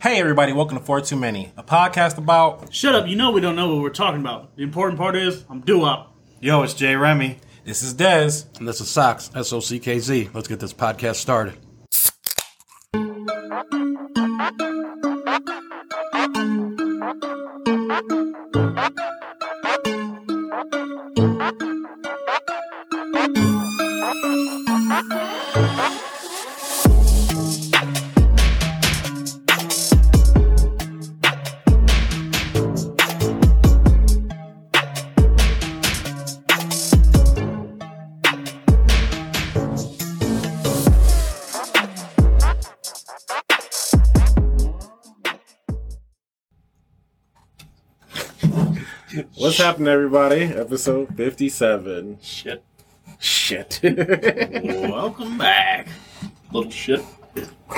Hey, everybody, welcome to Four Too Many, a podcast about. Shut up, you know we don't know what we're talking about. The important part is I'm due up. Yo, it's Jay Remy. This is Dez. And this is Socks, S O C K Z. Let's get this podcast started. What's happening, everybody? Episode 57. Shit. Shit. Welcome back. Little shit.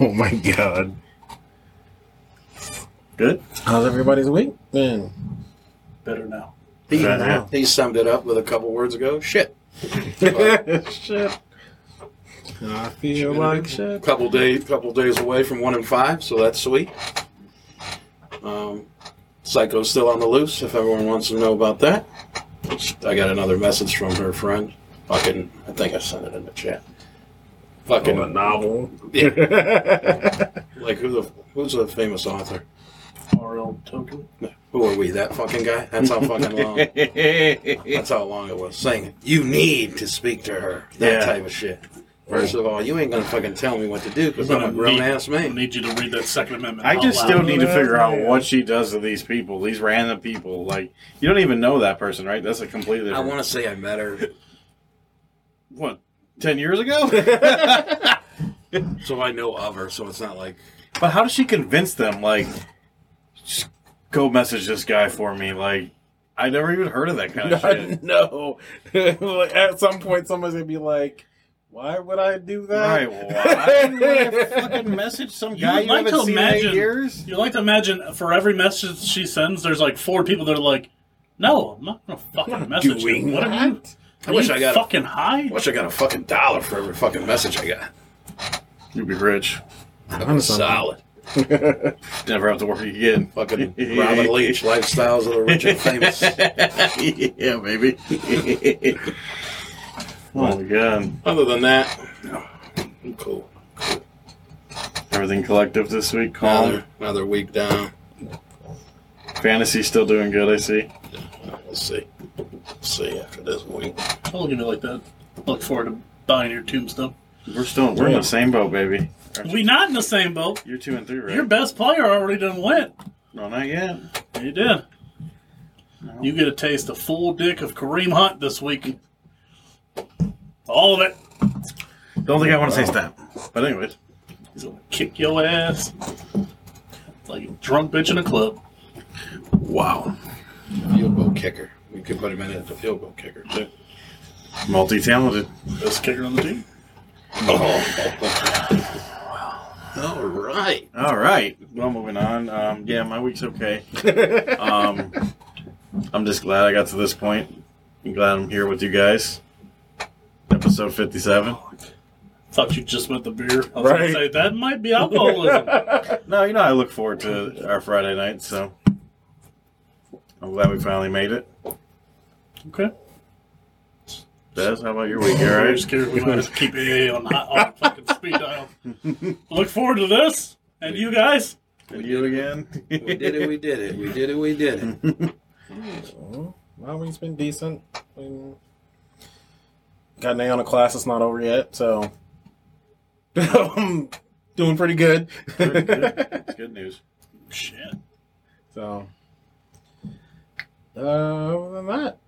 oh my god. Good? How's everybody's week been? Better now. He, Right now. he summed it up with a couple words ago. Shit. shit. I feel like A shit. couple days, couple days away from one and five, so that's sweet. Um, Psycho's still on the loose. If everyone wants to know about that, I got another message from her friend. Fucking, I think I sent it in the chat. In a Fucking, novel. yeah, like who the who's the famous author? RL token. Who are we? That fucking guy? That's how fucking long. That's how long it was. Saying you need to speak to her. That Yeah. type of shit. First of all, you ain't gonna fucking tell me what to do because We're I'm gonna a grown need- ass I man. need you to read that Second Amendment. I out just loud. still need to figure out what she does to these people, these random people. Like, you don't even know that person, right? That's a completely. I want to say I met her, What? 10 years ago? so I know of her. So it's not like but how does she convince them, like, just go message this guy for me? Like, I never even heard of that kind of shit. no. Like, At some point, somebody's gonna be like, why would I do that? Right, well, I didn't want to fucking message some guy you, like to haven't seen in imagine- eight years. You like to imagine for every message she sends, there's like four people that are like, no, I'm not going to fucking message doing you. What are you? that. Are I wish you I got a- fucking high? I wish I got a fucking dollar for every fucking message I got. You'd be rich. Right. Solid. Never have to work again. Fucking Robin Leach, lifestyles of the rich and famous. yeah, baby. oh my god. Other than that, no, I'm cool. Everything collective this week, calm. Um, Another, another week down. Fantasy still doing good, I see. We'll see. see after this week. I'll look at it like that. Look forward to buying your tombstone. We're still we're in the same boat, baby. We not in the same boat. You're two and three, right? Your best player already done went. no, not yet. You did. You get a taste of full dick of Kareem Hunt this week. All of it. Don't think I want to say stop. But anyways, He's gonna kick your ass like a drunk bitch in a club. wow. Field goal kicker. We could put him in at the field goal kicker too. Multi-talented. Best kicker on the team. Oh. All right. All right. Well, moving on. Um, yeah, my week's okay. um, I'm just glad I got to this point. I'm glad I'm here with you guys. Episode 57. Thought you just went the beer. I was gonna Right. say that might be alcoholism. No, you know I look forward to our Friday night, so I'm glad we finally made it. okay. Des, how about your week? You all I'm right? just kidding. We might have to keep AA on, hot- on fucking speed dial. Look forward to this. And you guys, And you again? We did it. We did it. We did it. We did it. My week's been decent. And got an A on a class that's not over yet, so. I'm doing pretty good. It's good news. shit. So, uh, other than that,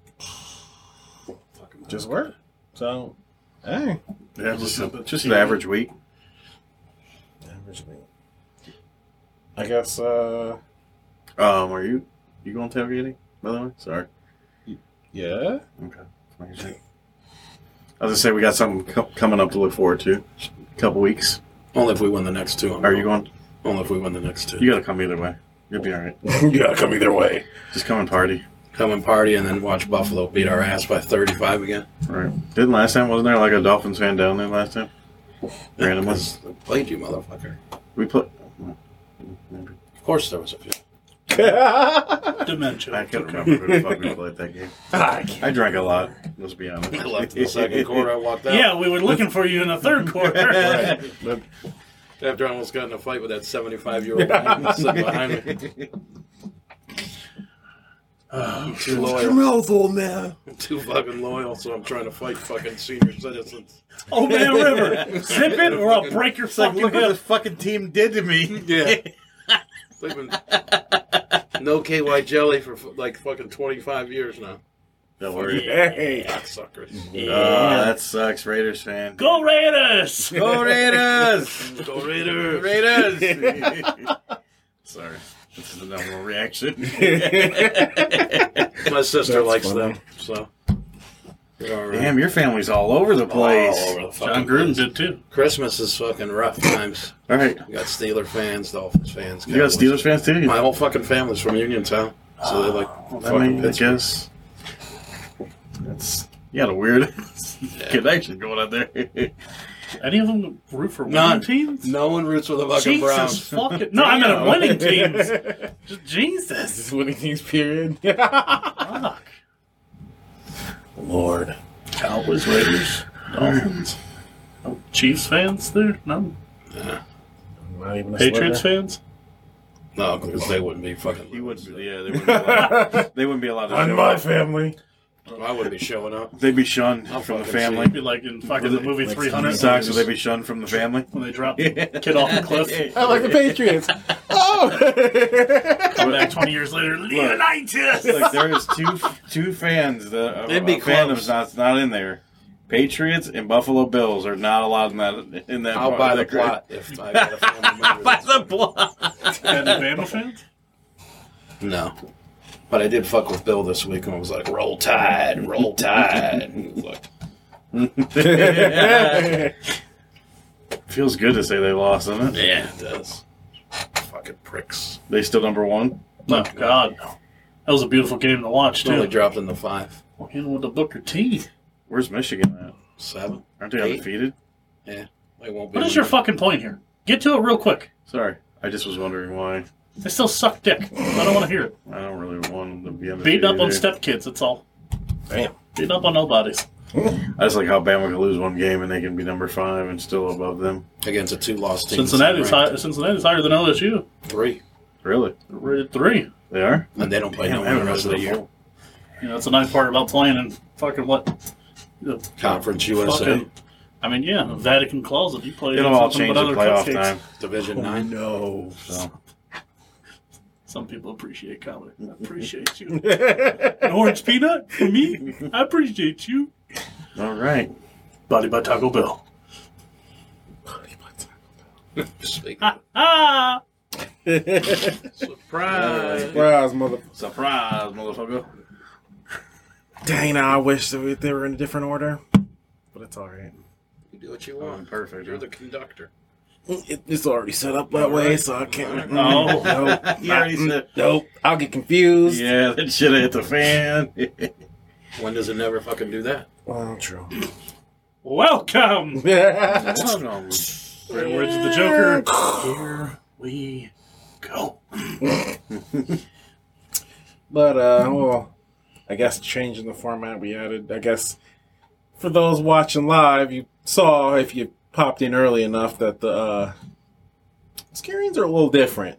just work. So, hey, Yeah, just, a- just an average week. average week. I guess. Uh, Um, are you you going tailgating? By the way, sorry. yeah. Okay. I was gonna say we got something co- coming up to look forward to. A couple weeks. Only if we win the next two. I'm Are you going? Only if we win the next two. You gotta come either way. You'll be all right. you gotta come either way. Just come and party. Come and party and then watch Buffalo beat our ass by 35 again. All right. Didn't last time? Wasn't there like a Dolphins fan down there last time? Randomly. Because I Played you, motherfucker. We play. course there was a few. Dementia. I can't remember who the fuck we played that game. I drank a lot. Let's be honest. I left in the second quarter. I walked out. Yeah, we were looking for you in the third quarter. But After I almost got in a fight with that 75 year old man that sat behind me. Oh, I'm too loyal. mouth, old man. I'm too fucking loyal, so I'm trying to fight fucking senior citizens. oh man, River, zip it or I'll break your fucking Look what hip. this fucking team did to me. Yeah. They've been no KY jelly for f- like fucking 25 years now. Don't worry. Hey. That suckers. Oh, that sucks, Raiders fan. Go Raiders! Go Raiders! Go Raiders! Raiders! Sorry, this is a normal reaction. My sister That's likes funny. them, so. They're all right. Damn, your family's all over the place. All over the fucking John Gruden did too. Christmas is fucking rough times. All right, We got Steeler fans, Dolphins fans. you got Cowboys Steelers fans too. My whole fucking family's from Uniontown, so they like I fucking mean, I Pittsburgh. guess that's you got a weird connection going on there. Any of them root for winning None. teams? No one roots for the fucking Jesus Browns. fucking no! I meant winning teams. Just Jesus, This winning teams period. fuck. Lord. Cowboys, Raiders, Dolphins. No Chiefs fans there? No. Not even a Patriots sliver. fans? No, because they wouldn't be fucking. You wouldn't, be, yeah, they wouldn't be allowed. They wouldn't be allowed to. On show my up. family. I wouldn't be showing up. They'd be shunned I'll from the fucking It'd family. be like in fucking the movie Like 300 Sox, would they be shunned from the family? when they drop the kid off the cliff. I like the Patriots. oh! Come back 20 years later, Leonidas! Like there is two two fands that uh, It'd be fandoms close. not not in there. Patriots and Buffalo Bills are not allowed in that in that. I'll part buy of the group. plot if I got a family member. Buy that's- the plot. Alabama fans? No, but I did fuck with Bill this week and I was like, "Roll Tide, Roll Tide." And he was like, Feels good to say they lost, doesn't it? yeah, it does. Fucking pricks. They still number one. No, God, no. That was a beautiful game to watch, Only too. dropped in the five, Him with the Booker T. Where's Michigan at? seven. Aren't they Eight. undefeated? Yeah, they won't be. What is your leaving. fucking point here? Get to it real quick. Sorry, I just was wondering why. They still suck dick. I don't want to hear it. I don't really want them to be undefeated. Beating up on either. step kids, that's all. Damn. Beating up on nobodies. I just like how Bama can lose one game and they can be number five and still above them. against a two-loss team? Cincinnati's, Right. high, Cincinnati's higher than LSU. three, Really? They're rated three. They are. and they don't play no Damn, I one the haven't rest of read the the year. full- You know, that's the nice part about playing in fucking what? The Conference USA, fucking. I mean, yeah, the Vatican Closet. You played It'll in all something change but at other playoff cupcakes. time. Division Nine. no. So Some people appreciate comedy. I appreciate you. An orange peanut for me? I appreciate you. all right. Body by Taco Bell. Speak. Ah! Surprise! Surprise, mother. Surprise, motherfucker! Dang, I wish that we- they were in a different order. But it's alright. You do what you Oh, want. perfect. You're the conductor. It, it's already set up that way, so I can't. No. Nope. You already Mm, said- Nope. I'll get confused. Yeah, that shit hit the fan. When does it never fucking do that? Well, true. Welcome! Yeah. Great words of the Joker. Here we go. But uh, well, I guess changing the format we added. I guess for those watching live, you saw if you popped in early enough that the uh, screens are a little different.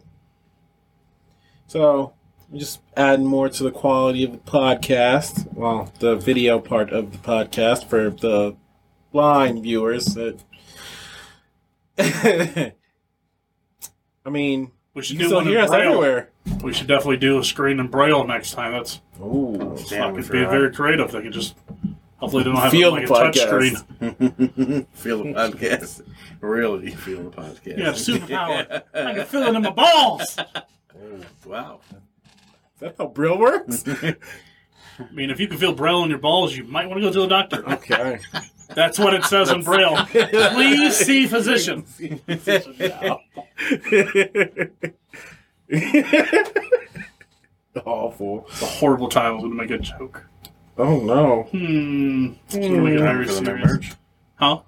So we just adding more to the quality of the podcast. Well, the video part of the podcast for the blind viewers. That I mean, We should you do can still one in hear us Braille. everywhere. We should definitely do a screen in Braille next time. That's Ooh. Damn, fucking be we forgot. very creative. They could just hopefully they don't have Feel like a the touch podcast. screen. feel the podcast. Really feel the podcast. Yeah, superpower. I can feel it in my balls. Wow. Is that how Brill works? I mean, if you can feel Braille in your balls, you might want to go to the doctor. okay. That's what it says in Braille. Please see physician. Awful. It's a horrible time. I was going to make a joke. Oh no. Hmm. It's gonna make it very For the serious. merch. Huh?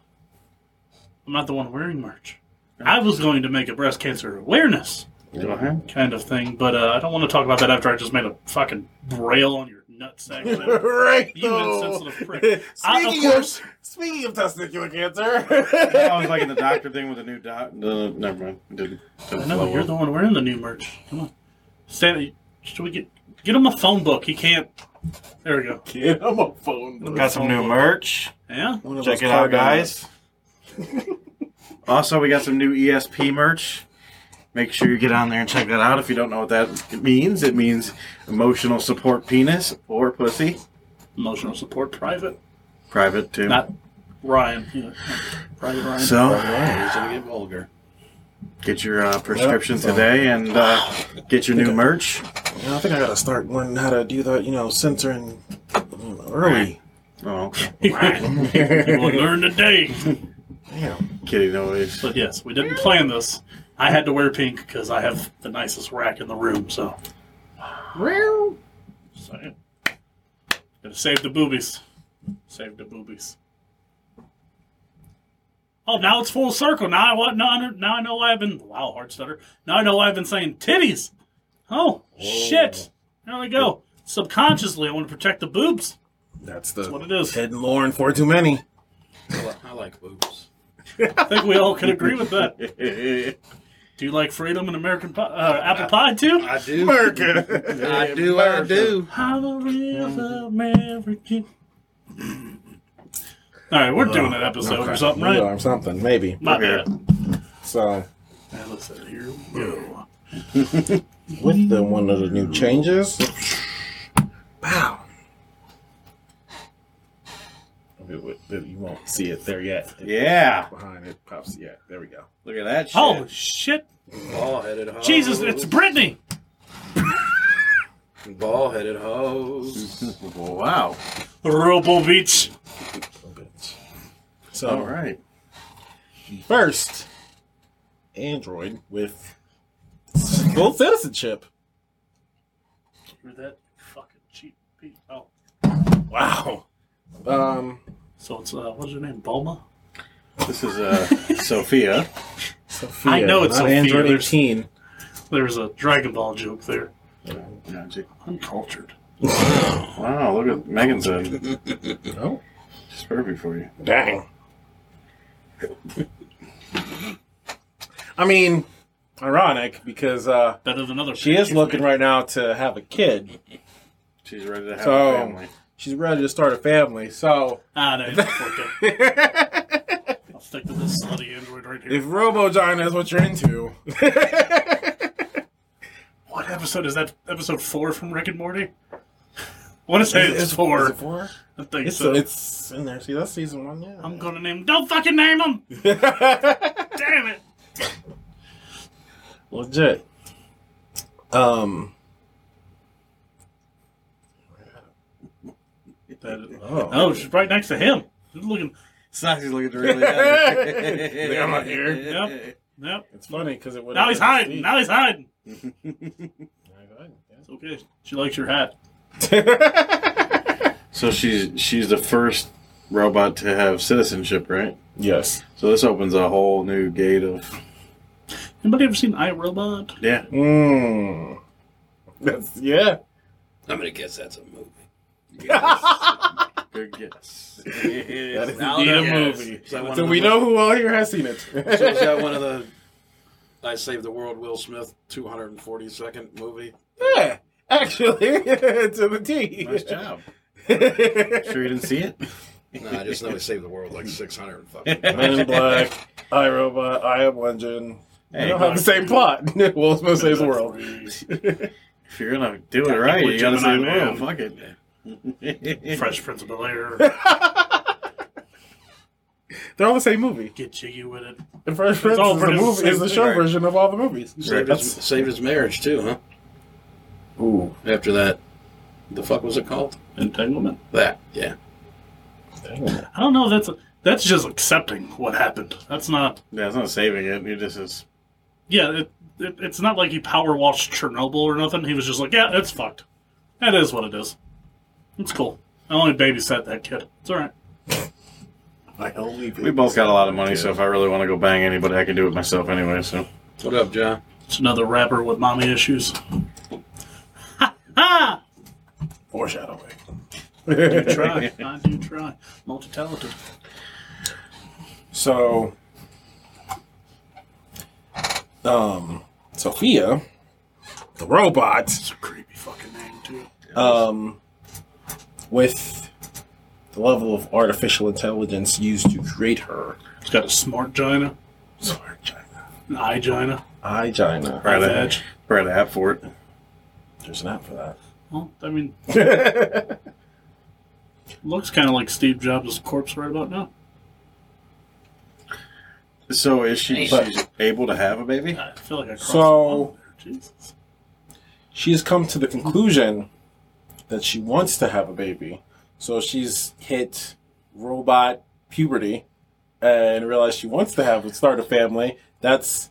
I'm not the one wearing merch. I was going to make a breast cancer awareness Go ahead. kind of thing. But uh, I don't want to talk about that after I just made a fucking braille on your nutsack. right. You insensitive prick. I- of Speaking of, course- speaking of testicular cancer, I was like in the doctor thing with the new doc. No, no, never mind. It didn't. I didn't know flow you're well. the one wearing the new merch. Come on, Stanley. Should we get get him a phone book? He can't. There we go. kid, I'm a phone. book. Got Got some new merch. Yeah. One of Check those it out, cargo guys. also, we got some new ESP merch. Make sure you get on there and check that out. If you don't know what that means, it means emotional support penis or pussy. Emotional support private. Private, too. Not Ryan. You know, private Ryan. so, He's gonna get vulgar. get your uh, prescription so- today and uh, get your new merch. You know, I think I gotta start learning how to do that. You know, censoring you know, early. Oh, you will learn today. Damn. kitty noise. But yes, we didn't plan this. I had to wear pink because I have the nicest rack in the room. So. So, yeah. Gotta save the boobies. Save the boobies. Oh, now it's full circle. Now I what? Now, I know- now I know why I've been wow hard stutter. Now I know why I've been saying titties. Oh shit! There we go. Subconsciously, I want to protect the boobs. That's the What it is? Ted and Lauren for too many. I li- I like boobs. I think we all can agree with that. I Do you like freedom and American pie, uh, apple pie too? I do. America. I do. I do. How the real American. All right, we're doing an episode or something, You know, right? or something, maybe. My bad. So, Now let's say, here we go. with the one of the new changes, wow. It would- it- You won't see it there yet. It- Yeah. Behind it pops. Yeah, there we go. Look at that shit. Oh shit! Oh. Ball-headed hoes. Jesus, it's Brittany. ball-headed hoes. wow. Robo Beach. So, All right. first, Android with full citizenship. Hear that? Fucking cheap. beat. Oh, Wow. Um. so it's uh, what's her name? Bulma. This is uh, Sophia. Sophia, I know it's not Sophia, Android there's- 18. There's a Dragon Ball joke there. Magic. Uncultured. Wow, look at Megan's a Oh, She's perfect for you. dang. I mean, ironic because uh, Better than other. she is looking right now to have a kid. She's ready to have So- a family. She's ready to start a family. So, Ah, no, it's not working. I'll stick to this slutty android right here. if Robogina is what you're into, What episode is that? Episode four from Rick and Morty. want to say it's, is four. it four? I think It's, so. it's in there. See, that's season one. Yeah. I'm gonna name. Don't fucking name them. Damn it. Legit. Um. That- Oh. Oh, she's right next to him. She's looking. Snoxy's looking really good. Think I'm not here? Yep. Yep. It's funny because it would. Now he's hiding. Now he's hiding. he's It's okay. She likes your hat. So she's she's the first robot to have citizenship, right? Yes. So this opens a whole new gate of Anybody ever seen iRobot? yeah. Mm. That's yeah. I'm gonna guess that's a movie. Good guess. That is Now indeed a that- movie. Is that one So of we the- know who all here has seen it. So is that one of the I Saved the World Will Smith 242nd movie? yeah, actually, to the T. nice job. Sure you didn't see it? No, I just know he saved the world like 600 and fucking. Men in Black, iRobot, I Am Legend. Hey, they don't have the same plot. Will Smith saves the world. If you're gonna do it right, you gotta say the Gemini world. Fuck it. Fresh Prince of Bel Air. They're all the same movie. Get jiggy with it. The first Prince all is the pretty much movie the same is the thing, show right? version of all the movies. saved, his, That's- saved his marriage too, huh? Ooh, After that, the fuck was it called? Entanglement. That, yeah. I don't know. That's that's just accepting what happened. That's not. Yeah, it's not saving it. You just is Yeah. It, it, it's not like he power washed Chernobyl or nothing. He was just like, yeah, it's fucked. That is what it is. It's cool. I only babysat that kid. It's all right. I only we both got a lot of money, so if I really want to go bang anybody, I can do it myself anyway. So What up, John? It's another rapper with mommy issues. Ha ha! Foreshadowing. Try, I do try. Multi talented. So, um, Sophia, the robot, It's a creepy fucking name, too. um, with the level of artificial intelligence used to create her. It's got a smart gina, Sorry, Gina. an eye gina, Hi, Gina. Right, Knife uh, edge. Right app for it. There's an app for that. Well, I mean, looks kind of like Steve Jobs' corpse right about now. So is she But- she's able to have a baby? I feel like I crossed So- the line there. Jesus. she has come to the conclusion that she wants to have a baby. So she's hit robot puberty and realized she wants to have start a family. That's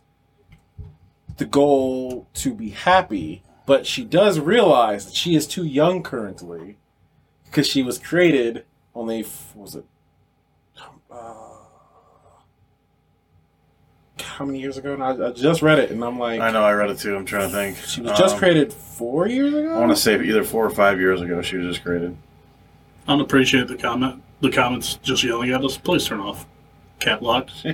the goal to be happy. But she does realize that she is too young currently because she was created only f- was it uh, how many years ago? And I, I just read it and I'm like, I know I read it too. I'm trying to think. she was just Um, created four years ago. I want to say either four or five years ago she was just created. I don't appreciate the comment. The comments just yelling at us. Please turn off. Cat locked.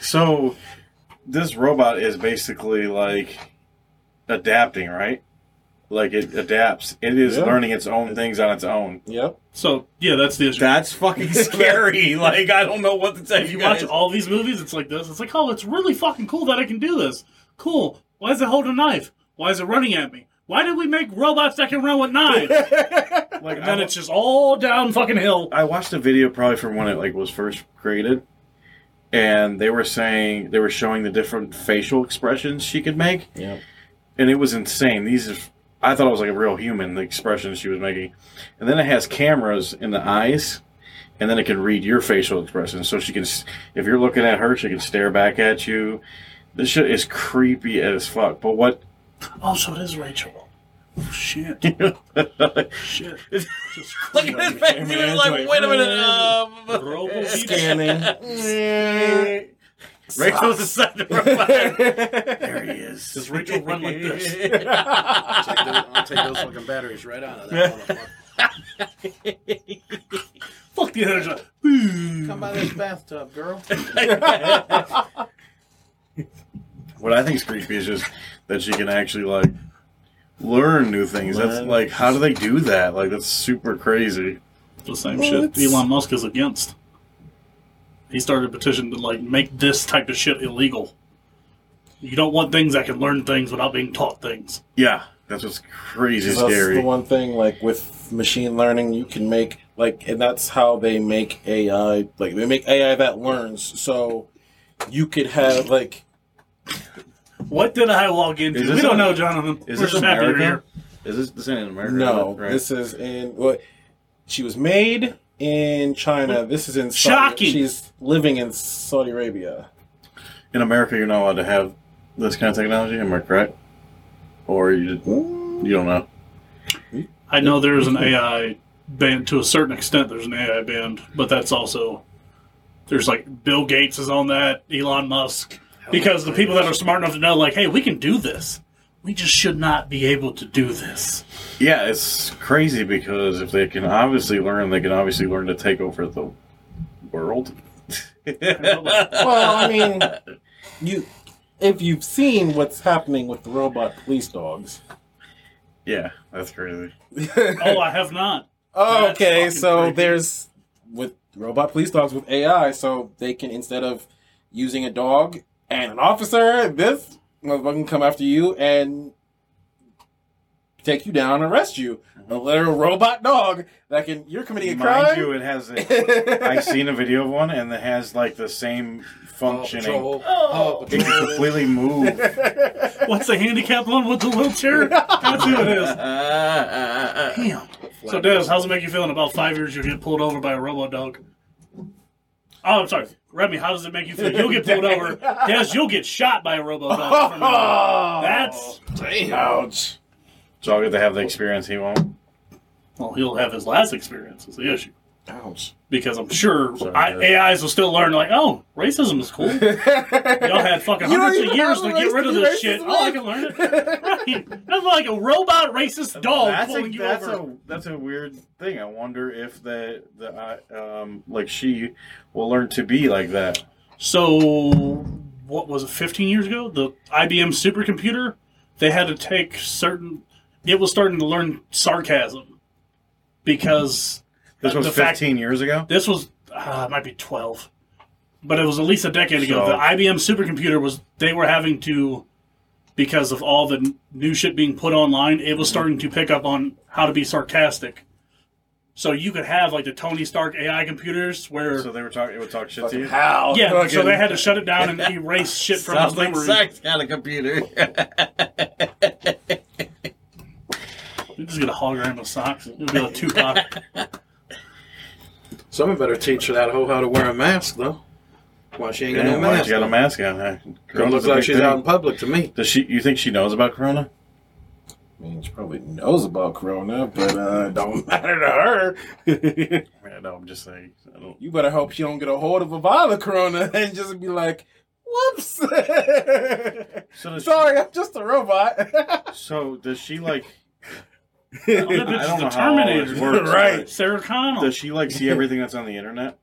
so this robot is basically like adapting, right? Like it adapts. It is Yeah. learning its own things on its own. Yep. So yeah, that's the issue. That's fucking scary. like I don't know what to tell if you watch all these movies, it's like this. It's like, oh, it's really fucking cool that I can do this. Cool. Why is it holding a knife? Why is it running at me? Why did we make robots that can run with knives? Like and then I, it's just all down fucking hill. I watched a video probably from when it like was first created, and they were saying they were showing the different facial expressions she could make, Yep. and it was insane. These are, I thought it was like a real human the expression she was making, and then it has cameras in the eyes, and then it can read your facial expressions. So she can, s- if you're looking at her, she can stare back at you. This shit is creepy as fuck. But what? Oh, so it is Rachel. Shit. Shit. Just Look at his face. He was like, wait a minute. Um, Robo Scanning. Rachel's inside the robot. There he is. Does Rachel run like this? Take those, I'll take those fucking batteries right out of that motherfucker. Fuck the other side. Ooh. Come by this bathtub, girl. What I think is creepy is just that she can actually like learn new things. That's Learn. like, how do they do that? Like, that's super crazy. The same What? shit Elon Musk is against. He started a petition to like make this type of shit illegal. You don't want things that can learn things without being taught things. Yeah, that's what's crazy That's scary. the one thing, like with machine learning, you can make like, and that's how they make AI. Like they make AI that learns. So you could have like, What did I log into? Is this We don't a- know, Jonathan. Is We're this just happy you're here. America? Is this this ain't in America? no, right? this is in what she was made in China. This is in Saudi, Shocking. she's living in Saudi Arabia. in America, you're not allowed to have this kind of technology. Am I correct? Or you you don't know? I know there's an AI ban to a certain extent. There's an AI ban, but that's also there's like Bill Gates is on that, Elon Musk, because the people that are smart enough to know, like, hey, we can do this. We just should not be able to do this. Yeah, it's crazy because if they can obviously learn, they can obviously learn to take over the world. Well, I mean, you if you've seen what's happening with the robot police dogs. Yeah, that's crazy. oh, I have not. Oh, That's okay, fucking so creepy. there's with robot police dogs with AI, so they can instead of using a dog and an officer, this motherfucker can come after you and take you down and arrest you. A literal robot dog that can you're committing a Mind crime. you, it has. A, I seen a video of one, and it has like the same Oh, functioning. patrol. Oh, it can patrol. completely move. What's the handicap one with the wheelchair? That's who it is. Damn. So, Des, how's it make you feel in about five years you'll get pulled over by a robo dog? Oh, I'm sorry. Remy, how does it make you feel? You'll get pulled over. Des, you'll get shot by a robo dog. That's. Oh, ouch. So I'll get to have the experience he won't. Well, he'll have his last experience, is the issue. Ouch. because I'm sure Sorry, I, yeah. AIs will still learn. Like, oh, racism is cool. Y'all had fucking You don't hundreds of even have years to a get rid of this race to be shit. racist, Oh, I right? can learn it. Right? That's like a robot racist dog that's a, pulling you that's over. a that's a weird thing. I wonder if the the uh, um like she will learn to be like that. So, what was it, 15 years ago? The IBM supercomputer, they had to take certain. It was starting to learn sarcasm because This Uh, was the 15 fact- years ago. this was, uh, it might be 12, but it was at least a decade ago. So- The IBM supercomputer was, they were having to, because of all the n- new shit being put online, it was starting to pick up on how to be sarcastic. So you could have like the Tony Stark AI computers where. So they were talking. It would talk shit to you. How? yeah, so Fucking- they had to shut it down and erase shit from Sounds his like memory. sex kind of computer. You just get a hologram of socks. It'll be like Tupac. Someone better teach that hoe how to wear a mask, though. Why she ain't got Damn, no why mask? she got a on? mask on? Huh? It Corona's looks a like big she's thing. out in public to me. Does she? You think she knows about Corona? I mean, she probably knows about Corona, but uh, it don't matter to her. I mean, I know. I'm just saying. I don't. you better hope she don't get a hold of a vial of Corona and just be like, "Whoops, So does sorry, I'm just a robot." She, so does she like? Oh, that bitch I is don't the know how all this Terminator. works, Right. Sarah but Connor. Does she like see everything that's on the internet?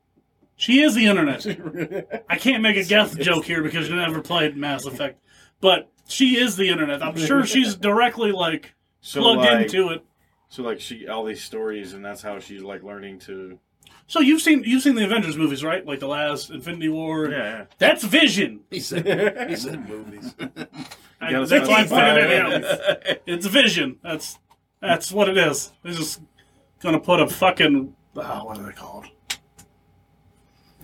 She is the internet. I can't make a guess joke here because you never played Mass Effect, but she is the internet. I'm sure she's directly like So plugged like, into it. so like she all these stories, and that's how she's like learning to. So you've seen you've seen the Avengers movies, right? Like the last Infinity War. Yeah, yeah. That's Vision. He said, he said movies. I, gotta that's why I'm specify pointing it out. It's Vision. That's that's what it is. They're just gonna put a fucking oh, what are they called?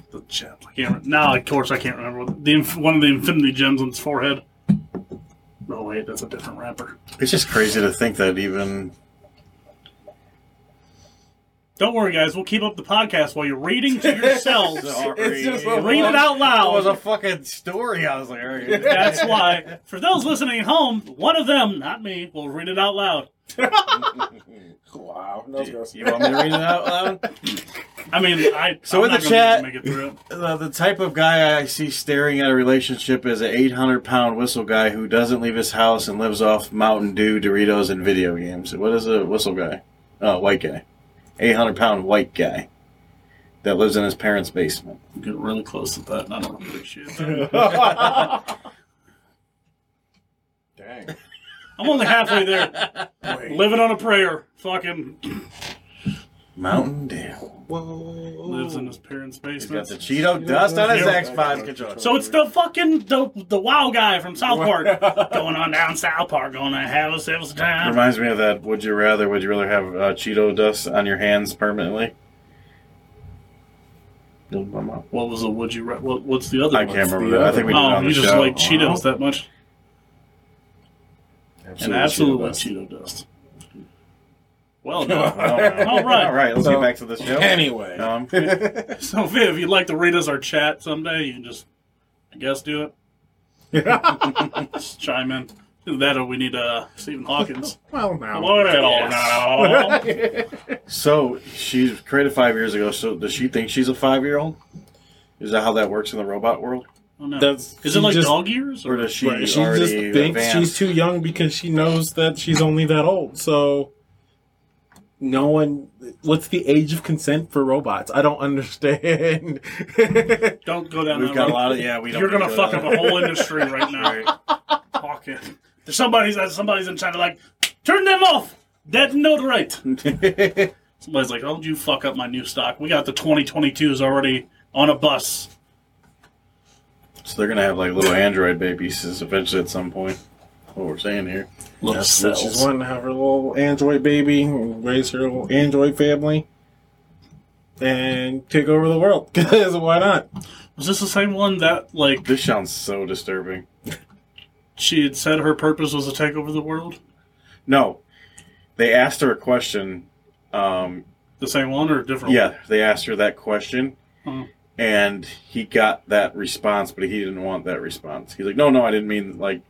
The gem. I can't. Remember. Now, of course, I can't remember what- the inf- one of the Infinity Gems on its forehead. No, wait, that's a different rapper. It's just crazy to think that even Don't worry, guys. We'll keep up the podcast while you're reading to yourselves. It's just a- Read it out That was a loud. fucking story. I was like, all right. That's why, for those listening at home, one of them, not me, will read it out loud. wow, no girls. you want me to read it out loud? I mean, I So I'm in not the gonna chat- make it through. it. The, Uh, the type of guy I see staring at a relationship is an 800 pound whistle guy who doesn't leave his house and lives off Mountain Dew, Doritos, and video games. What is a whistle guy? Oh, white guy. 800 pound white guy that lives in his parents' basement. Get really close to that, and I don't appreciate that. Dang. I'm only halfway there. Wait. Living on a prayer. Fucking Mountain Dew. lives in his parents' He's got basement. the Cheeto dust on his Yeah. Xbox controller. So it's the fucking the the wow guy from South Park going on down South Park, going to have us every time. Reminds me of that. Would you rather? Would you rather have uh, Cheeto dust on your hands permanently? Filled my mouth. What was the would you? ra- What, what's the other? I one? can't remember. That. I think we did it Oh, on the you just show. like Cheetos that much? And absolutely Cheeto Cheeto dust. Well done. All right. All right. All right. Let's So- get back to the show. Anyway, Um, so if you'd like to read us our chat someday, you can just, I guess, do it. Just chime in. Either that or we need uh, Stephen Hawkins. well now. Load it all now. so she's created five years ago. So does she think she's a five-year-old? Is that how that works in the robot world, Oh, no. Does Is she it like just- dog ears? or Or does she Right, she already just thinks advanced? she's too young because she knows that she's only that old. So, no one. What's the age of consent for robots? I don't understand. don't go down We've that got a road. lot of yeah. We don't. You're need gonna fuck go up down a whole industry right now. that. Right. Hawkins. There's somebody's somebody's in China like, turn them off. That note right. Somebody's like, oh, you fuck up my new stock. We got the 2022s already on a bus. So they're gonna have like little android babies eventually at some point. What we're saying here. Little She's cells. wanting to have her little android baby, and raise her little android family, and take over the world. Because why not? Was this the same one that like This sounds so disturbing. she had said her purpose was to take over the world? No, they asked her a question. Um, The same one or a different? one? yeah, they asked her that question, Hmm. and he got that response, but he didn't want that response. He's like, "No, no, I didn't mean like."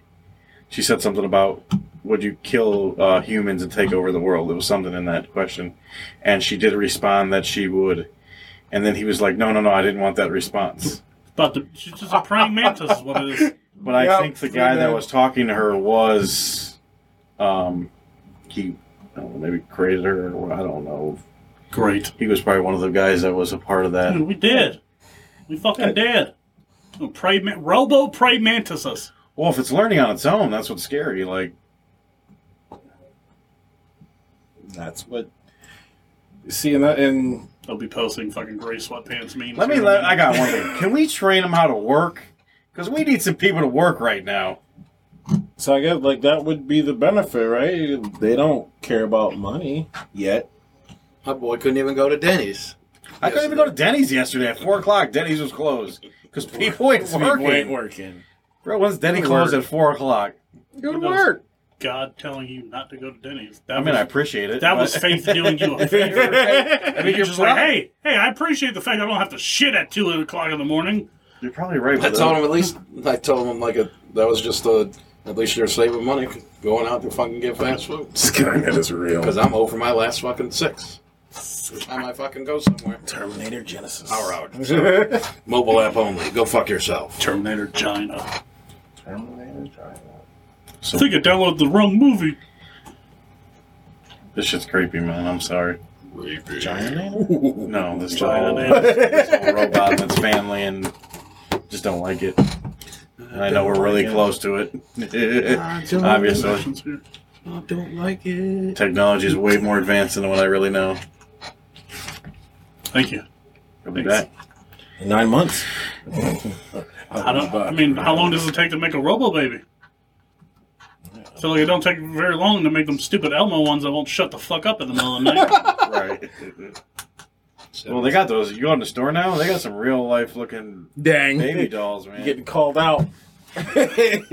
She said something about would you kill uh, humans and take over the world? It was something in that question, and she did respond that she would, And then he was like, "No, no, no, I didn't want that response." About the she's just a praying mantis is what it is. But I Yep, think the guy yeah. that was talking to her was, um, he I don't know, maybe created her. Or I don't know. Great. He was probably one of the guys that was a part of that. we did. We fucking did. Pray ma- Robo pray mantises. Well, if it's learning on its own, that's what's scary. Like That's what. See, and, that, and They'll be posting fucking gray sweatpants memes. Let me. Let, I got one thing. Can we train them how to work? Because we need some people to work right now. so I guess like that would be the benefit, right? They don't care about money yet. My boy couldn't even go to Denny's. I couldn't even go to Denny's yesterday at four o'clock. Denny's was closed because people ain't People ain't working. working. Bro, when's Denny closed at four o'clock? Good does. work. God telling you not to go to Denny's. That I mean, I was, appreciate it. that but- was faith doing you a favor. I I mean, you're just like, hey, hey, I appreciate the fact I don't have to shit at two o'clock in the morning. You're probably right. I But told him at least. I told him like a, that was just a. At least you're saving money going out to fucking get fast food. Skynet is real. Because I'm over my last fucking six. Every time I fucking go somewhere. Terminator Genesis. Power outage. Mobile app only. Go fuck yourself. Terminator China. Terminator Drive. I think I downloaded the wrong movie. Oh. this shit's creepy, man. I'm sorry. No, this China, whole, man. this whole robot and its family and just don't like it. And I know we're really close to it. Obviously. I don't like it. Technology is way more advanced than what I really know. Thank you. I'll be Thanks. back. Nine months. I don't. I mean, how long does it take to make a Robo baby? So like, it don't take very long to make them stupid Elmo ones that won't shut the fuck up in the middle of the night. right. well, they got those. You go in the store now. They got some real life looking Dang. baby dolls, man. Getting called out. Hey,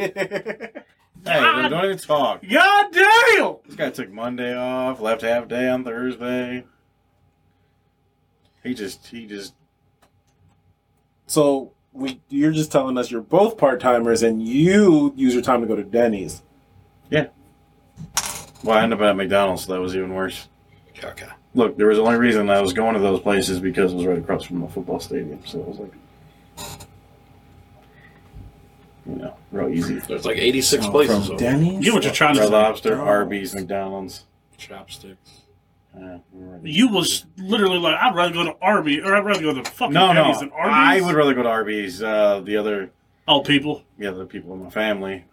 man, don't even talk. God damn! This guy took Monday off, left half day on Thursday. He just, he just. so we, you're just telling us you're both part timers, and you use your time to go to Denny's. Well, I ended up at McDonald's, so that was even worse. Caca. Look, there was only reason I was going to those places because it was right across from a football stadium. So it was like, you know, real easy. There's like 86 places. From over there. Denny's. You know what you're trying to Red say? Lobster, Arby's, McDonald's. Chopsticks. Yeah, we're ready. You was literally like, I'd rather go to Arby or I'd rather go to fucking No, no. Denny's than I Arby's. would rather go to Arby's. Uh, the other, All people. the other people in my family.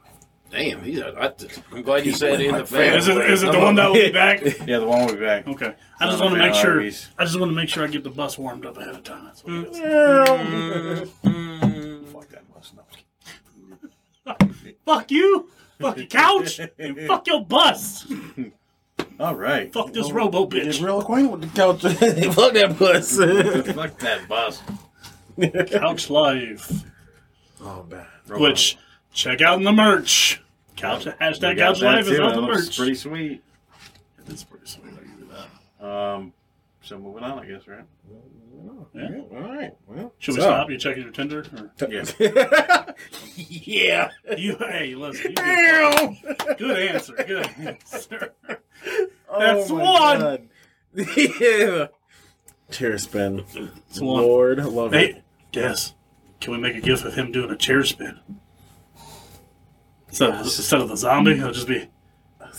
Damn, he's a, I, I'm glad you said in the family. Is it, is it the one that will be back? Yeah, the one will be back. Okay. I just want Not a to fan make of sure. Arby's. I just want to make sure I get the bus warmed up ahead of time. That's what it is. Mm, Fuck that bus. No. Fuck you. Fuck your couch. and fuck your bus. All right. Fuck this robo Get bitch. real acquainted with the couch. Fuck that puss. Fuck that bus. Couch life. oh man. Which check out in the merch. Couch We hashtag got couch life that is too. out That the looks merch. Pretty sweet. It's pretty sweet. I give you that. Um, so moving on, I guess, right? Yeah. All right. Well, Should we so- stop? You checking your Tinder? Or? Yeah. yeah. You, hey, listen. You good, good answer. Good answer. That's Oh my one. God. yeah. Tear spin. It's one. Lord, I love it. Hey, Des, can we make a gif of him doing a chair spin? Instead of, instead of the zombie, it'll just be,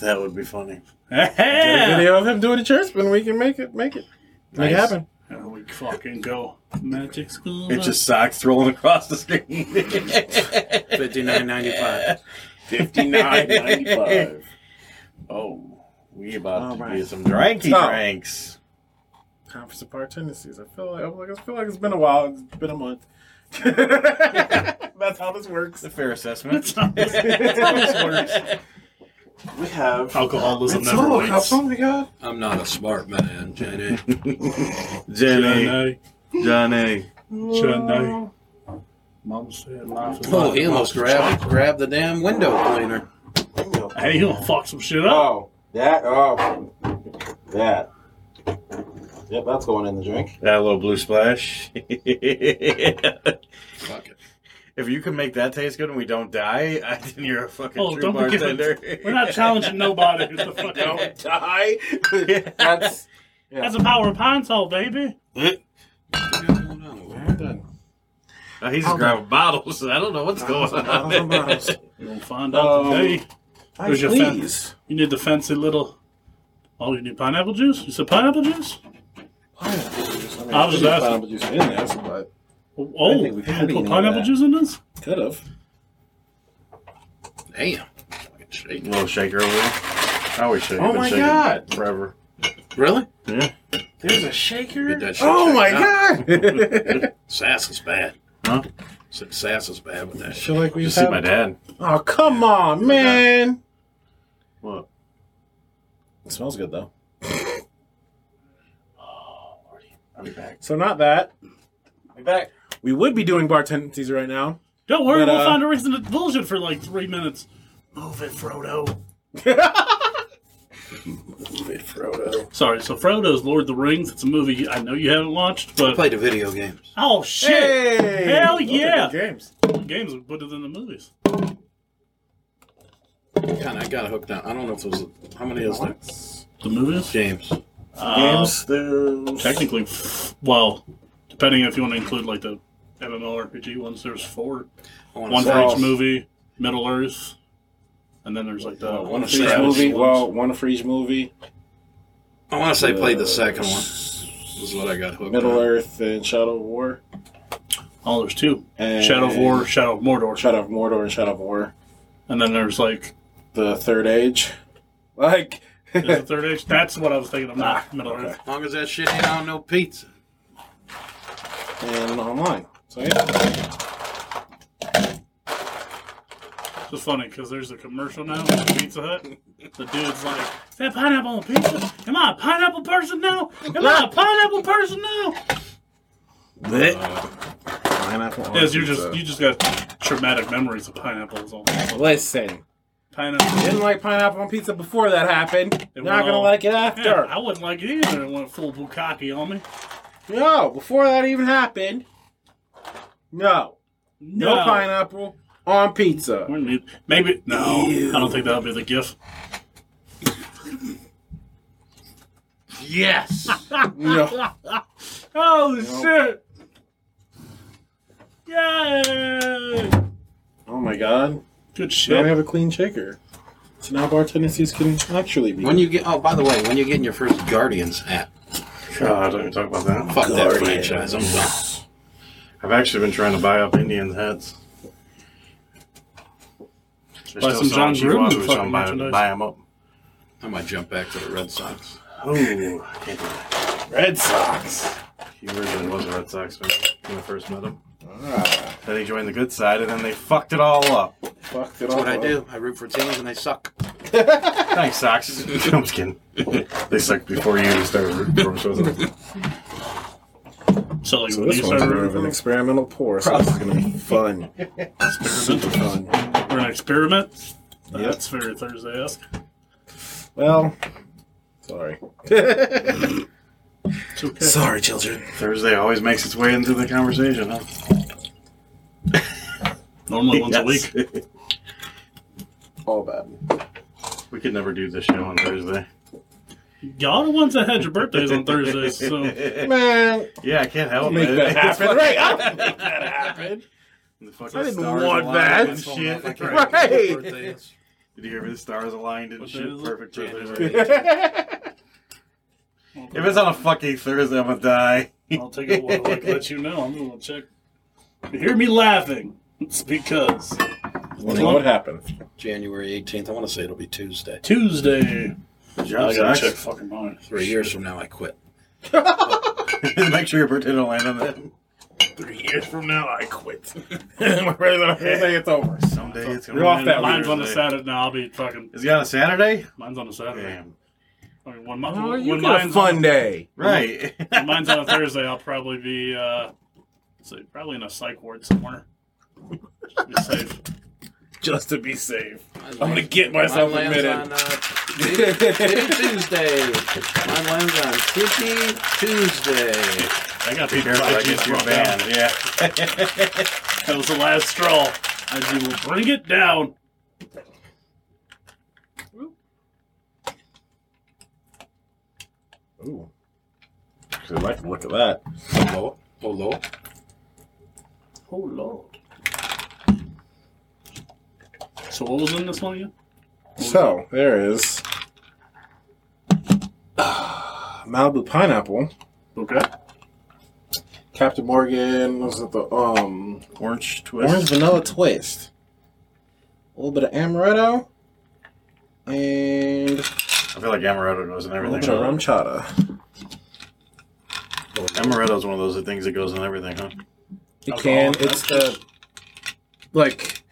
that would be funny. Get a hey! video of him doing a chair spin. We can make it. Make it. Make it Nice. happen. There we fucking go. Magic school. It's just socks rolling across the screen. 59.95. Fifty nine ninety five. oh, we about to Alright. do some drinky Oh. drinks. Time for some bar tendencies. I feel like, I'm like I feel like it's been a while. It's been a month. That's how this works. It's a fair assessment. We have Alcoholism It's never little cups. Oh waits. my god. I'm not a smart man, Jenny. eh? Jenny, eh? Chennai, Johnny. Chennai. Mom said life is Oh, like he a almost box of grabbed, grabbed the damn window cleaner. chocolate. Hey, he'll fuck some shit up. Oh, that. Oh, that. Yep, that's going in the drink. That little blue splash. Fuck it. If you can make that taste good and we don't die, I think you're a fucking Oh, true don't be giving- bartender. We're not challenging nobody. Get the fuck out. die. that's That's a power pine salt, baby. Uh, he's just grabbing bottles. I don't know what's going on. there. You gonna find out Um, today. There's your fan. please. You need the fancy little. Oh, you need pineapple juice? You said pineapple juice? Pineapple juice. I, mean, I was we just put Pineapple juice in this, but Oh, I think we we've had any put of pineapple that. juice in this? could have. Damn. Fucking shake. little shaker over there. I always shake. Oh I've been my shaking God. Forever. Really? Yeah. There's a shaker. Get that shit Oh checked my out. god! Sass is bad. Huh? Said Sass is bad with that I shit. feel like we Just just see had. my dad. Oh come on, man! What? It smells good though. I'll be back. So not that I'll be back. we would be doing bar tendencies right now. Don't worry, But, we'll uh, find a reason to bullshit for like three minutes. Move it, Frodo. Frodo. Sorry, so Frodo's Lord of the Rings. It's a movie I know you haven't watched, but Played the video games. oh shit, Hey! Hell Those are yeah. good Games. games are better than the movies. Kind of got hooked on. I don't know if those. How many is there? The movies, James. Games. there's- technically, f- well, depending if you want to include like the MMORPG ones, there's four, I wanna one say- for Well- each movie, Middle Earth, and then there's like the Well, One one for each Savage movie. ones. Well, one for each movie. I want to say played the Uh, second one. Is what I got hooked Middle on. Earth and Shadow of War. oh, there's two, And Shadow of War, Shadow of Mordor, Shadow of Mordor and Shadow of War. and then there's like The Third Age. Like is the Third Age. That's what I was thinking of, Ah, not Middle Earth. As long as that shit ain't on no pizza. and online. So yeah. It's funny because there's a commercial now for Pizza Hut. The dude's like, "Is that pineapple on pizza? Am I a pineapple person now? Am I a pineapple person now?" Pineapple. on Yes, you pizza. just you just got traumatic memories of pineapples on Listen, pineapple. didn't like pineapple on pizza before that happened. It Not went gonna all- like it Yeah, after. I wouldn't like it either. It went full bukkake on me. No, before that even happened. No, no, No, pineapple on pizza. We're new- Maybe no. I don't think that'll be the gift. yes. No, Oh shit! Yay! oh my god. Good Now we shit. have a clean shaker. So now bar tendencies can actually be. When you get. Oh, by the way, when you getting your first Guardians app? God, I don't even talk about that. Fuck that Guardians. franchise. I'm done. I've actually been trying to buy up Indian heads. There's Buy still some John cheap Gruden ones, which I'm fucking buying- merchandise. Buy them up. I might jump back to the Red Sox. Ooh, I can't do that. Red Sox. He originally was a Red Sox fan when I first met him. Ah, Then he joined the good side, and then they fucked it all up. fucked it That's all what I up. do. I root for teams and they suck. Thanks, Sox. I'm just kidding. They sucked before you even started rooting for them, so it wasn't- So like So when this you one's started more of an experimental pour, so this is gonna be fun. Super fun. We're an experiment. That's very Thursday esque. Well, sorry. It's okay. Sorry, children. Thursday always makes its way into the conversation, huh? Normally once a Yes. week. All bad. We could never do this show on Thursday. Y'all the ones that had your birthdays on Thursdays, so Man, Yeah, I can't help make it. that It's happen. fucking- Right, I'll make that happen. The fucking I didn't stars want aligned that. and Phone shit. off, I can't Right. remember what birthday it is. Did you hear me? The stars aligned and What day shit. is it? Perfect for Thursday. January. If it's on a fucking Thursday, I'm gonna die. I'll take a while to let you know. I'm gonna check. If you hear me laughing, it's because Wonder what happened. January 18th. I want to say it'll be Tuesday. Tuesday. I gotta Sox. check fucking mine. Three years from now, I quit. Make sure your birthday don't land on that. Three years from now, I quit. My regular birthday, it's over. Someday it's gonna You're off land that Mine's on a Thursday. Saturday. Now I'll be fucking. Is it on a Saturday? Mine's on a Saturday. Damn. I mean, when, my, Oh, when, you got a mine's, fun day. Right. when mine's on a Thursday, I'll probably be uh, say, probably in a psych ward somewhere. Just be safe. Just to be safe. I'm gonna get myself Mine lands admitted. on uh, Titty Titty Tuesday. Mine lands on Titty Tuesday. I got Be beat careful, by I a get juice your brought down. band. Yeah. That was the last straw. As you will bring it down. Ooh. Actually, I like the look of that. Hello. Hello. Oh lord. So what was in this one again? So there is uh, Malibu pineapple. Okay. Captain Morgan was it the um Orange twist. orange vanilla twist, a little bit of amaretto, and I feel like amaretto goes in a little everything. bit of rum chata. Amaretto's one of those things that goes in everything, huh? You Alcohol. can. It's the like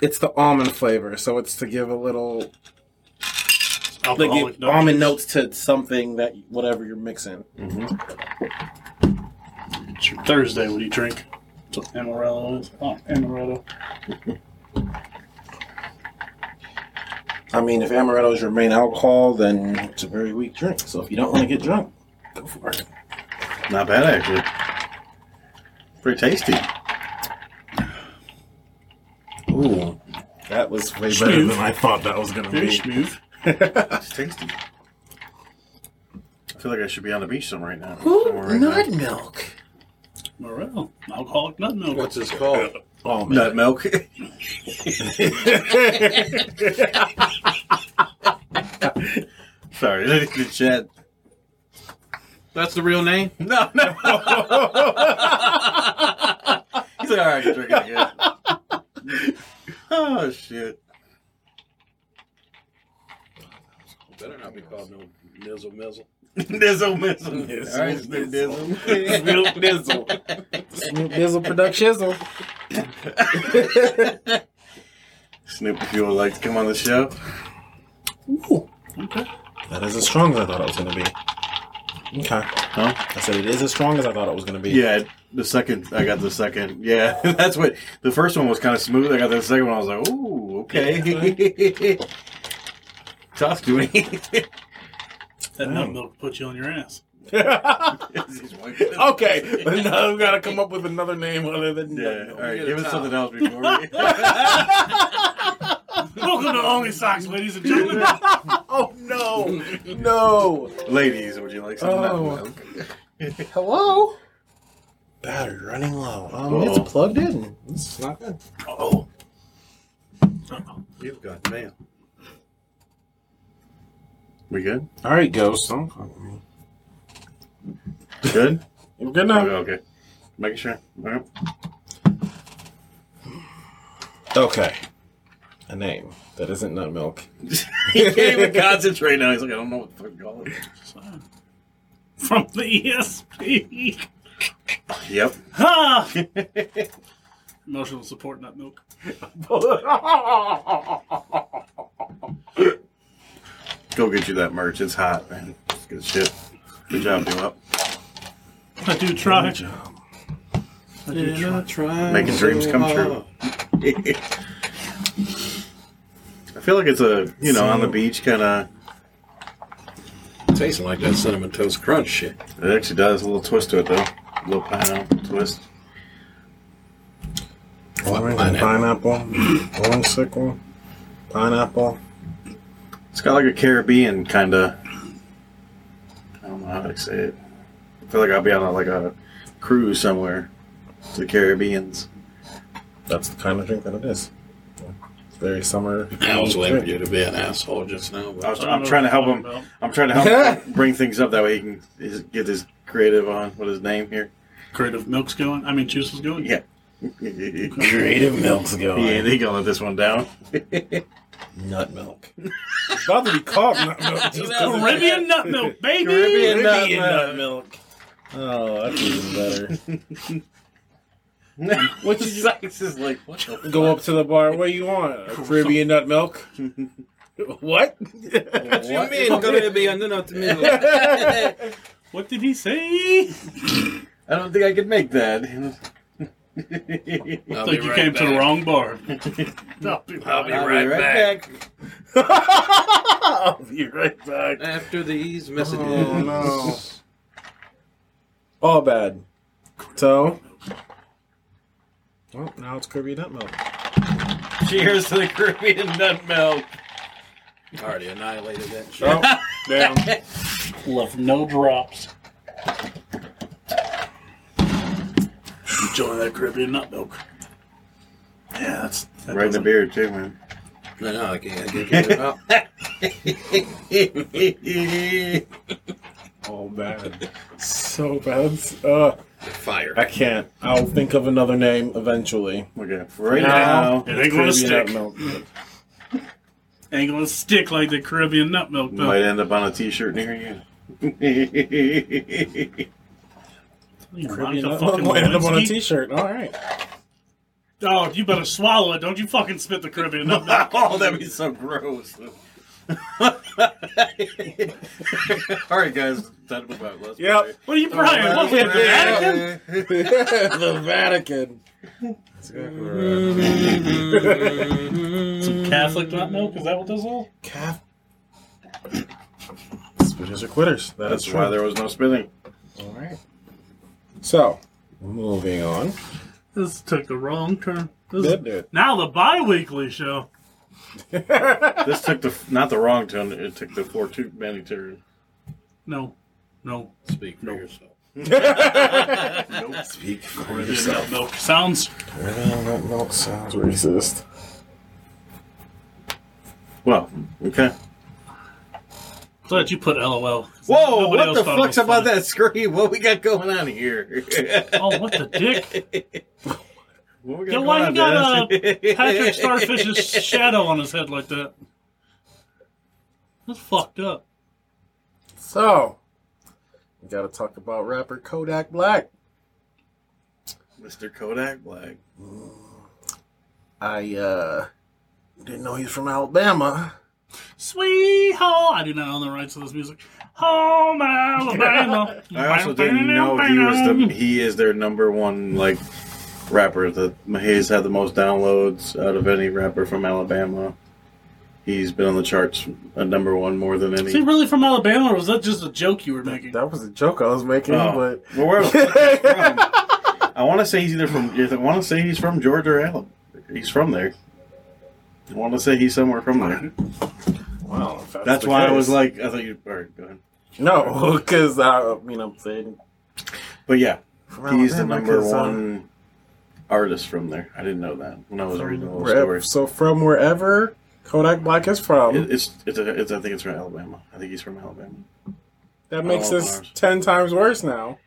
it's the almond flavor, so it's to give a little like Alcoholic it- almond notes. notes to something that whatever you're mixing. Mm-hmm. It's your Thursday. What do you drink? That's what Amaretto is. Oh, Amaretto. I mean, if amaretto is your main alcohol, then it's a very weak drink. So if you don't want to get drunk, go for it. Not bad, actually. Pretty tasty. Ooh, that was way better than I thought that was gonna Very be. smooth. It's tasty. I feel like I should be on the beach some right now. Somewhere right Nut now. milk. Amaretto. Alcoholic nut milk. What's this called? Oh man. Nut milk. Sorry, I didn't get chat. That's the real name? No, no. He's like, all right, drink it again. oh shit! Better not be called no Nizzle Mizzle. Dizzle mizzle. Dizzle all right, Snoop mizzle. Dizzle. Snoop Dizzle. Snoop Dizzle production. Snoop, if you would like to come on the show, Okay. That is as strong as I thought it was gonna be. Okay. huh? I said it is as strong as I thought it was gonna be. Yeah, the second I got the second. Yeah, that's what the first one was kind of smooth. I got the second one. I was like, ooh, okay. Tough doing. That Oh. nut milk put you on your ass. Okay. But now we've gotta come up with another name other than Yeah. All right. get a Give us towel. something else before. We... Welcome to Only Socks, ladies and gentlemen. Oh no. No. Ladies, would you like some Oh. nut milk? Hello? Battery running low. Um, Uh-oh. it's plugged in. It's not good. Oh, You've got mail. we good? All right, Ghost. Don't fuck with me. Good. You're good Okay. now. okay. Making sure. All right. Okay. A name that isn't nut milk. he can't even concentrate now. He's like, I don't know what the fuck to call it. From the E ESP. Yep. Ha! Emotional support nut milk. Go get you that merch. It's hot, man. It's good shit. Good job, do up. I do try. I do try. Making dreams come true. I feel like it's a you know on the beach kind of. Tasting like that cinnamon toast crunch shit. It actually does a little twist to it though, a little pineapple twist. Orange and pineapple. Orange sickle. Pineapple. It's got like a Caribbean kind of. I don't know how to say it. I feel like I'll be on a, like a cruise somewhere to the Caribbeans. That's the kind of drink that it is. It's very summer. I was waiting for you to be an asshole just now. I But was, I'm trying to help him. I'm trying to help him bring things up that way he can his, get his creative on with his name here. Creative milk's going. I mean, juice is going. Yeah. yeah, Creative milk's going. they gonna let this one down. Nut milk. it's about to be called nut milk. Just Caribbean nut milk, baby. Caribbean nut Caribbean milk. milk. Oh, that's even better. Which Sykes is like, what the fuck? Go up to the bar. What do you want? A Caribbean nut milk? what? what do you mean? Go to be under not the middle. What did he say? I don't think I could make that. I'll like be you right came to the back. wrong bar. I'll be I'll right, back. I'll be right back. after these messages. Oh, no. All bad. So. Well, now it's Caribbean nut milk. Cheers to the Caribbean nut milk. Already annihilated that shit. Oh, damn. Left no drops. enjoying that Caribbean nut milk. Yeah, that's that Right in the doesn't- beard too, man. No, no, I can't, I can't get it out. Oh bad, so bad. Uh, Fire. I can't. I'll think of another name eventually. Okay. For right Now- now, It ain't gonna Caribbean stick. nut milk. Ain't gonna stick like the Caribbean nut milk, you though. might end up on a T-shirt near you. You Caribbean nut Monica milk fucking will end up on a Lewinsky. T-shirt. All right. Oh, you better swallow it. Don't you fucking spit the Caribbean nut milk. oh, that'd be so gross. All right, guys. Time to move on. Let's Yep. play. What are you crying? What, we at the Vatican? the Vatican. Some Catholic nut milk? Is that what this is? Calf. Spitters are quitters. That That's is why true. there was no spinning. All right. So, moving on. This took the wrong turn. This Did is, it. now the bi-weekly show. This took the not the wrong turn. It took the four two many turn. No. No. Speak for yourself. Speak for Caribbean nut milk. Sounds That milk sounds racist. Well, okay. glad you put LOL. Whoa! Nobody what else the thought it was fuck's about funny. that screen? What we got going on here? Oh, what the dick? What we Yo, why you got Dennis? uh, Patrick Starfish's shadow on his head like that? That's fucked up. So, we got to talk about rapper Kodak Black. uh, Mr. Kodak Black? I uh didn't know he's from Alabama. Sweet home. I do not own the rights to this music. Home Alabama. I also didn't know he was the he is their number one like rapper. That he's had the most downloads out of any rapper from Alabama. He's been on the charts at number one more than Is he any. really from Alabama, or was that just a joke you were making? That was a joke I was making, Oh, but well, where the fuck is he from? I want to say he's either from. I want to say he's from Georgia or Alabama. He's from there. I want to say he's somewhere from there. wow, if That's the why I case- was like, I thought you. All right, go ahead. no, because I you know I'm saying But yeah, from he's the Alabama number 'cause, uh, one artist from there. I didn't know that when I was reading the whole wherever- so story. from wherever Kodak Black is from, It, it's it's, a, it's I think it's from Alabama. I think he's from Alabama. that makes Oh, this ours. ten times worse now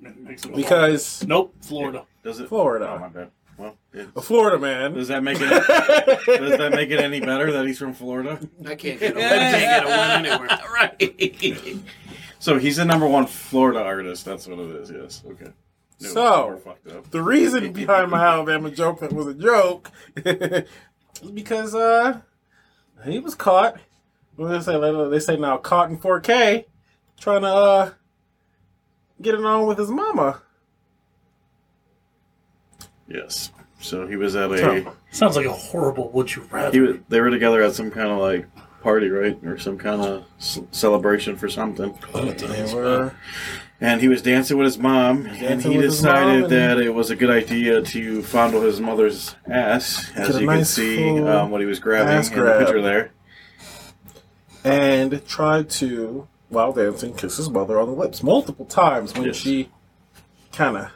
Makes him- because nope, Florida. Does it? Florida. Oh my bad. Well, it, a Florida man. does that make it? does that make it any better that he's from Florida? I can't get a win, can't get a win anywhere. right. So he's the number one Florida artist. That's what it is. Yes. Okay. No, So- we're fucked up. the reason behind my Alabama joke that was a joke is because uh, he was caught. What do they say? They say now caught in 4K, trying to uh, get it on with his mama. Yes. So he was at a. So- Sounds like a horrible would you rather. He was, they were together at some kind of like party, right, or some kind of s- celebration for something. They were And he was dancing with his mom, and dancing he with his mom decided and- that it was a good idea to fondle his mother's ass, as Get a you can nice see full um, what he was grabbing ass in grab. the picture there. and tried to while dancing kiss his mother on the lips multiple times when Yes. she kind of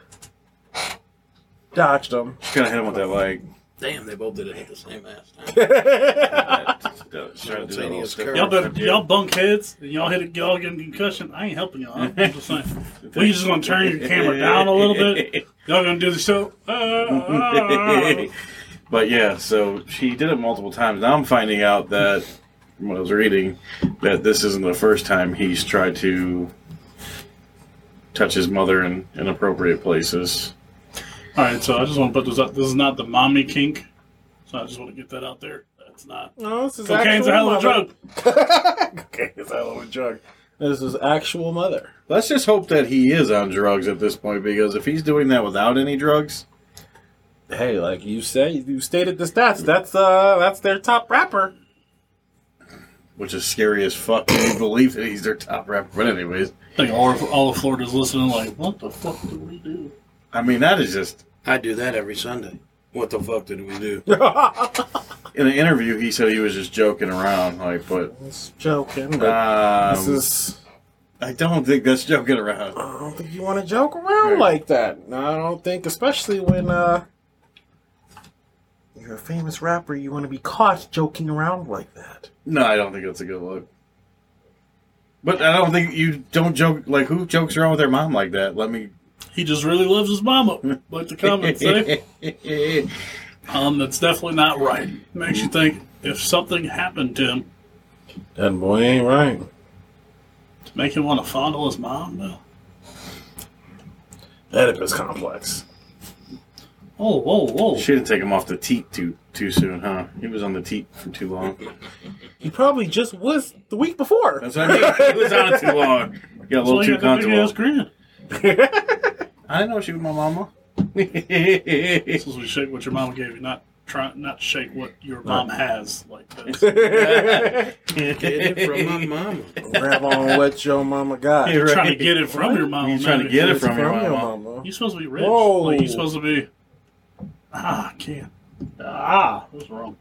dodged him. Just kind of hit him with that like Damn, they both did it at the same ass time. that- trying to do that little Simultaneous step. curve. Y'all better, y'all bunk heads, and y'all hit it, y'all getting concussion. I ain't helping y'all. I'm just saying. We just gonna turn your camera down a little bit. Y'all gonna do the show. Uh, uh, uh. but yeah, so she did it multiple times. Now I'm finding out that from what I was reading that this isn't the first time he's tried to touch his mother in inappropriate places. All right, so I just want to put this up. This is not the mommy kink, so I just want to get that out there. That's not. No, this is Cocaine's actual a hell of a mother. drug. Okay, it's a hell of a drug. This is actual mother. Let's just hope that he is on drugs at this point because if he's doing that without any drugs, Hey, like you say, you stated the stats. That's uh, that's their top rapper. which is scary as fuck, can you believe that he's their top rapper? But anyways, I think all of, all of Florida's listening. Like, what the fuck do we do? I mean that is just I do that every Sunday. What the fuck did we do? in an interview he said he was just joking around, like but It's joking. But um, this is I don't think that's joking around. I don't think you want to joke around Right. like that. No, I don't think, especially when uh, you're a famous rapper, you want to be caught joking around like that. No, I don't think that's a good look. But I don't think you don't joke like who jokes around with their mom like that. Let me. He just really loves his mama, like the comments say. yeah, Um, that's definitely not right. Makes you think if something happened to him, That boy ain't right. to make him want to fondle his mom. No. Oedipus complex. Oh, whoa, whoa! she didn't take him off the teat too too soon, huh? He was on the teat for too long. He probably just was the week before. That's what I mean. He was on it too long. He Got a So little you too got the big ass comfortable. grin. I know she was my mama. This is when you shake what your mama gave you, not try, not shake what your mom has. Like this. Get it from my mama. Grab on what your mama got. You're trying to get it from your mom. You're trying to man. get it It's from your mama. You're supposed to be rich. Whoa. Like, you're supposed to be. Ah, I can't. Ah, what's wrong?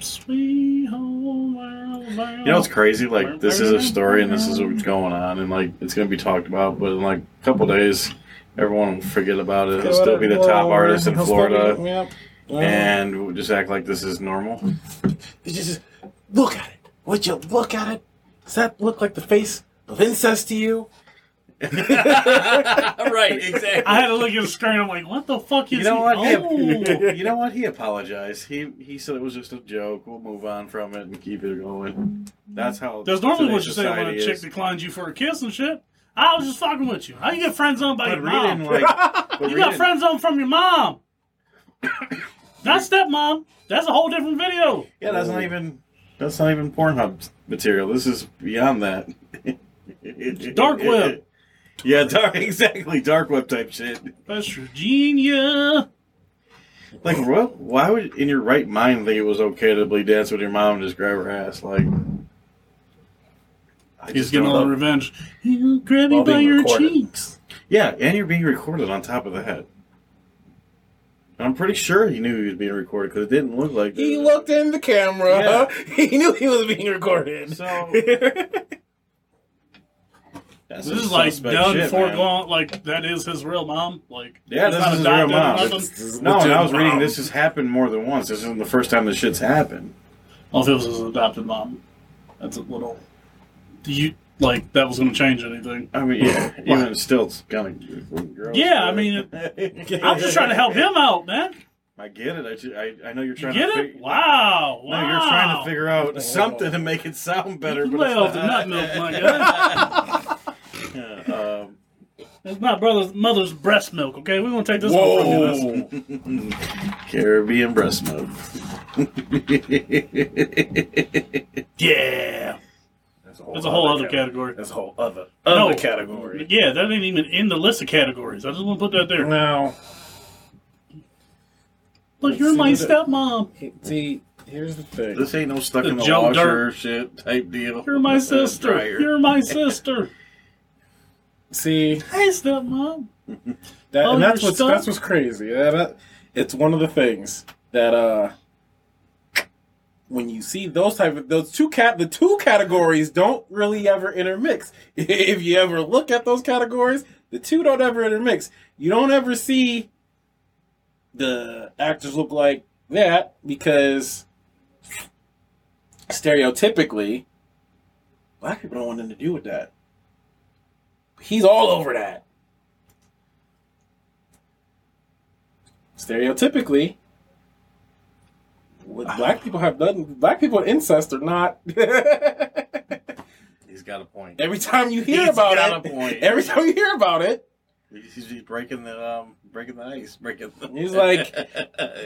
Sweet home Alabama. You know what's crazy? Like this is a story, and this is what's going on, and like it's gonna be talked about. But in like a couple days, everyone will forget about it. He'll still be the top artist in He'll still be- Florida, Yep. Yeah. and we'll just act like this is normal. It's just look at it. Would you look at it? Does that look like the face of incest to you? right? Exactly. I had to look at the screen. I'm like, what the fuck is you know what? he? Oh. He, you know what? He apologized. He he said it was just a joke. We'll move on from it and keep it going. That's how. That's normally what today's you say when a society chick is. declines you for a kiss and shit. I was just fucking with you. How you get friend zoned by But your reading mom? like but you got reading- friend zoned from your mom. not stepmom. That's a whole different video. Yeah, that's not even that's not even Pornhub material. This is beyond that. dark web. Yeah, dark exactly dark web type shit. That's Virginia. Like, what? Why would in your right mind think it was okay to play dance with your mom and just grab her ass? Like, I He's just getting don't all the know. revenge. He'll grab you While by being your recorded. cheeks. yeah, and you're being recorded on top of the head. And I'm pretty sure he knew he was being recorded because it didn't look like He that. looked in the camera. He knew he was being recorded. so. This is like done for long. Like that is his real mom. Like Yeah, it's this not is his adopted real or mom. nothing. No, and I was reading Mom. this has happened more than once. This isn't the first time this shit's happened. Well, if it was his adopted mom, that's a little. Do you like that was going to change anything? I mean, yeah, even still, it's kind of gross. Yeah, I mean, I'm just trying to help him out, man. I get it. I, ju- I, I know you're You trying get to. it? Wow, No, wow. you're trying to figure out something to make it sound better. But Lay it's off the nut milk, not. my guy. Yeah, um, That's my brother's mother's breast milk. Okay, we're gonna take this one from you. That's- Caribbean breast milk. Yeah, That's a whole, that's a whole other category. That's a whole other No. other category. Yeah, that ain't even in the list of categories. I just want to put that there. Now, But you're my stepmom. see, here's the thing. This ain't no stuck The in the Joe washer Dirt. shit type deal. You're my sister. Dryer. You're my sister. See, Hey, stepmom. That, Oh, and that's you're what's stuck? that's what's crazy. Yeah, that- it's one of the things that uh when you see those type of those two cat the two categories don't really ever intermix. if you ever look at those categories, the two don't ever intermix. You don't ever see the actors look like that because stereotypically black people don't want nothing to do with that. He's all over that. stereotypically Ah. what black people have done black people and incest are not He's got a point. every time you hear He's about it got a point. every time you hear about it He's, he's breaking the um, breaking the ice, breaking. The... He's like-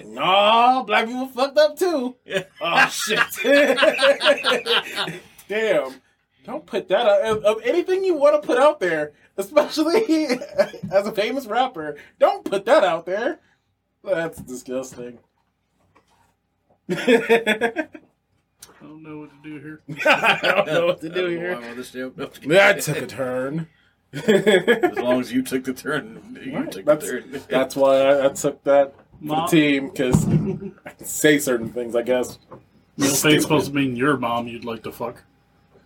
no black people fucked up too oh shit damn don't put that out of, of anything you want to put out there especially as a famous rapper don't put that out there that's disgusting i I don't know what to do here. don't know what to do here Why will this show- That took a turn. As long as you took the turn, you Right, took that's- the turn. That's why I, I took that Mom, for the team because I can say certain things, I guess. Real thing's supposed to mean your mom you'd like to fuck.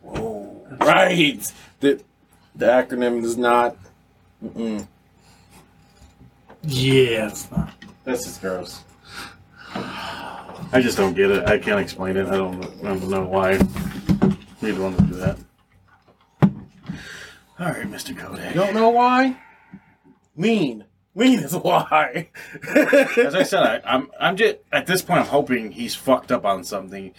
Whoa. Right. The, the acronym does not. Yeah, it's not. That's just gross. I just don't get it. I can't explain it. I don't, I don't know why you'd want to do that. All right, Mr. Kodak. Don't know why? Lean. Lean is why. As I said, I, I'm I'm just at this point. I'm hoping he's fucked up on something.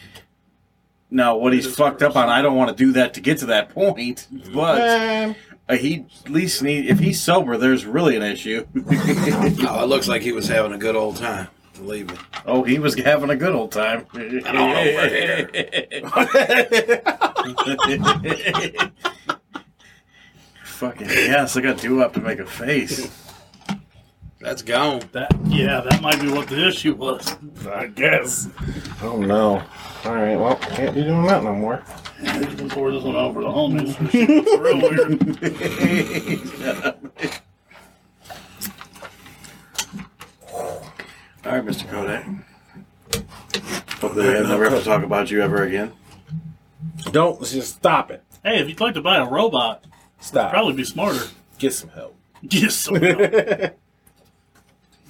Now, what he's fucked up on, I don't want to do that to get to that point. But Man. uh, he at least need if he's sober, there's really an issue. No, Oh, it looks like he was having a good old time. Believe me. oh, he was having a good old time. all over here. Fucking yes, I got do up to make a face. That's gone. That yeah, that might be what the issue was. I guess. Oh no. Alright, well, can't be doing that no more. We can pour this one over the homies. It's real weird. All right, Mr. Kodak. Hopefully, I never have to talk about you ever again. Don't just stop it. Hey, if you'd like to buy a robot, Stop. probably be smarter. Get some help. Yes. so- Yep,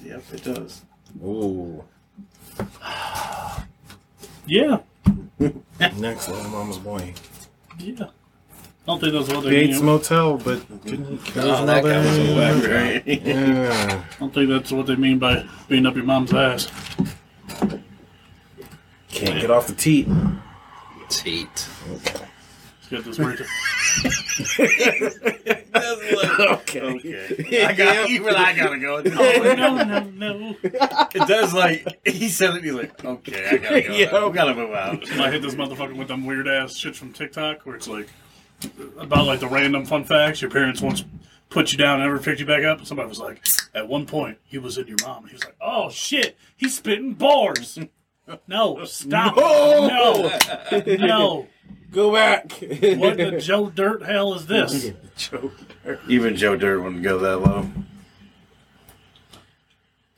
it does. Ooh. yeah. Next little mama's boy. Yeah. I don't think that's what they Bates named. Motel, but didn't he kill Oh, that guy was a another- whack. Right. Yeah. I don't think that's what they mean by beating up your mom's ass. Can't get off the teat. Teat. Let's get this break. Okay. Okay. I got even. I gotta go. oh, no, no, no. It does like he said it. He's like, okay, I gotta go. Yeah. I gotta move out. I hit this motherfucker with them weird ass shits from TikTok where it's like about like the random fun facts. Your parents once put you down and never picked you back up. Somebody was like, at one point he was in your mom. He was like, oh shit, he's spitting bars. No, stop. No, no. Go back. What the Joe Dirt hell is this? Even Joe Dirt wouldn't go that low.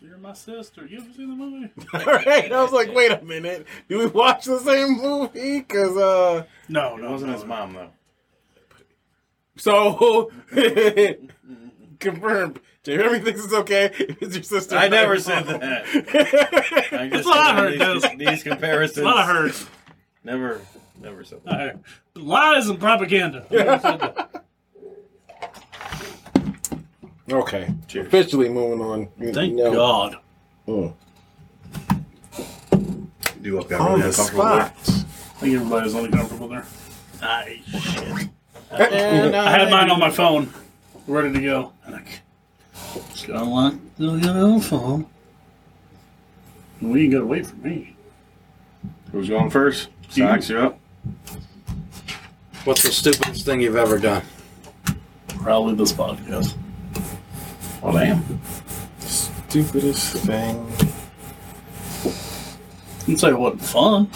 You're my sister. You ever seen the movie? All right. I was like, wait a minute. Do we watch the same movie? Cause uh, No, It no, wasn't no. his mom though. so confirmed. Jeremy thinks it's okay. if It's your sister. I never said that. that. I just That's what I heard, These, dude. these comparisons. Well, I heard. Never, never said that. All right. Lies and propaganda. I never said that. okay. Cheers. Officially moving on. You Thank know. God. Mm. Do look that On really the uncomfortable spot. I think everybody was only comfortable there. Aye, shit. And, I uh, had mine on my phone, ready to go. And I c- Just gotta lock the own phone. Well, you gotta wait for me. there. Who's going first? Socks, you up? What's the stupidest thing you've ever done? Probably this podcast. Well, damn. stupidest thing. Didn't say it wasn't fun.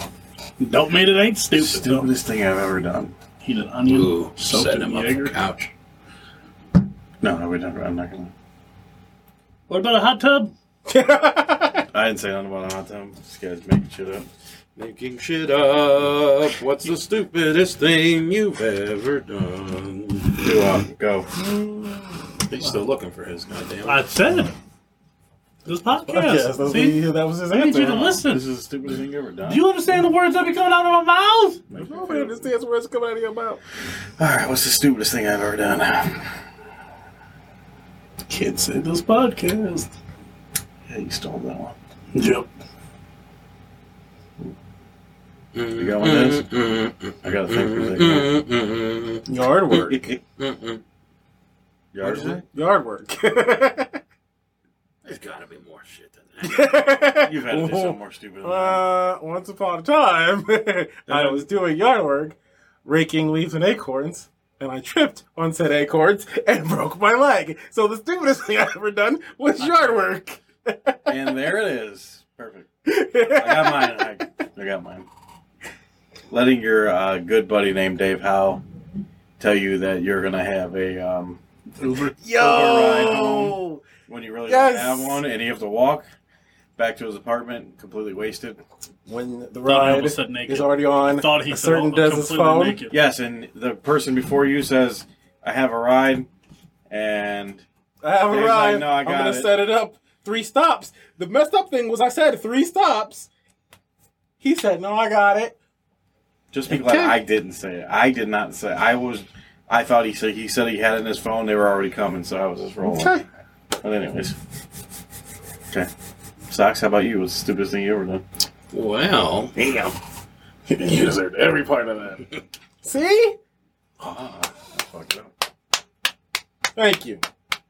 Don't mean it ain't stupid. Stupid. Stupidest thing I've ever done. Heat an onion, Ooh, soaked in setting him up on the Jaeger. couch. No, no, we never. I'm not gonna. What about a hot tub? I didn't say nothing about a hot tub. This guy's making shit up. Making shit up. What's the stupidest thing you've ever done? Do uh, go. He's still looking for his goddamn. I said it. This podcast. Yes, that's what he- See? that was his I need answer. you to listen. This is the stupidest thing you ever done. Do you understand the words that be coming out of my mouth? Make I me don't feel- understand where it's coming out of your mouth. All right, what's the stupidest thing I've ever done? Kids say this podcast. Yeah, you stole that one. Yep. Mm-hmm. You got one, Dennis? I gotta think for a Mm-hmm. Yard work. Mm-hmm. second. Yard work? Yard work. There's gotta be more shit than that. You've had to do something more stupid. Than that. Uh, once upon a time, I was doing yard work, raking leaves and acorns, and I tripped on said acorns and broke my leg. So the stupidest thing I've ever done was yard work. And there it is. Perfect. I got mine. I, I got mine. Letting your uh, good buddy named Dave Howe tell you that you're gonna have a um, Uber. Uber ride home when you really don't Yes. have one, and you have to walk. back to his apartment, completely wasted. When the Thought he ride almost said naked. is already on, Thought he a said, certain "Oh, does his completely phone. naked." Yes, and the person before you says, "I have a ride," and I have He's a like, ride. "No, I I'm got gonna it." set it up. Three stops. The messed up thing was I said three stops. He said, "No, I got it." just be glad I didn't say it. I did not say. I was. I thought he said he said he had it in his phone. They were already coming, so I was just rolling. Okay. But anyways, okay. Socks, how about you? What's the stupidest thing you ever done? Well, Damn. you deserved every part of that. See? Thank you.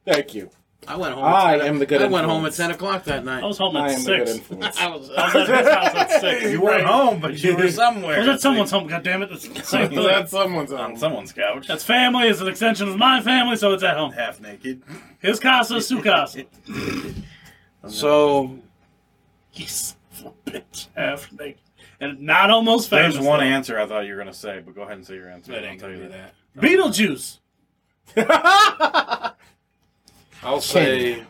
Thank you. I went home. I at 10 am the good I went home at influence. ten o'clock that night. I was home I at am the good six. influence. I was. I was at his house at six. You weren't home, but you were somewhere. I was at someone's home. God damn it! That's the same thing. That's someone's on on. someone's couch. That's family. It's an extension of my family, so it's at home. half naked. His casa is su casa. So Yes, bitch, half naked, and not almost famous. There's one though. answer I thought you were gonna say, but go ahead and say your answer. that I'll ain't tell gonna you be that. that. Beetlejuice. I'll say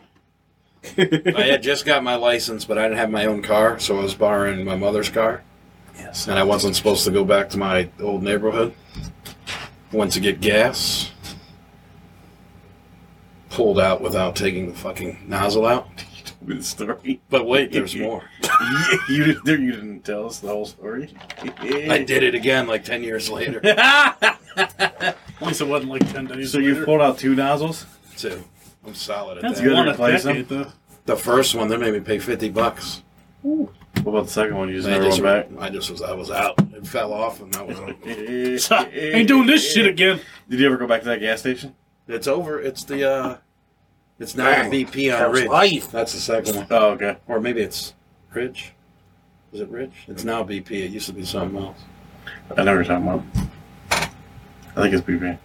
I had just got my license, but I didn't have my own car, so I was borrowing my mother's car. Yes. And I wasn't supposed to go back to my old neighborhood. Went to get gas. Pulled out without taking the fucking nozzle out. With the story. But wait, there's more. you, didn't- you didn't tell us the whole story. I did it again like 10 years later. At least it wasn't like ten days. So you later. pulled out two nozzles. Too. I'm solid at That's that. You one gotta a replace decade, though. The first one, they made me pay 50 bucks. What about the second one? You just I never just, went back. I just was, I was out. It fell off and that was over. Ain't doing this shit again. Did you ever go back to that gas station? It's over. It's the, uh, it's not a BP on Ridge. That's the second one. Oh, okay. Or maybe it's Ridge. Is it Ridge? It's now BP. It used to be something else. I know what you're talking about. I think it's BB.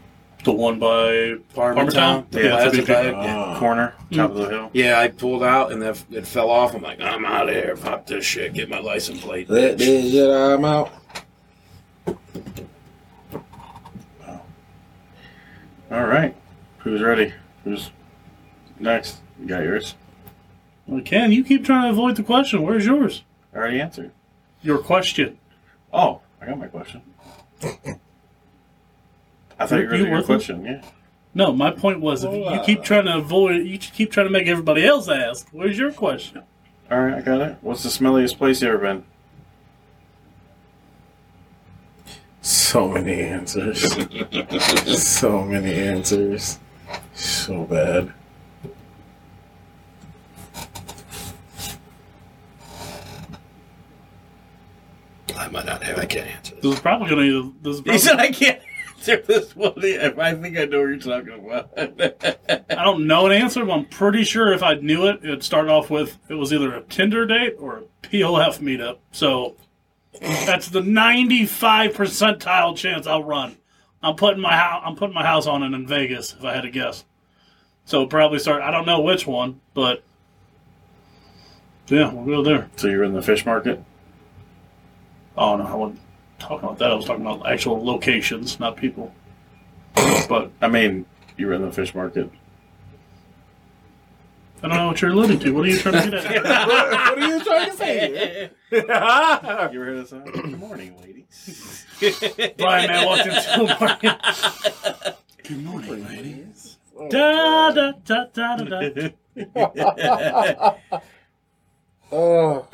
The one by Parmatown? The Yeah, it's plastic a BP. bag? yeah. Oh. Corner, top of the hill. Yeah, I pulled out and that it fell off. I'm like, I'm out of here. Pop this shit. Get my license plate. Let this shit I'm out. All right. Who's ready? Who's next? You got yours. Well, Ken, you keep trying to avoid the question. Where's yours? I already answered. Your question. Oh, I got my question. I thought you were You you your worthless? question. Yeah. No, my point was if you keep trying to avoid, you keep trying to make everybody else ask. Where's your question? All right, I got it. What's the smelliest place you ever been? So many answers. so many answers. So bad. I might not have. I can't answer this. This is probably going to. This is He probably, said I can't answer this one. I think I know what you're talking about. I don't know an answer, but I'm pretty sure if I knew it, it'd start off with it was either a Tinder date or a PLF meetup. So that's the 95 percentile chance I'll run. I'm putting my house. I'm putting my house on it in Vegas if I had to guess. So it'd probably start. I don't know which one, but yeah, we'll go there. so you're in the fish market? Oh no, I wasn't talking about that. I was talking about actual locations, not people. But I mean, you were in the fish market. I don't know what you're alluding to. What are you trying to get at? what are you trying to say? You ever heard that song? Good morning, ladies. Brian Man walked into a market. Good morning, ladies. Da da da da da da. oh,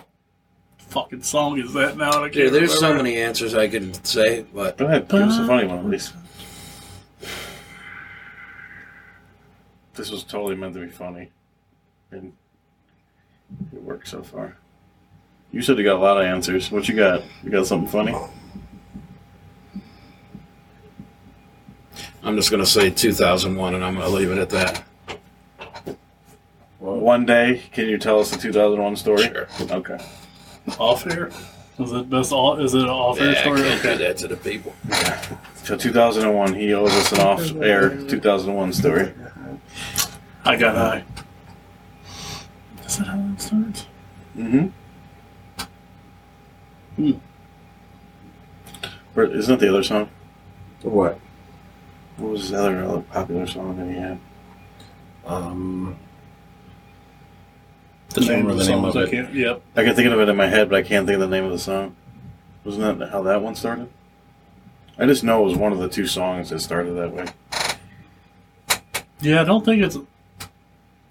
Fucking song is that now? I can't Dude, there's so remember. many answers I could say, but Go ahead, give us a funny one, at least. This was totally meant to be funny, and it worked so far. You said you got a lot of answers. What you got? You got something funny? I'm just gonna say 2001, and I'm gonna leave it at that. One day, can you tell us the 2001 story? Sure. Okay. off air. Is it best? All is it an off air Yeah, I story? can't do Okay. that to the people. So 2001, he owes us an off-air 2001 story. I got high. Is that how it starts? Mm-hmm. Hmm. Isn't that the other song? what? What was the other, other popular song that he had? Um, Just remember the name of I it. can't. Yep. I can think of it in my head, but I can't think of the name of the song. Wasn't that how that one started? I just know it was one of the two songs that started that way. Yeah, I don't think it's.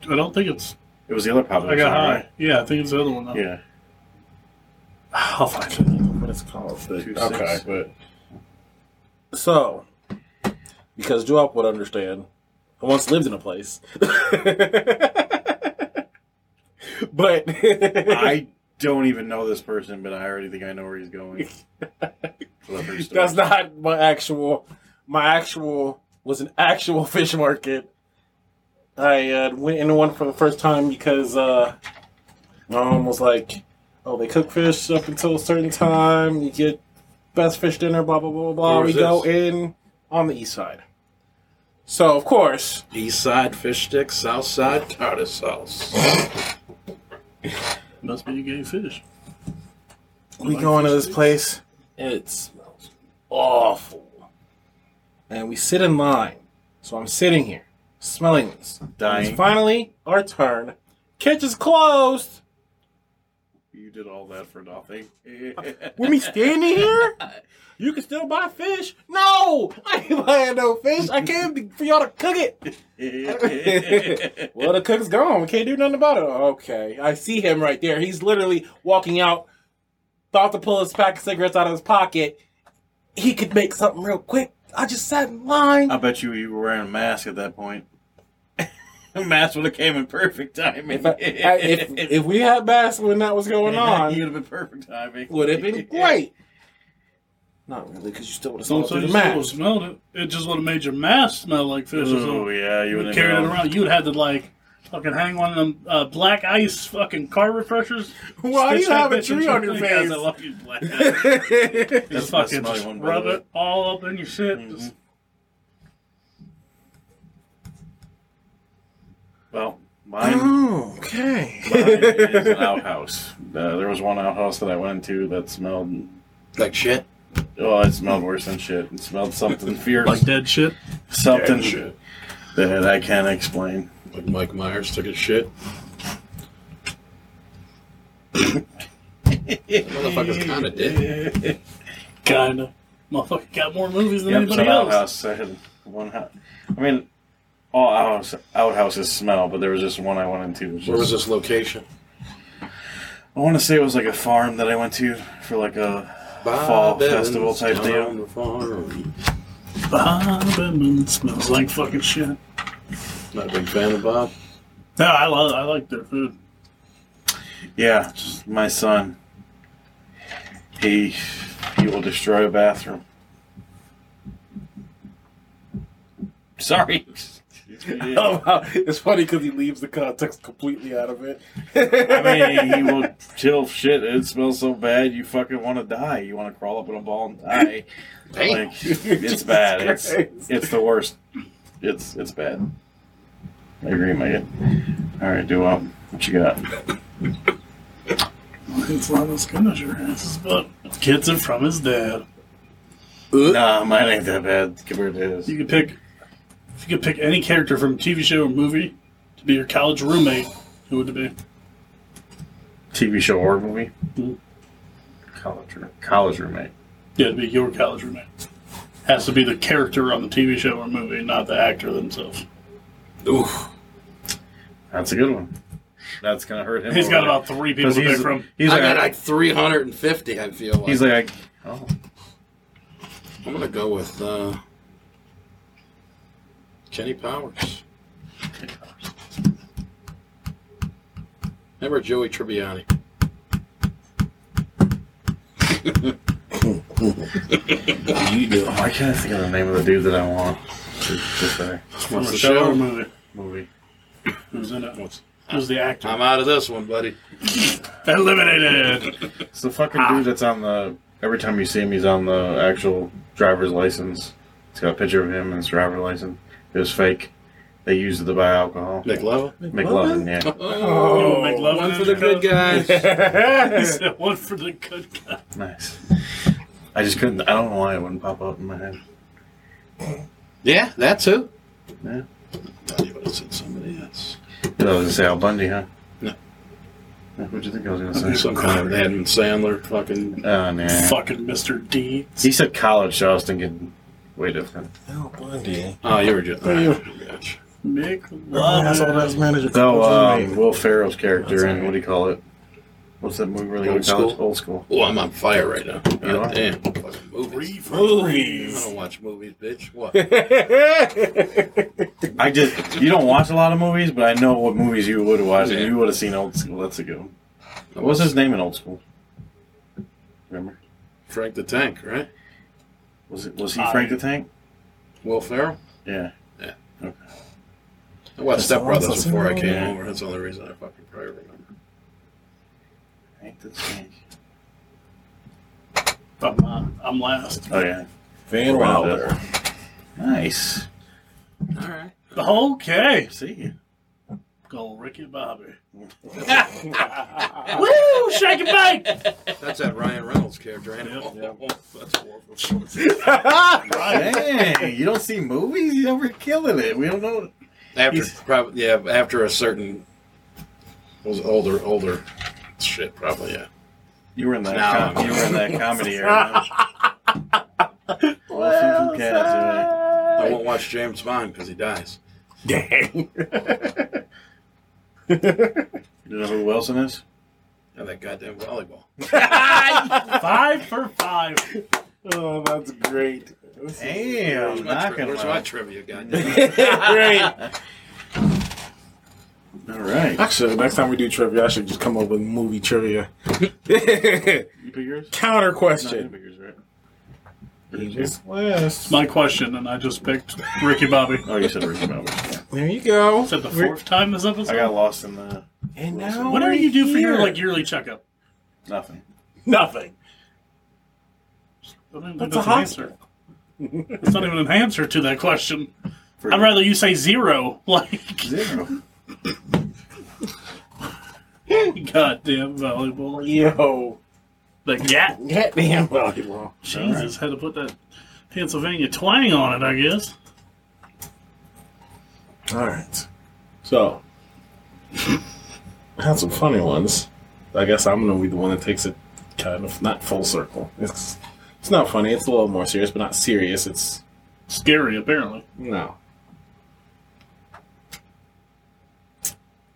I don't think it's. It was the other popular I got song, high. right? Yeah, I think it's the other one. though. Yeah. I'll find it. What it's called? but- Two, six. okay, but so because Duop would understand, I once lived in a place, but I don't even know this person, but I already think I know where he's going. Clifford Story. That's not my actual. My actual was an actual fish market. I uh, went in one for the first time because uh, my mom was like, "Oh, they cook fish up until a certain time. You get best fish dinner. Blah blah blah blah blah." Where We is go this? in on the east side. So of course, East side fish sticks, south side tartar sauce. Must be you gay fish. we go into this place. and It smells awful, and we sit in line. So I'm sitting here, smelling this. It's dying. finally our turn. Kitchen's closed. You did all that for nothing. With me standing here, you can still buy fish. No, I ain't buying no fish. I came for y'all to cook it. well, the cook's gone. We can't do nothing about it. Okay, I see him right there. He's literally walking out, about to pull his pack of cigarettes out of his pocket. He could make something real quick. I just sat in line. I bet you you were wearing a mask at that point. a mask would have came in perfect timing. If, I, I- uh, if, if we had masks when that was going on, you'd have been perfect timing. would have been great. Not really, because you still would have So, saw through you the still would've mask. smelled it. It just would have made your mask smell like fish. or Oh something. yeah, you You would have carried it around. You'd had to like fucking hang one of them uh, black ice fucking car refreshers. Why do Stitch Oh, you have that a bitch and tree on your something else. face? I love you, black ice. Just the best fucking smelly just one, by rub the way. Mm-hmm. it all up in your shit. Just- Well, mine, Oh, okay. mine is an outhouse. Uh, there was one outhouse that I went into that smelled. Like shit. Oh, it smelled worse than shit. It smelled something fierce, Like dead shit. something Yeah, shit. that I can't explain. Like Mike Myers took a shit. Motherfuckers kind of did. Kinda. Motherfucker got more movies than Yep, it's an anybody else. outhouse. I had one house. I mean, all outhouse, outhouses smell, but there was just one I went into. Which Where was was this location? I want to say it was like a farm that I went to for like a. Fall festival type down deal. on the farm. Bob Evans smells like fucking shit. Not a big fan of Bob. No, I love. I like their food. Yeah, just my son. He he will destroy a bathroom. Sorry. Oh, wow. It's funny because he leaves the context completely out of it. I mean, he will chill shit. It smells so bad, you fucking want to die. You want to crawl up in a ball and die. Like, it's bad. It's Christ. it's the worst. It's it's bad. I agree, Megan. All right, do up. What you got? It's not as good as your asses, but gets it from his dad. Nah, mine ain't that bad compared to his. You could pick. If you could pick any character from a TV show or movie to be your college roommate, who would it be? TV show or movie? Mhm. College room. College roommate. Yeah, it'd be your college roommate. Has to be the character on the TV show or movie, not the actor themselves. Oof. That's a good one. That's gonna hurt him. He's got already. about three people 'Cause to pick he's, from. he's I like, got like 350, I feel like. he's like, oh, I'm going to go with uh, Kenny Powers. Remember Joey Tribbiani? why can't I think of the name of the dude that I want to, to say From the a show show? or movie. movie? Who's in it? Who's the actor? I'm out of this one, buddy. Eliminated. It's the fucking Ah. dude that's on the. Every time you see him, he's on the actual driver's license. It's got a picture of him and his driver's license. It was fake. They used it to buy alcohol. Nick Love. McLovin, yeah. Oh, You make love one in for the it, good cuz? guys. He said one for the good guy. Nice. I just couldn't. I don't know why it wouldn't pop up in my head. yeah, that too. Yeah. I thought he would have said somebody else. I was gonna say Al Bundy, huh? No. What'd you think I was gonna say? Some kind of Adam Sandler fucking. Oh, nah. Fucking Mr. D. He said college, so I was thinking way different. Al Bundy. Oh, you were just. you- Gotcha. Mick That's all Lovett. that's manager. No, Coach, um, and Will Ferrell's character in what do you call it? What's that movie? Really Old School? Old school. Oh, I'm on fire right now. You are? God damn. Fucking movies. I Movies. don't watch movies, bitch. What? I just you don't watch a lot of movies, but I know what movies you would have watched, and you would have seen Old School. Let's go. What was his name in Old School? Remember? Frank the Tank, right? Was it was he Frank the Tank? Will Ferrell. Yeah. I That's watched Step the ones Brothers I've before I seen. came Yeah. over. That's the only reason I fucking probably remember. Frank the Tank. I'm, uh, I'm last. Oh yeah. Van Wilder. Nice. All right. Okay. See you. Go Ricky Bobby. Woo! Shake and bake! That's that Ryan Reynolds character. ain't it? Yep. That's Wolf. Dang, you don't see movies? You know, we're killing it. We don't know. After He's- probably yeah, after a certain was older older shit probably yeah. You were in that. No. com- you were in that comedy era. Wilson from Cats, I won't watch James Bond because he dies. Dang. You know who Wilson is? And that goddamn volleyball. Five for five. Oh, that's great. This is Damn, Where's my, knocking tri- where's my trivia? Goddamn. great. All right. Actually, next time we do trivia, I should just come up with movie trivia. You pick yours? Counter Not you question. pick yours, right? Just last. My question, and I just picked Ricky Bobby. Oh, you said Ricky Bobby. There you go. Said the We're- fourth time this I episode. got lost in the And now what do we're you do for your here. like yearly checkup? nothing. nothing? That's, That's a an answer. It's not even an answer to that question. For I'd rather you say zero. Like zero. goddamn volleyball. Yo, The gap. goddamn volleyball. Jesus had to put that Pennsylvania twang on it, I guess. All right. So I had some funny ones. I guess I'm gonna be the one that takes it kind of not full circle. It's it's not funny. It's a little more serious, but not serious. It's Scary, apparently. No.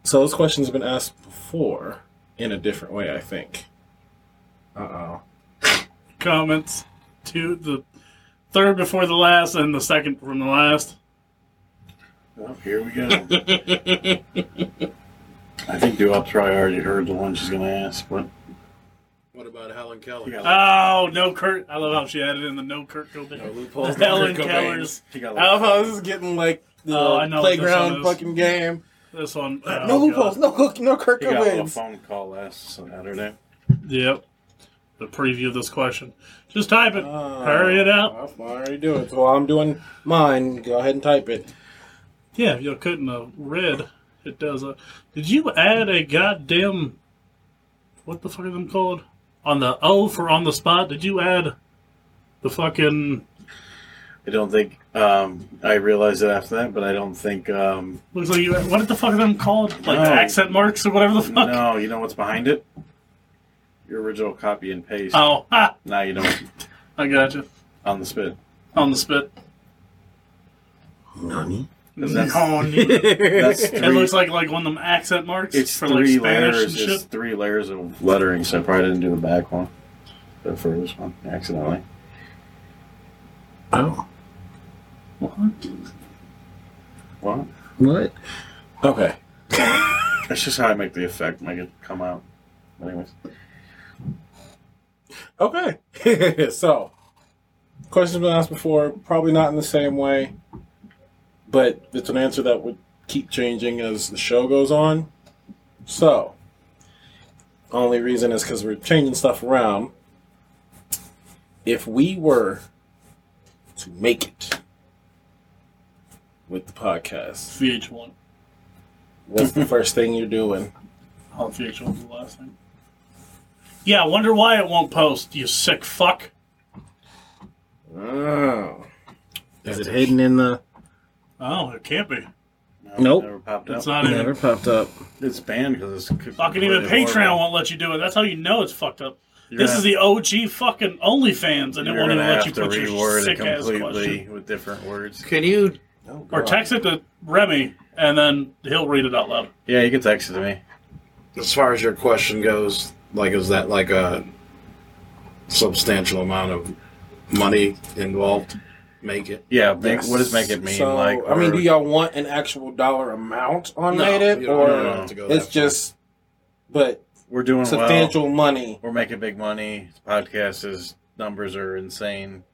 So this question's been asked before in a different way, I think. Uh oh. Comments to the third before the last and the second from the last. Well, here we go. I think Duop probably already heard the one she's gonna ask, but what about Helen Keller? Yeah. Oh, no Kurt. I love how she added in the no Kurt Cobain. loopholes. The Helen Keller's. she got I love how Oh, this is getting like the Oh, I know what this playground one is. fucking game. This one. no oh, loopholes, God. no cook, no Kirk he got a Cobains. phone call last Saturday. Yep. The preview of this question. Just type it. Oh. Hurry it up. I'm already doing it. So while I'm doing mine, go ahead and type it. Yeah, if you couldn't have read, it does. Uh, did you add a goddamn. What the fuck are them called? On the O for on the spot? Did you add the fucking. I don't think um, I realized it after that, but I don't think um, Looks like you. What the fuck are them called? Like No. the accent marks or whatever the fuck? no. You know what's behind it? Your original copy and paste. Oh, ha! Now you don't I gotcha. on the spit. On the spit. Nani? 'Cause that's- it That's three, looks like like one of them accent marks it's for like three Spanish and layers. shit. It's three layers of lettering. So I probably didn't do the back one, the first one accidentally. Oh. Well, What? Okay. that's just how I make the effect, make it come out. Anyways, Okay. so, question's been asked before, probably not in the same way, but it's an answer that would keep changing as the show goes on. So, only reason is because we're changing stuff around. If we were to make it with the podcast, VH1. what's the first thing you're doing? Oh, VH1 was the last thing. Yeah, I wonder why it won't post, you sick fuck. Oh. Is it hidden in the. Oh, it can't be. no, Nope. Never popped It's up. not even. Never popped up. It's banned because it's Fucking even horrible. Patreon won't let you do it. That's how you know it's fucked up. You're this gonna- is the OG fucking OnlyFans, and it You're won't gonna even let have you to put your reword it sick ass completely question. with different words. Can you? Or text it to Remy, and then he'll read it out loud. Yeah, you can text it to me. As far as your question goes, like, is that like a substantial amount of money involved? Make it. Yeah, make, what does make it mean? So, like, I mean, or- do y'all want an actual dollar amount on No, Native, you don't or have to go that it's far. just, but we're doing well. substantial money? We're making big money. Podcast is numbers are insane.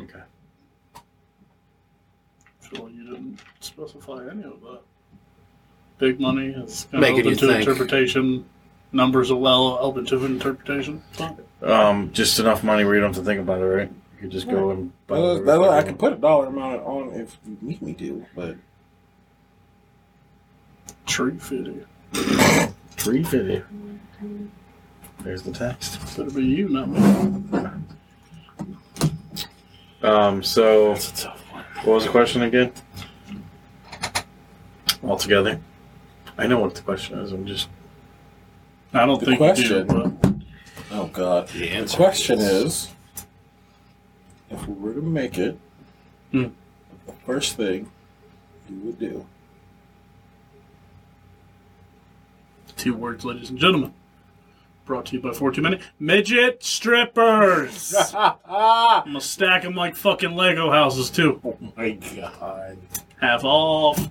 Okay. Well, you didn't specify any of that. Big money is kind Making of open you to think. interpretation. Numbers are well open to interpretation. So, Um, just enough money where you don't have to think about it, right? You could just go and buy Well, whatever that- I fucking- can put a dollar amount on if you need me to, but tree fitty. Free video. There's the text. Better be you, not me. Um, so what was the question again? All together. I know what the question is. I'm just I don't The think you question- do. But oh god. The The answer question is, if we were to make it, Hmm. the first thing you would do. two words, ladies and gentlemen. Brought to you by 4 Too Many Midget Strippers. I'm gonna stack them like fucking Lego houses too. My god. Half off.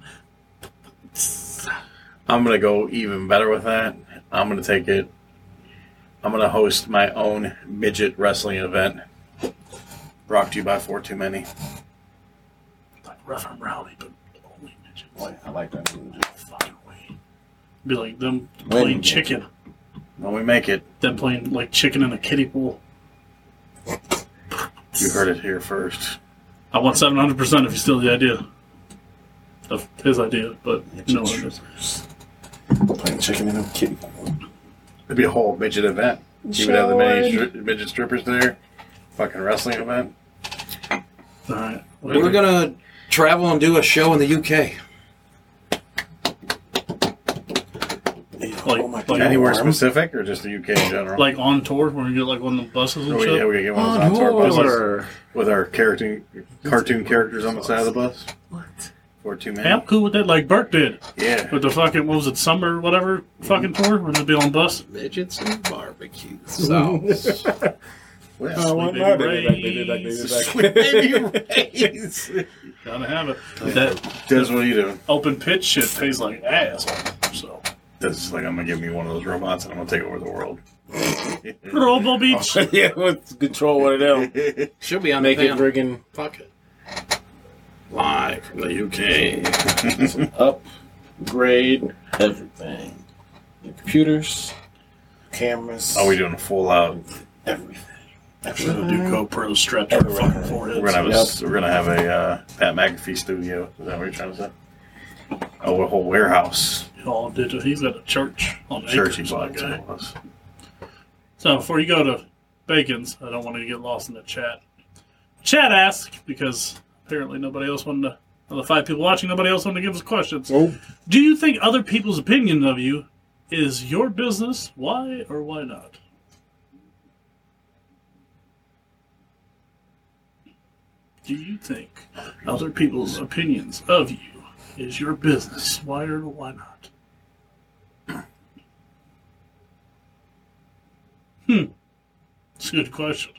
I'm gonna go even better with that. I'm gonna take it. I'm gonna host my own midget wrestling event. Brought to you by Four Too Many. Like rough and rowdy, but only midgets. I like that movie. Fucking way. Be like them playing minute. chicken. When we make it, Them playing like chicken in a kiddie pool. you heard it here first. I want 700% if you steal the idea. Of his idea, but no one does. Playing chicken and a kitty. It'd be a whole midget event. You would have the many stri- midget strippers there. Fucking wrestling event. Alright. We're gonna travel and do a show in the UK. Oh Like, like, Anywhere specific or just the UK in general? like on tour, when you get like on the buses and we, shit. Oh, yeah, we could get one Oh, of those on tour buses with our character, cartoon characters on the side of the bus. What? Four Too Many. Hey, I'm cool with that, like Burke did. Yeah. With the fucking, what was it, summer, whatever, fucking tour? We're just be on the bus. Midgets and barbecue sauce. Well, why Sleeping not? They did that, they did that, they did that. Gotta have it. That Des, what are you doing? open pit shit tastes like ass. So. Des is like, I'm gonna give me one of those robots and I'm gonna take over the world. Robo Beach. Oh, yeah, let's control one of them. She'll be on Make the it panel. friggin' Fuck it. Live from the UK. upgrade everything. Your computers, cameras. Are Oh, we doing a full out? everything. Actually, I'll do GoPro strapped to her fucking We're forehead. gonna have a, Yep. we're gonna have a uh, Pat McAfee studio. Is that what you're trying to say? Oh, a whole warehouse. All digital. He's at a church on Church he Acres, that bought. guy. some of us. So before you go to Bacon's, I don't want to get lost in the chat. Chat asked because apparently nobody else wanted to. Of the five people watching, nobody else wanted to give us questions. Nope. Do you think other people's opinion of you is your business? Why or why not? Do you think other people's opinions of you is your business? Why or why not? It's a good question.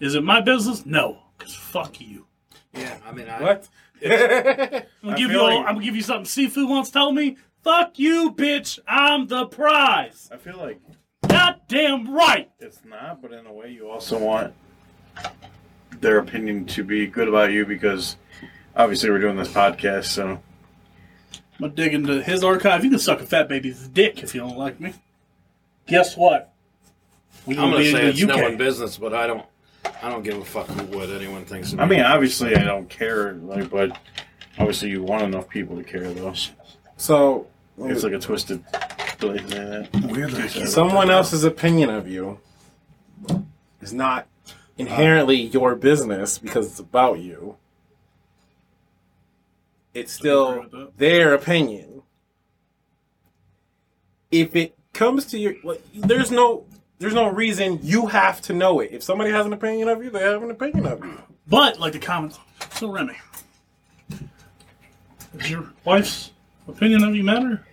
Is it my business? No, because fuck you. Yeah, I mean, I, What? I'm gonna give you feel all, like- I'm gonna give you something Sifu once told me. Fuck you, bitch. I'm the prize. I feel like Goddamn right. it's not, but in a way, you also want their opinion to be good about you because obviously we're doing this podcast, so I'm gonna dig into his archive. You can suck a fat baby's dick if you don't like me. Guess what? We I'm gonna be in say the it's no UK. one business, but I don't. I don't give a fuck who- what anyone thinks of me. I mean, obviously, I don't care, like, but obviously, you want enough people to care, though. So, It's like a twisted. Weird. someone else's opinion of you is not Uh, inherently your business because it's about you. It's agree still with that. their opinion. If it comes to your, like, there's no, there's no reason you have to know it. If somebody has an opinion of you, they have an opinion of you. But like the comments. So Remy, does your wife's opinion of you matter?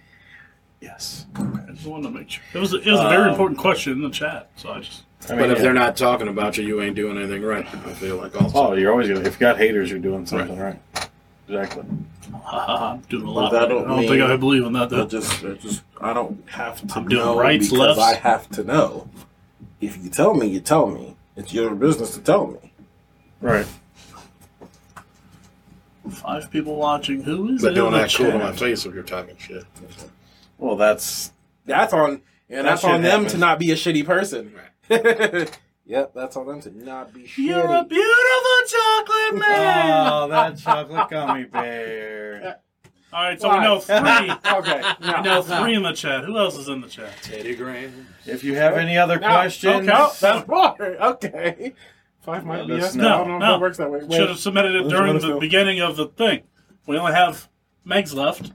Yes. I just wanted to make sure. It was a, it was a very important question in the chat. So I just I mean, But if yeah. they're not talking about you, you ain't doing anything right. I feel like also. oh, you're always gonna. If you got haters, you're doing something right. Exactly. I'm doing a lot. Well, I that'll don't think mean- I believe in that. I Though. just, I just, I don't have to I'm doing know rights, because lefts. I have to know. If you tell me, you tell me. It's your business to tell me. Right. Five people watching. Who is But it? doing in the that cool to chat? my face if you're talking shit. Well, that's That's on, and That that's on shit them happens. to not be a shitty person. yep, that's on them to not be shitty. You're a beautiful chocolate man. Oh, that chocolate gummy bear. All right, so Why? we know three. okay, no, we know three in the chat. Who else is in the chat? Teddy Graham. If you have any other No, questions, okay, no, that's more. Okay. Five might Let be us us. know. I don't know No, if it works that way. Should Wait, have submitted it Let's during let us the know. beginning of the thing. We only have Megs left.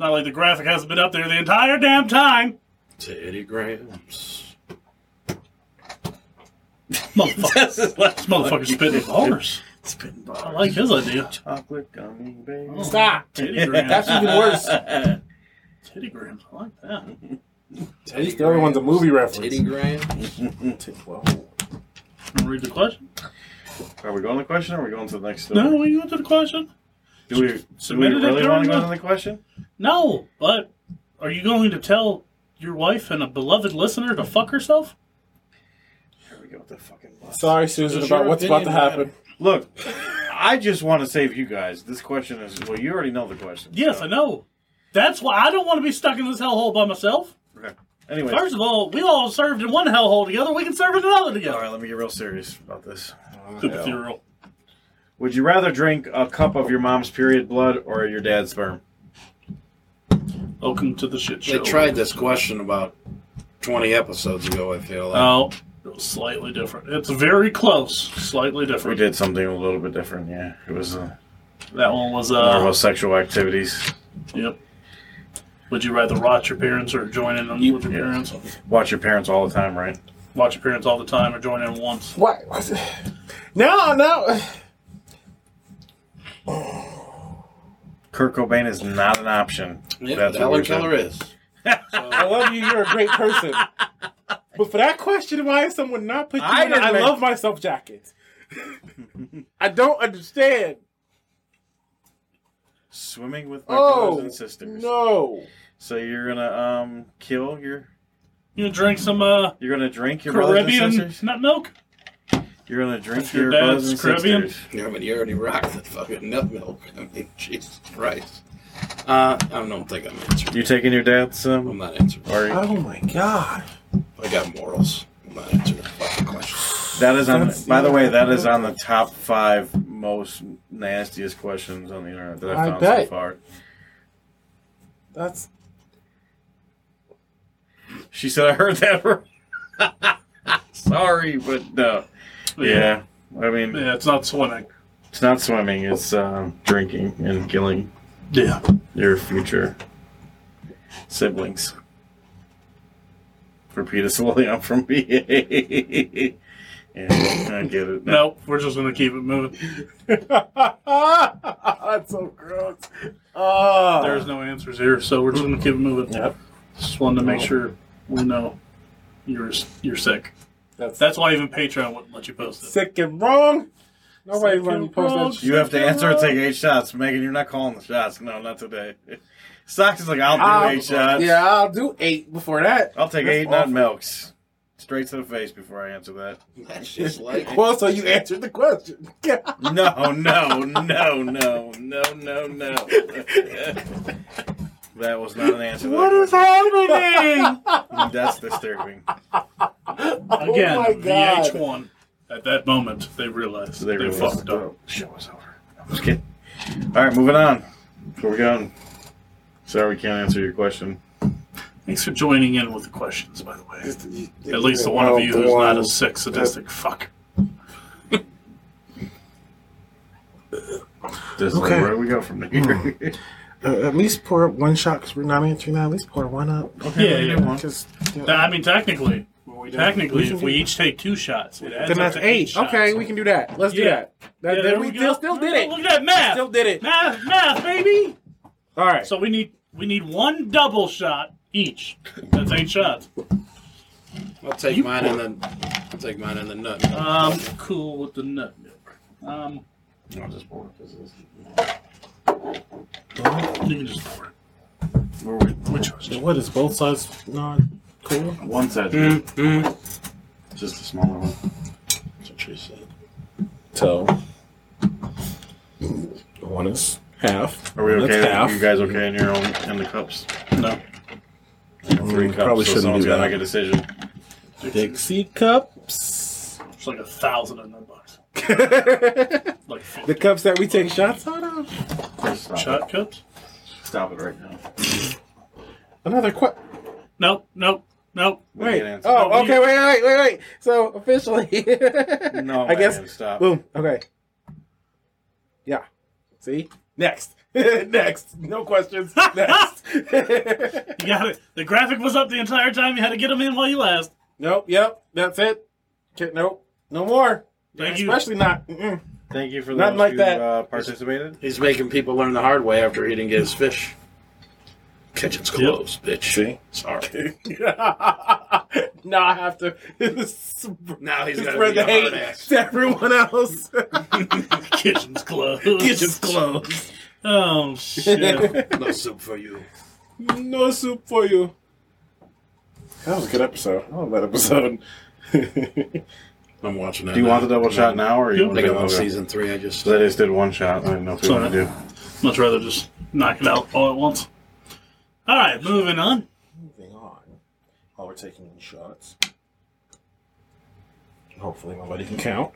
Not like the graphic hasn't been up there the entire damn time. Teddy Grahams. Motherfucker, that's his last motherfucker spitting bars. Spitting I bars. like his idea. chocolate gummy bear. Oh, Stop. Titty That's grams. even worse. At Titty grams. I like that. Teddy least the other one's a movie reference. Teddy Graham. Well, Wanna Read the question. Are we going to the question? Or are we going to the next? No, we go to the question. Do we, do we Submitted it really during want to go the- to the question? No, but are you going to tell your wife and a beloved listener to fuck herself? Here we go with the fucking. bus. Sorry, Susan, Does about your what's about to opinion matter? happen. Look, I just want to save you guys. This question is well, you already know the question. Yes, so- I know. That's why I don't want to be stuck in this hellhole by myself. Okay. Anyway, all First of all, we all served in one hellhole together. We can serve in another together. right, let me get real serious about this. Oh, Stupid funeral. Would you rather drink a cup of your mom's period blood or your dad's sperm? Welcome to the shit They show. tried this question about 20 episodes ago, I feel like. Oh, it was slightly different. It's very close. Slightly We different. did something a little bit different. Yeah, it was uh, That one was more uh. about sexual activities. Yep. Would you rather watch your parents or join in with your parents? Watch your parents all the time, right? Watch your parents all the time or join in once? What? No, no. Kurt Cobain is not an option. yeah, what Alan we said. Keller is. I love you. You're a great person. But for that question, why is someone not put you I in the didn't I make- love myself jacket? I don't understand. Swimming with my Oh, brothers and sisters. no. So you're gonna um kill your You gonna drink some uh you're gonna drink your brothers and Caribbean sisters. nut milk? You're gonna drink your your, brothers and dad's Caribbean? sisters. Yeah, but you already rocked the fucking nut milk. I mean, Jesus Christ. Uh, I don't think I'm answering. You taking your dad's I'm um? not answering. Or Oh my god. I got morals. I'm not answering the fucking question. That is on. That's- By the way, that is yeah. on the top five most nastiest questions on the internet that I I've found so bet. far. That's She said, "I heard that." wrong." Sorry, but no. Yeah, I mean, Yeah, it's not swimming. it's not swimming; it's uh, drinking and killing Yeah. your future siblings. For Peter William from BA. yeah, I get it. now. No, we're just gonna keep it moving. that's so gross. Oh. There's no answers here, so we're just gonna keep it moving. Yep. Just wanted to make sure we know you're you're sick. That's, That's why even Patreon wouldn't let you post it. sick and wrong. Nobody Sick let and me post wrong. that shit. You have to answer and take eight shots. Megan, you're not calling the shots. No, not today. Socks is like, I'll do I'll- eight shots. Yeah, I'll do eight before that. I'll take That's eight nut awful. milks. Straight to the face before I answer that. That's just like. Well, so you answered the question. No, no, no, no, no, no, no. that was not an answer. what is happening? that? That's disturbing. Again, oh my god. VH1. At that moment, they realized So they, they realized fucked up. the show was over. I'm just kidding. All right, moving on. Where we going? Sorry, we can't answer your question. Thanks for joining in with the questions, by the way. At least the Oh, one of you who's not boy. a sick sadistic fuck. This Okay. is where we go from there. Uh, at least pour up one shot because we're not answering that. At least pour one up. Yeah, yeah. One. Because I mean, technically, technically, We if we each take two shots, it adds then up that's to eight. shots. okay, we can do that. Let's do Yeah. that. That- Yeah, that there we go. still, still did it. Look at that math. Still did it. Math, math, baby. All right. So we need we need one double shot each. That's eight shots. I'll take mine and then I'll take mine and the nut. Um, cool with the nut milk. Um, I'll just pour it. This is- you can just pour it. Where we? Which was what is both sides not cool? One side, just a smaller one. That's what she said. So one is half. Are we okay? That's half. You guys okay in your own in the cups? no. Three Mm, cups. probably so shouldn't someone's do gotta that. make a decision. Dixie cups. It's like a thousand in that box. the Like fifty cups that we take shots out of. Stop, shot cups. It. Stop it right now. Another qu Nope, nope, nope. We Wait. can't answer. Oh, Oh, okay. Wait, wait, wait, wait. So officially, no, I guess. man, Oh, stop. Boom. Okay. Yeah. See. Next. Next. No questions. Next. You got it. The graphic was up the entire time. You had to get them in while you last. nope. Yep. That's it. Okay, nope. No more. Thank you. Especially not. Mm-mm. Thank you for Not those like who that. Uh, participated. He's making people learn the hard way after he didn't get his fish. Kitchen's closed, bitch. See? Sorry. now I have to Now he's gonna spread the be a hard hate ass. to everyone else. Kitchen's closed. Kitchen's closed. Oh shit. No soup for you. no soup for you. That was a good episode. I love that episode. I'm watching that. Do you want the double shot now, or you Yep. I want think to I'm on okay. season three. I just So they just did one shot. I didn't know if we Sorry. want to do. Much rather just knock it out all at once. All right, moving on. Moving on. While we're taking shots. Hopefully nobody can count.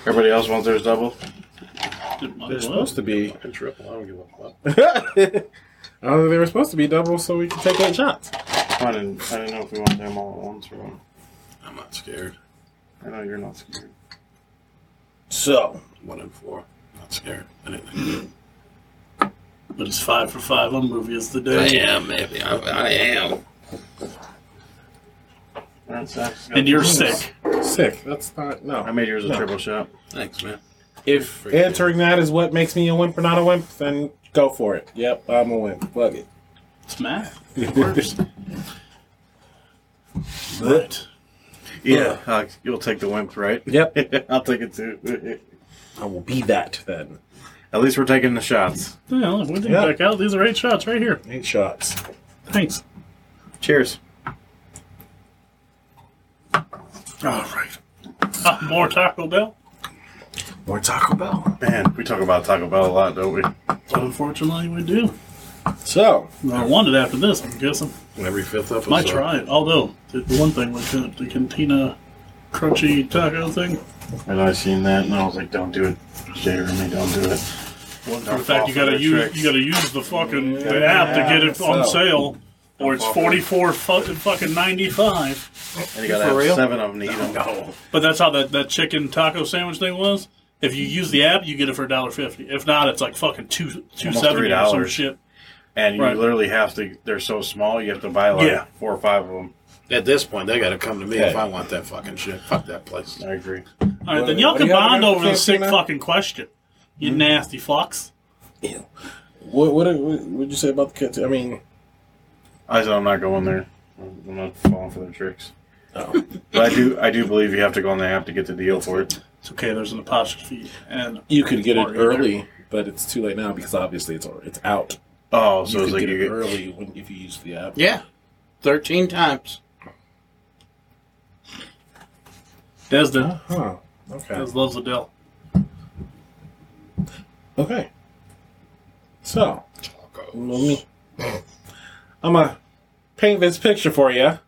Everybody else wants theirs double. They're supposed to be. fucking triple. I don't give a fuck. Oh, they were supposed to be double, so we could take eight shots. I didn't. I didn't know if we want them all at once or. One. I'm not scared. I know you're not scared. So One and four. Not scared. of Anything. But it's five for five on movie is the I day. am, maybe. I, I am. That's, that's And you're sick. sick. That's not I no. made yours a No. triple shot. Thanks, man. If Freaking- answering that is what makes me a wimp or not a wimp, then go for it. Yep, I'm a wimp. Fuck it. It's math. It works. Right. Yeah, uh, you'll take the wimp, right? Yep. I'll take it too. I will be that then. At least we're taking the shots. Yeah, look, we didn't Yeah. back out. These are eight shots right here. Eight shots. Thanks. Cheers. All right. Ah, more Taco Bell. More Taco Bell. Man, we talk about Taco Bell a lot, don't we? Unfortunately, we do. So I wanted after this. I'm guessing. Every fifth episode. Might try it. Although the the one thing was the, the cantina crunchy taco thing. And I seen that, and I was like, "Don't do it, Jeremy. Don't do it." Well, Don't in fact, fall you for gotta their use tricks. you gotta use the fucking the Yeah, app to get it on so. sale, or it's fall for it. forty four fucking fucking ninety five. And you gotta have real? seven of them to eat them. But that's how that, that chicken taco sandwich thing was. If you use the app, you get it for $1.50. If not, it's like fucking two two Almost seventy or some $3. shit. And you Right. literally have to. They're so small, you have to buy like Yeah. four or five of them. At this point, they gotta come to me Okay. if I want that fucking shit. Fuck that place. I agree. All right, then What- y'all what do can you have bond again over for the sick Cantina? fucking question. You Hmm? nasty fucks. what what what would you say about the kids? I mean, I said I'm not going there. I'm not falling for their tricks. oh. But I do. I do believe you have to go on the app to get the deal for it. It's okay. There's an apostrophe and you could get it Margaret there. early, but it's too late now because obviously it's al- it's out. Oh, so you it's could like get you it get. early when, if you use the app. Yeah. 13 times. Desden. Huh. Okay. Des loves Adele. Okay. So let me. I'm gonna paint this picture for you, and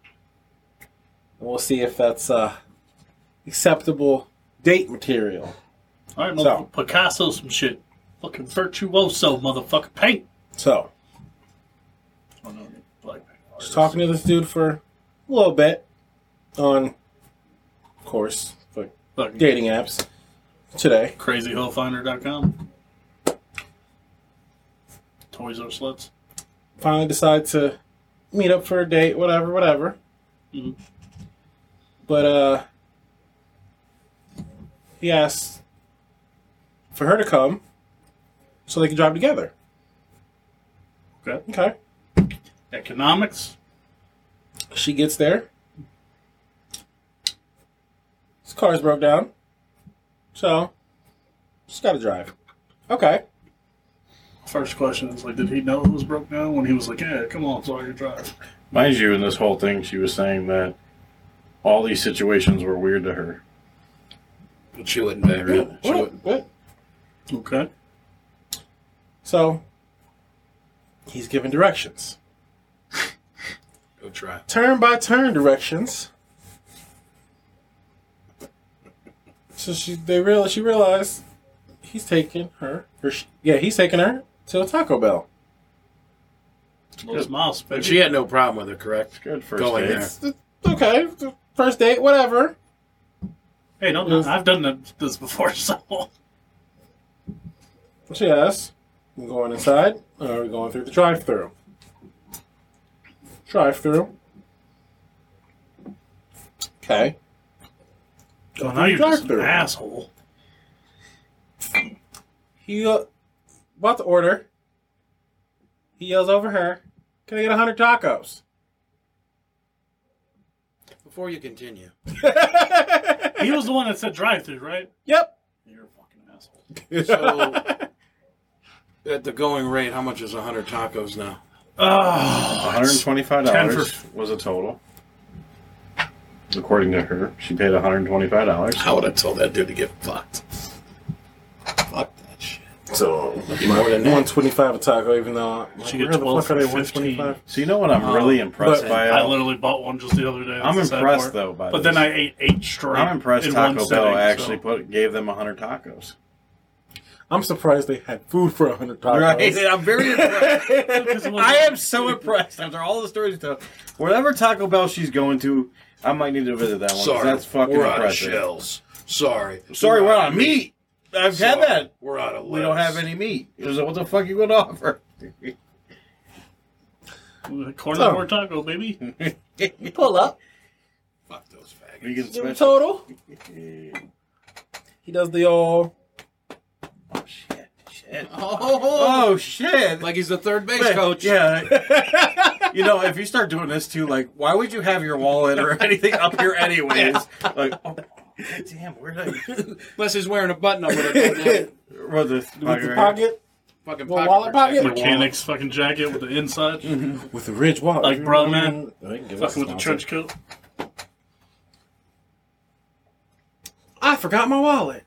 we'll see if that's uh, acceptable date material. All right, So. motherfucker. Picasso some shit. Fucking virtuoso, motherfucker. Paint. So, Oh, no, black paint. just talking to this dude for a little bit on, of course, for Fucking dating apps today. crazyhoefinder.com. Toys R sluts. Finally decide to meet up for a date, whatever, whatever. Mhm. But uh, he asks for her to come so they can drive together. Okay. Okay. Economics. She gets there. His car's broke down. So, she's got to drive. Okay. First question is like, did he know it was broke down when he was like, "Yeah, come on, it's all your drive." Mind you, in this whole thing, she was saying that all these situations were weird to her. But she wouldn't back up. She What? wouldn't. What? Okay. So, he's given directions. Go try. turn by turn directions. So she they realize she realized he's taking her or she, yeah he's taking her to a Taco Bell. Those miles, But baby. she had no problem with it, correct? Good first Going date. there. It's- Okay, the first date, whatever. hey, don't. Yes. I've done that, this before, so She asks, "We going inside or are we going through the drive-through?" Drive-through. Okay. Go now through the you're just an drive-thru. asshole. He uh, about to order. He yells over her, "Can I get hundred tacos?" Before you continue, He was the one that said drive-through, right? yep. You're a fucking asshole. so at the going rate, how much is 100 tacos now? Oh, Ten $125 was a total. According to her, she paid $125. I would have told that dude to get fucked. Fuck that shit. So more than that. one twenty-five a taco, even though I'm like, She get where the 12 fuck are they for one twenty-five? So you know what I'm really impressed but- by? I Al? literally bought one just the other day. I'm That's the sad impressed part. though by But this. then I ate eight straight. I'm impressed in Taco one Bell sitting, actually so- put gave them 100 tacos. I'm surprised they had food for hundred tacos. I'm very impressed. I am so impressed after all the stories you tell. Whatever Taco Bell she's going to, I might need to visit that one. 'cause Sorry, that's fucking we're out of impressive. shells. Sorry, Sorry, we're out of meat. I've Sorry, had that. We're out of. We don't have any meat. So what the fuck you gonna offer? Corn So- and more taco, baby. Pull up. Fuck those faggots. Vegan Give him special. total. He does the uh, old. Oh shit! Shit! Oh, oh, oh. Oh shit! like he's the third base Hey, coach. Yeah. you know, if you start doing this too, like, why would you have your wallet or anything up here anyways? Like, oh, damn, where did I? Unless he's wearing a button up with a Where the, With the pocket, fucking Well, wallet protector. pocket? Mechanic's fucking jacket with the inside, with the ridge wallet, Like, bro, man. fucking fucking with the trench coat. I forgot my wallet.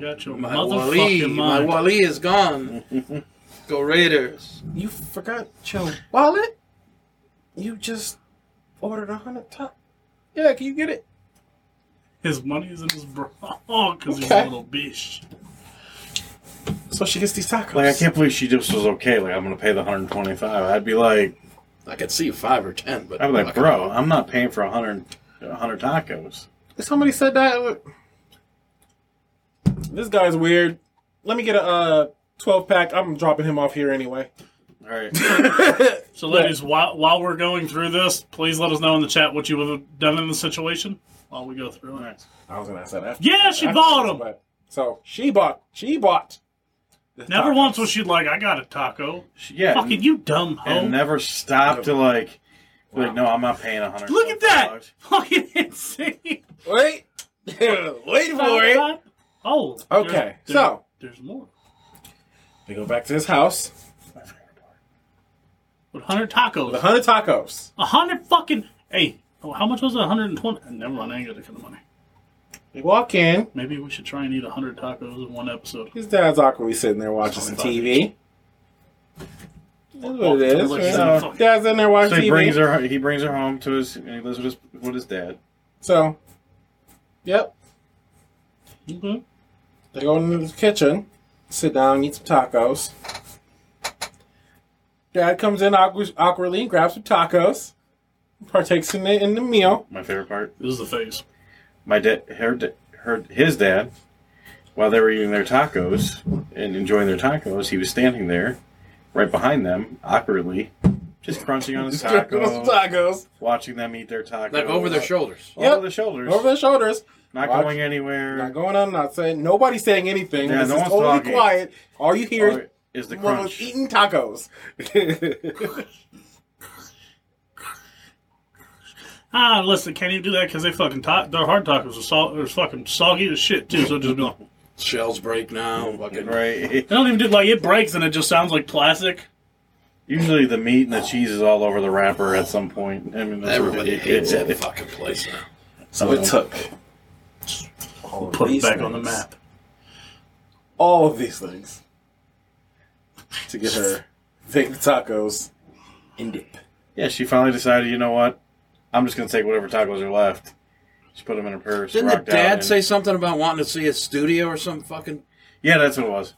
Got your My Wally, motherfucking my mind. Wally is gone. Go Raiders. You forgot your wallet? You just ordered a hundred top. Yeah, can you get it? His money is in his bra because he's a Okay. little bitch. So she gets these tacos. Like, I can't believe she just was okay. Like, I'm going to pay the 125 I'd be like, I could see five or ten, but I'd be like, fucking- bro, I'm not paying for 100, 100 tacos. Somebody said that. uh, This guy's weird. Let me get a uh, 12 pack. I'm dropping him off here anyway. All right. So, ladies, while, while we're going through this, please let us know in the chat what you would have done in this situation while we go through it. I was gonna ask that after. Yeah, she after bought this, 'em. but- So she bought. She bought. the Never tacos. once was she like, I got a taco. She- Yeah. Fucking you dumb hoe. and never stopped to, like, be like, no, I'm not paying 100 Look at that! Fucking insane. Wait. Wait for it. Oh. Okay, there's- so- There's more. They go back to his house. With 100 The tacos. hundred tacos. 100 fucking. Hey, oh, how much was it? 120? Never mind, I ain't got that kind of money. They walk in. Maybe we should try and eat 100 tacos in one episode. His dad's awkwardly sitting there watching some TV. That's what it is. Delicious. man. Fuck. Dad's in there watching So he TV. brings her. He brings her home to his. And he lives with his with his dad. So, yep. Okay. They go into the kitchen, sit down, eat some tacos. Dad comes in awkward, awkwardly and grabs some tacos, partakes in the, in the meal. My favorite part. This is the face. My dad. Her. da- Her. His dad while they were eating their tacos and enjoying their tacos, he was standing there, right behind them, awkwardly, just crunching on his Those taco, tacos. watching them eat their tacos, Like over their shoulders. over Yep. their shoulders, Over their shoulders. not Watch- going anywhere. Not going on, not saying. Nobody's saying anything. Yeah, this no is one's totally talking. quiet. All you hear Or is the is one was crunch? eating tacos. Ah, listen, can't even do that because they fucking ta- their hard tacos are, sog- are fucking soggy as shit too. So it just be like, Shells break now. Fucking Right. they don't even do like it breaks and it just sounds like plastic. Usually the meat and the cheese is all over the wrapper at some point. I mean, that's what Everybody it- hates it- that fucking place now. So it took Put it back on the map. all of these things to get her fake tacos and dip. Yeah, she finally decided. You know what? I'm just gonna take whatever tacos are left. Just put them in a purse. Didn't rocked the out, dad and- say something about wanting to see a studio or some fucking? Yeah, that's what it was.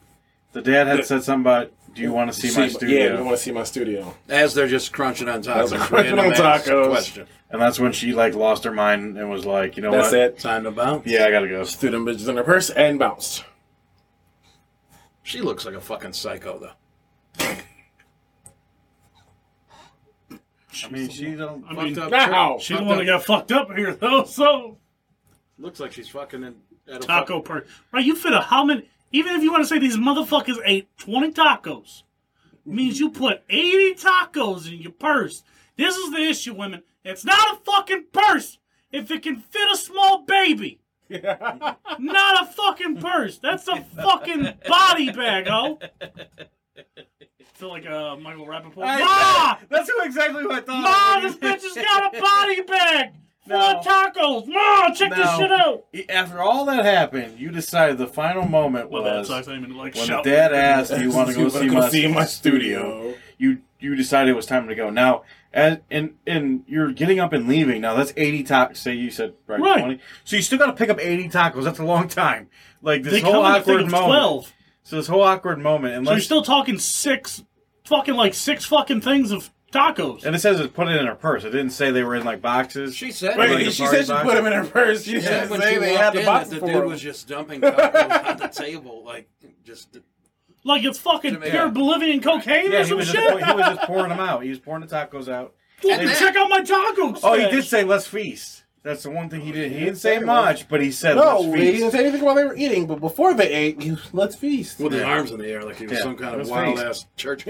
The dad had said something about, "Do you want to see, my Yeah, studio?" you want to see my studio. As they're just crunching on tacos. As they're crunching Random on ass tacos. Question. and that's when she like lost her mind and was like, "You know That's what? it. Time to bounce. Yeah, I gotta go." Threw them bitches in her purse and bounced. She looks like a fucking psycho though. I mean, she don't. I mean, Fucked up Now. chick. she's the Fucked one that got up- fucked up here though. So Looks like she's fucking in, at a taco per right, you fit a how many? Even if you want to say these motherfuckers ate twenty tacos, means you put eighty tacos in your purse. This is the issue, women. It's not a fucking purse if it can fit a small baby. Not a fucking purse. That's a fucking body bag, oh. Feel like uh, Michael Rappaport. Ma! That's exactly what I Ma, thought. this bitch has got a body bag full of tacos. Ma, check this No. shit out. After all that happened, you decided the final moment Well, was that sucks. I mean, like, when shout. the dad asked, "Do you want to go You see wanna go my, see my studio?" You you decided it was time to go. Now, as and and you're getting up and leaving. Now that's eighty tacos. Say you said right, Right. twenty. So you still got to pick up eighty tacos. That's a long time. Like this they whole come in a thing awkward of moment. 12. So this whole awkward moment, So you're unless still talking six, fucking like six fucking things of tacos. and it says it put it in her purse. It didn't say they were in like boxes. She said. Wait, Like a she party said she box? put them in her purse. She Yeah, said when they she they walked had the in, box that the for dude her. was just dumping tacos on the table, like just like it's fucking Jamaica. pure Bolivian cocaine yeah, or he some was, shit. just, he was just pouring them out. He was pouring the tacos out. Fucking And- check out my tacos. Oh, he man. did say let's feast. That's the one thing he did. Oh, He didn't say much, but he said No, let's he feast. didn't say anything while they were eating, but before they ate, he was, let's feast. with his arms in the air, like he was Yeah. some kind Let's of wild face. ass church.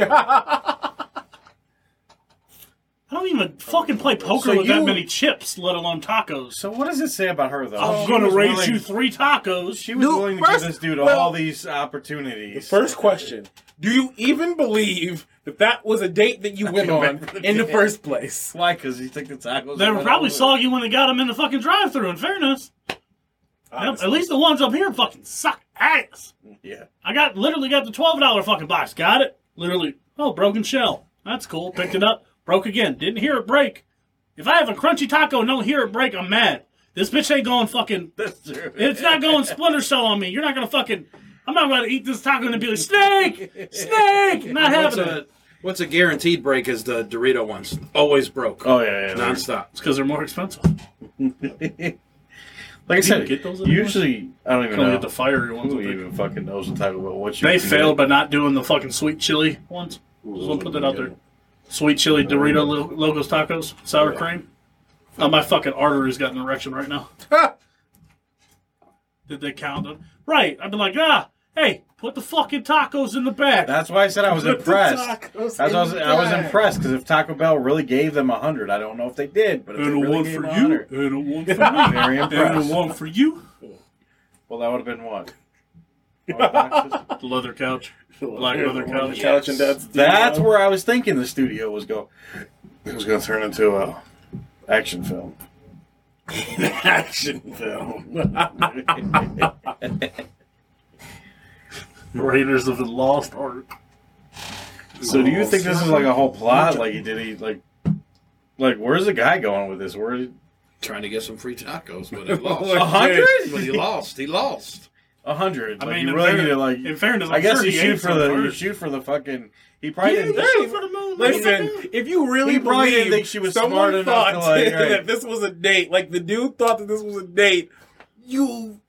I don't even fucking play poker So with that you- many chips, let alone tacos. So what does it say about her though? I'm She gonna was raise willing- you three tacos. She was No, willing to first- give this dude well- all these opportunities. First question Do you even believe that that was a date that you went on in the first place? Why? Because he took the tacos. They and were went probably over. soggy when they got them in the fucking drive-through. In fairness, Yep, at least the ones up here fucking suck ass. Yeah. I got literally got the twelve dollar fucking box. Got it? Literally. Oh, broken shell. That's cool. Picked it up. Broke again. Didn't hear it break. If I have a crunchy taco and don't hear it break, I'm mad. This bitch ain't going fucking. That's true. It's not going splinter cell on me. You're not gonna fucking. I'm not gonna eat this taco and be like snake, snake. Not What's having it. a, what's a guaranteed break is the Dorito ones. Always broke. Oh yeah, yeah. yeah. Nonstop. It's because they're more expensive. Like Do I you said, get those anymore? usually I don't even Don't know get the fiery ones. who I think. even fucking knows the type of what you. They can failed get. by not doing the fucking sweet chili ones. Just gonna put that out there. Sweet chili Dorito lo- Locos Tacos, sour cream. Oh, my fucking artery's got an erection right now. Did they count them? Right. I've been like, ah, hey, put the fucking tacos in the back. That's why I said I was impressed. Tacos That's why I was, I was inside. impressed because if Taco Bell really gave them a hundred, I don't know if they did, but if they and a really one gave for them a you, hundred, and a one for I'm me, very and a impressed. one for you. Well, that would have been what. Four boxes? The leather couch, black Here's leather the one couch. couch and dad's That's studio. where I was thinking the studio was go. It was going to turn into a action film. action film. Raiders of the Lost Ark. So do you think this is like a whole plot? Like he did he like like where's the guy going with this? Where Trying to get some free tacos, but he lost. a But he hundred? lost. He lost. A hundred. I Like, mean, you in, really need fairness, to like. in fairness, I'm I guess sure you he shoot ate for some the you first. shoot for the fucking. He probably Yeah, didn't. yeah. for the moon. Listen, if you really He probably believe didn't think she was someone smart enough thought to, like, right. that this was a date, like the dude thought that this was a date, you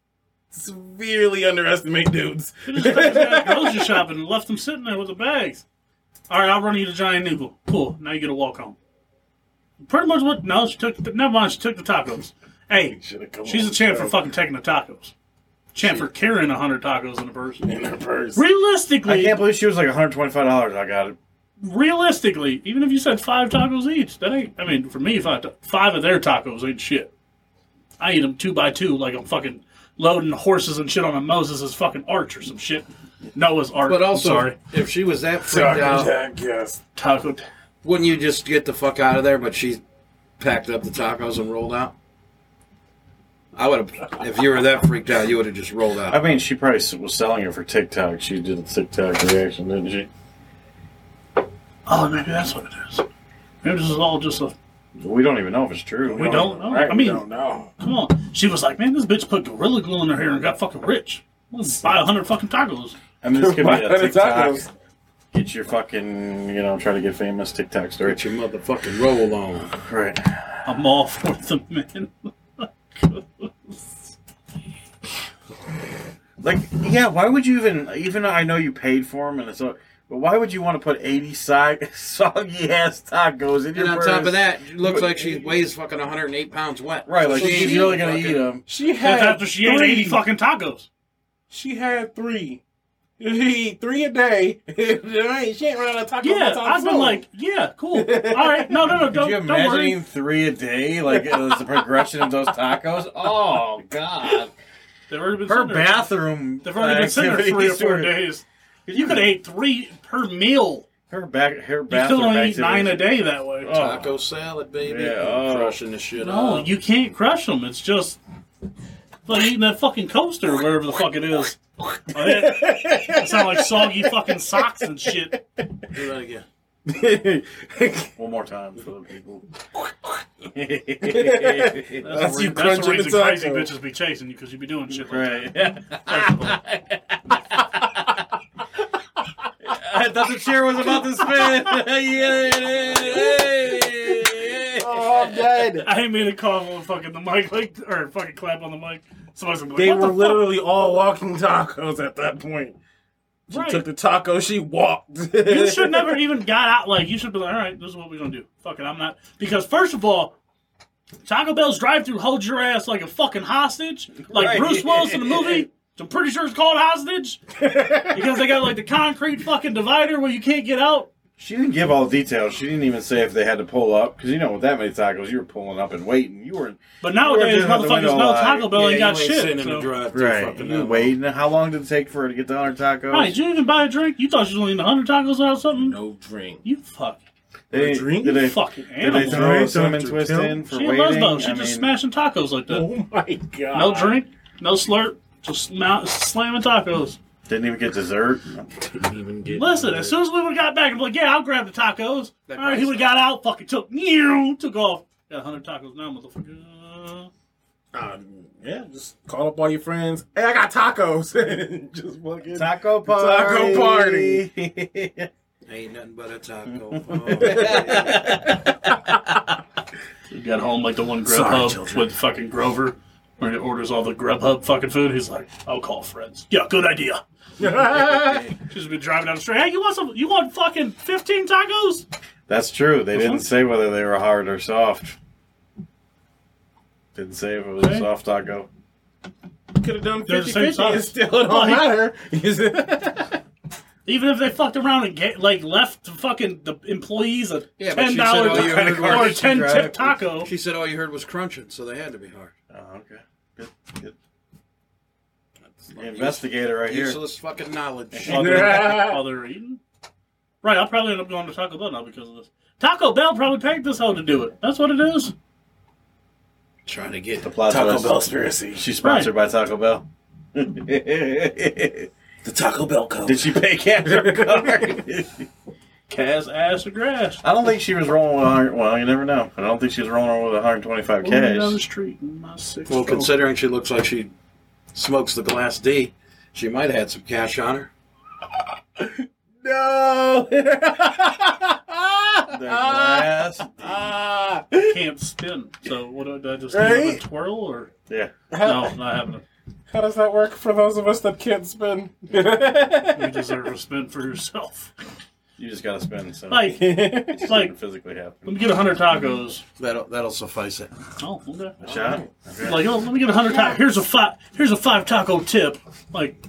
severely underestimate dudes. Grocery shopping and left them sitting there with the bags. All right, I'll run you to Giant Eagle. Cool. Now you get a walk home. Pretty much what? No, she took. The, never mind. She took the tacos. Hey, Should've come she's on a champ for down. fucking taking the tacos. Champ for carrying hundred tacos in a purse. in her purse. I Realistically, can't believe she was like 125 dollars. I got it. realistically, even if you said five tacos each, that ain't. I mean, for me, five ta- five of their tacos ain't shit. I eat them two by two like I'm fucking loading horses and shit on a Moses' fucking arch or some shit. Noah's ark. But also, I'm sorry, if she was that freaked out, I guess. taco. wouldn't you just get the fuck out of there? But she packed up the tacos and rolled out. I would have, if you were that freaked out, you would have just rolled I out. mean, she probably s- was selling it for TikTok. She did a TikTok reaction, didn't she? Oh, maybe that's what it is. Maybe this is all just a. We don't even know if it's true. We don't know. Right? I mean, don't know. come on. She was like, man, this bitch put gorilla glue in her hair and got fucking rich. Let's buy a hundred fucking tacos. I mean, this could be a Hundred TikTok. tacos. Get your fucking, you know, try to get famous TikTok story. Get your motherfucking roll on. Right. I'm all for the man. Like, yeah. Why would you even? Even though I know you paid for them, and it's all, but why would you want to put 80 sog- soggy ass tacos in your And on purse? top of that, it looks like she weighs fucking 108 pounds wet. right? Like, So she's ain't really gonna fucking- eat them. She That's had after she ate three. eighty fucking tacos. She had three. She eat three a day. Right, she ain't running out of tacos. Yeah, anytime I've been soon. like, yeah, cool. All right, no, no, no, Could don't, you don't imagine worry. eating three a day? Like, it was the progression of those tacos. Oh God. They've already been Her sitting there- bathroom. They've already been sitting there three or activities four were- days. You could have ate three per meal. Her back. Her You bathroom. still only eat activities- nine a day that way. Oh. Taco salad, baby. Yeah, oh. Crushing the shit No, up. you can't crush them. It's just like eating that fucking coaster, or wherever the fuck it is. Oh, that, that sound like soggy fucking socks and shit. Do that again. One more time for the people. That's, That's the, you re- that's the crunching the reason crazy taco. bitches be chasing you because you be doing shit. Like right. I thought the chair was about to spin. yeah, oh, I'm dead. I ain't made a call on fucking the mic, like or fucking clap on the mic. Somebody's gonna be They like, were what the fuck? literally all walking tacos at that point. She Right. took the taco. She walked. you should never even got out. Like you should be like, all right, this is what we're gonna do. Fuck it, I'm not because first of all, Taco Bell's drive-through holds your ass like a fucking hostage, like Right. Bruce Willis in the movie. which I'm pretty sure it's called hostage because they got like the concrete fucking divider where you can't get out. She didn't give all the details. She didn't even say if they had to pull up because you know with that many tacos, you were pulling up and waiting. You were But nowadays, just out the motherfuckers window, know like, Taco Bell ain't Yeah, got you ain't sitting shit. in the So. drive-thru right. fucking You were now. waiting. How long did it take for her to get the hundred tacos? Right, did you even buy a drink? You thought you was only eating 100 tacos or something? no drink. You fuck. They, Drink? Did they, fucking did they animal. Did throw a Dr. cinnamon Tim? twist in for She a waiting? lesbo. She I just mean- smashing tacos like that. Oh my god. No drink, no slurp, just sma- slamming tacos. Didn't even get dessert. Didn't even get- Listen, as soon as we would have got back, I'm like, yeah, I'll grab the tacos. That All right, he price would have got out, fucking took, meow, took off. Got 100 tacos now, motherfucker. Um, yeah, just call up all your friends. Hey, I got tacos. just fucking. Taco Taco party. Ain't nothing but a taco. Oh, We got home like the one Sorry, Grubhub children. with fucking Grover, where he orders all the Grubhub fucking food. He's like, I'll call friends. Yeah, good idea. She's been driving down the street. Hey, you want some? You want fucking 15 tacos? That's true. They Uh-huh. didn't say whether they were hard or soft. Didn't say if it was a Okay. soft taco. Could have done They're the 50 same 50. It size. still don't Like- matter. Even if they fucked around and get, like left fucking the employees a Yeah, but ten she said dollar all you heard or was ten drive. tip taco. Oh. she said all you heard was crunching, so they had to be hard. Oh, okay. Good. Good. Investigator right here. Useless fucking knowledge. While Yeah. they're, while they're eating, right? I'll probably end up going to Taco Bell now because of this. Taco Bell probably paid this hoe to do it. That's what it is. Trying to get The plot Taco twist. Bell conspiracy. She's sponsored by Taco Bell. Did The Taco Bell code. she pay cash or card? Cash, ass, or grass. I don't think she was rolling with 100. Well, you never know. I don't think she was rolling with 125 Rolling down the cash. street in my six. Well, oh. considering she looks like she smokes the glass D, she might have had some cash on her. No. The glass. Ah. can't spin. So what do I do I just Right? give it a twirl or Yeah. no? Not happening. How does that work for those of us that can't spin? You deserve a spin for yourself. You just gotta spend. So Like, it's like- physically let happen. me get 100 tacos. That'll that'll suffice it. Oh, okay. A shot. Okay. Like, oh, let me get 100 tacos. Here's a five. Here's a five taco tip. Like,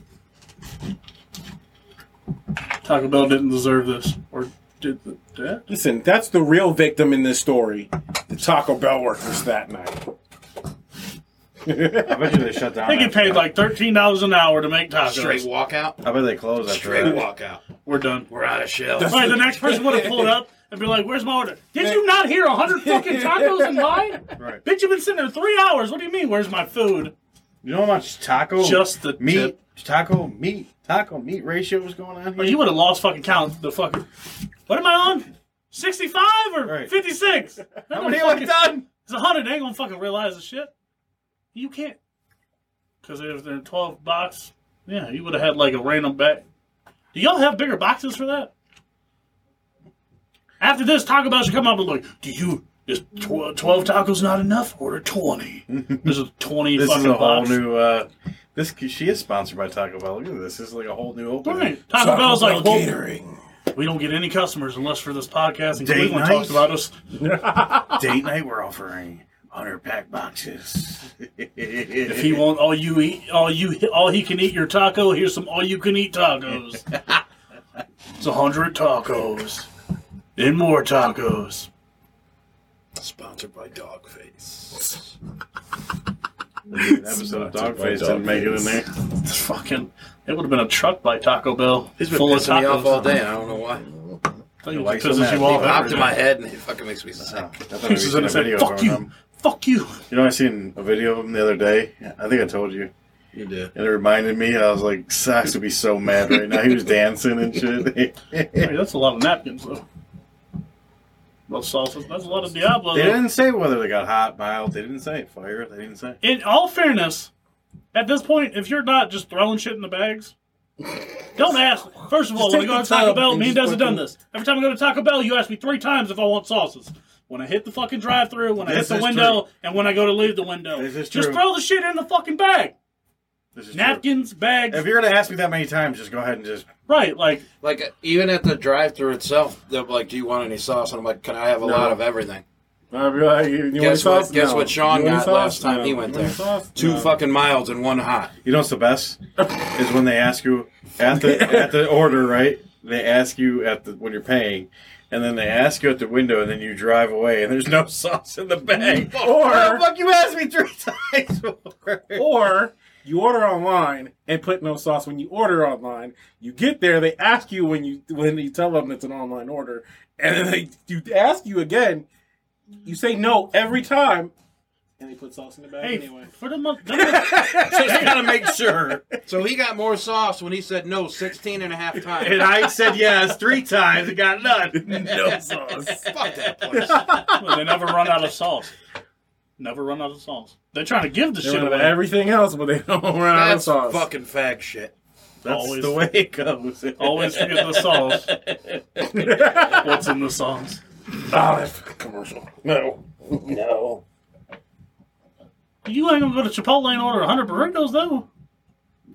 Taco Bell didn't deserve this, or did the, that? Listen, that's the real victim in this story. The Taco Bell workers that night. I bet you they shut down. They get after paid that. like thirteen dollars an hour to make tacos. Straight walkout. I bet they close after Straight that. walkout. We're done. We're out of shells. All right, the next person would have pulled up and be like, "Where's my order? Did you not hear hundred fucking tacos in line? Right. Bitch, you've been sitting there three hours. What do you mean? Where's my food? You know how much taco Just the meat tip. taco meat taco meat ratio was going on here? Like you would have lost fucking count. The fucking. What am I on? Sixty-five or Right. fifty-six? how many would have done? It's a hundred. They ain't gonna fucking realize the shit. You can't. Because if they're twelve box, yeah, you would have had like a random back. Do y'all have bigger boxes for that? After this, Taco Bell should come up with like, do you is tw- twelve tacos not enough? Order twenty. This is twenty This fucking is a whole box. new. uh This she is sponsored by Taco Bell. Look at this. This is like a whole new opening. Right. Taco, Bell's like, well, catering. we don't get any customers unless for this podcast. And Date Cleveland night? talks about us. Date night we're offering hundred pack boxes. If he want all you eat, all you all he can eat your taco, here's some all you can eat tacos. it's a hundred tacos, and more tacos. Sponsored by Dogface. An episode of Dogface didn't make it in there. It's fucking. It would have been a truck by Taco Bell He's been full of pissing tacos. me off all day. I don't know why. I think it Like pisses so mad. you off He every Popped day. Oh, in my head and it fucking makes me sick. I thought I He was was in gonna a say, video "Fuck going you, on. fuck you." You know, I seen a video of him the other day. I think I told you. You did. And it reminded me, I was like, Sax would be so mad right now. He was dancing and shit. they Hey, that's a lot of napkins though. Well, salsas. That's a lot of Diablo. though. didn't say whether they got hot, mild. They didn't say fire. They didn't say. in all fairness, at this point, if you're not just throwing shit in the bags, don't ask. First of all, when I take go the to Taco tub Bell, and me and Des just have done fucking- this. Every time I go to Taco Bell, you ask me three times if I want sauces. When I hit the fucking drive through, when I This hit the is window, true. and when I go to leave the window. This is just true. throw the shit in the fucking bag. This is true. Napkins, bags. If you're going to ask me that many times, just go ahead and just. right, like, Like uh, even at the drive-through itself, they're like, "Do you want any sauce?" And I'm like, "Can I have a lot of everything?" I'd be like, you, you want Guess what- sauce? guess No. what Sean You want got sauce? last time he You went want there. sauce? Two No. fucking miles and one hot. You know what's the best? is when they ask you at the, at the order, right? They ask you at the when you're paying. And then they ask you at the window, and then you drive away, and there's no sauce in the bag. Or- What the fuck you asked me three times for? Or you order online and put no sauce when you order online. You get there, they ask you when you when you tell them it's an online order, and then they you ask you again. You say no every time, and they put sauce in the bag hey, anyway. for the month. That's Just gotta make sure. So he got more sauce when he said no 16 and a half times. And I said yes three times and got none. No sauce. Fuck that place. when they never run out of sauce. Never run out of sauce. They're trying to give the They shit run out of away. everything else, but they don't run out of That's sauce. fucking fag shit. That's Always. the way it goes. Always forget the sauce. What's in the sauce? Oh, that fucking commercial. No, no. You ain't gonna go to Chipotle and order 100 burritos, though.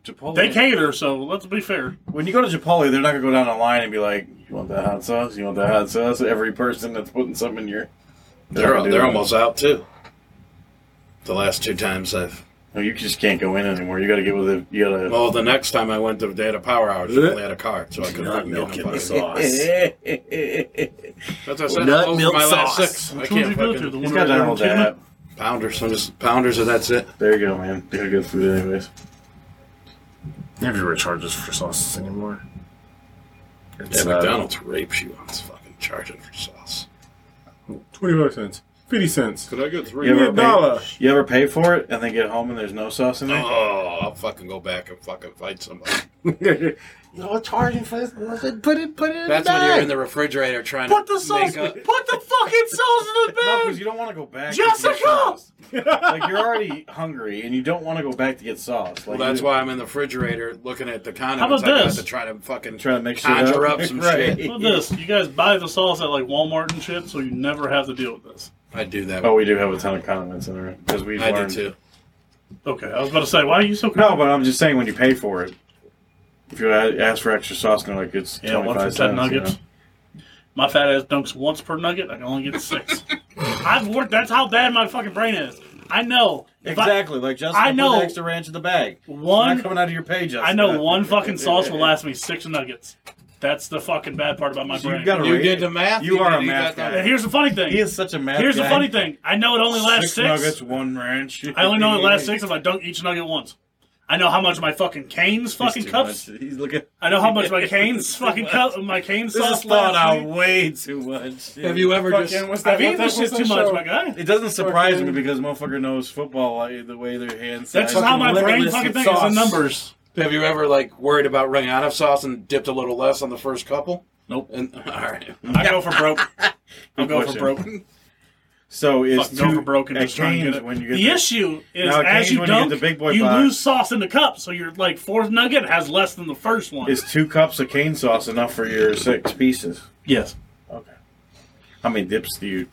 Chipotle. They cater, so let's be fair. When you go to Chipotle, they're not gonna go down the line and be like, "You want that hot sauce? You want that hot sauce?" Every person that's putting something in your, They're, not doing they're that. almost out too. The last two times I've. No, you just can't go in anymore. You gotta get with it. You gotta. Well, the next time I went to they had a power hour, they only had a card, so I couldn't Not fucking get milk in no the fucking. sauce. That's what I said. Nut over milk my sauce. last six. I Which can't ones you go to? fucking- The He's one got right that there whole on Tuna? dab. Pounders. I'm just pounders, and that's it. There you go, man. You got good food, anyways. Everywhere charges for sauces anymore. It's uh, McDonald's rapes you on this fucking charging for sauce. Twenty-five cents, fifty cents, Could I get three? You give me a ever, dollar. pay, you ever pay for it and then get home and there's no sauce in there? Oh, I'll fucking go back and fucking fight somebody. you know, charging for this. Put it, put it in That's the bag. when you're in the refrigerator trying Put to the sauce. make up. Put the fucking sauce in the No, bag. because you don't want to go back. Jessica! To get sauce. like you're already hungry and you don't want to go back to get sauce. Well, Like that's you- why I'm in the refrigerator looking at the condiments. How about I got this? to try to fucking Try to make shit conjure up, up. some Right. shit. Look at this. You guys buy the sauce at like Walmart and shit, so you never have to deal with this. I do that. Oh, Oh, we do have a ton of condiments in there because we've I do learned too. Okay, I was about to say, why are you so No, but I'm just saying when you pay for it, if you a- ask for extra sauce, they're like it's Yeah, one 25 for cents. ten you nuggets. know? My fat ass dunks once per nugget. I can only get six. I've worked. That's how bad my fucking brain is. I know. If I- Exactly, like Justin I put know. the extra ranch in the bag. It's One- not coming out of your pay, Justin. I know one fucking sauce will last me six nuggets. That's the fucking bad part about my So brain. you got to You did the math. You are did- a you math got And that. guy. here's the funny thing. He is such a mad. here's guy. the funny thing. I know it only lasts Six six. nuggets, one ranch. I only know it lasts six if I dunk each nugget once. I know how much my fucking canes fucking cups. He's looking. I know how much my canes fucking cup. My cane This sauce is thought lasts out me. way too much. Have you ever just? Fucking, what's that? I've eaten what's this that- shit too what's that much, show? my guy. It doesn't surprise Fucking- me because motherfucker knows football like, the way their hands. That's just how my brain fucking thinks. It's the numbers. Have you ever like worried about running out of sauce and dipped a little less on the first couple? Nope. And all right, I go for broke. I go for question. broke. So it's Fucking go two for broke and at just try and games get it. when you get the there. issue is Now, at as games you when you get dunk, the you, big boy box. lose sauce in the cup, so your like fourth nugget has less than the first one. Is two cups of cane sauce enough for your six pieces? yes, Okay. How many dips do you?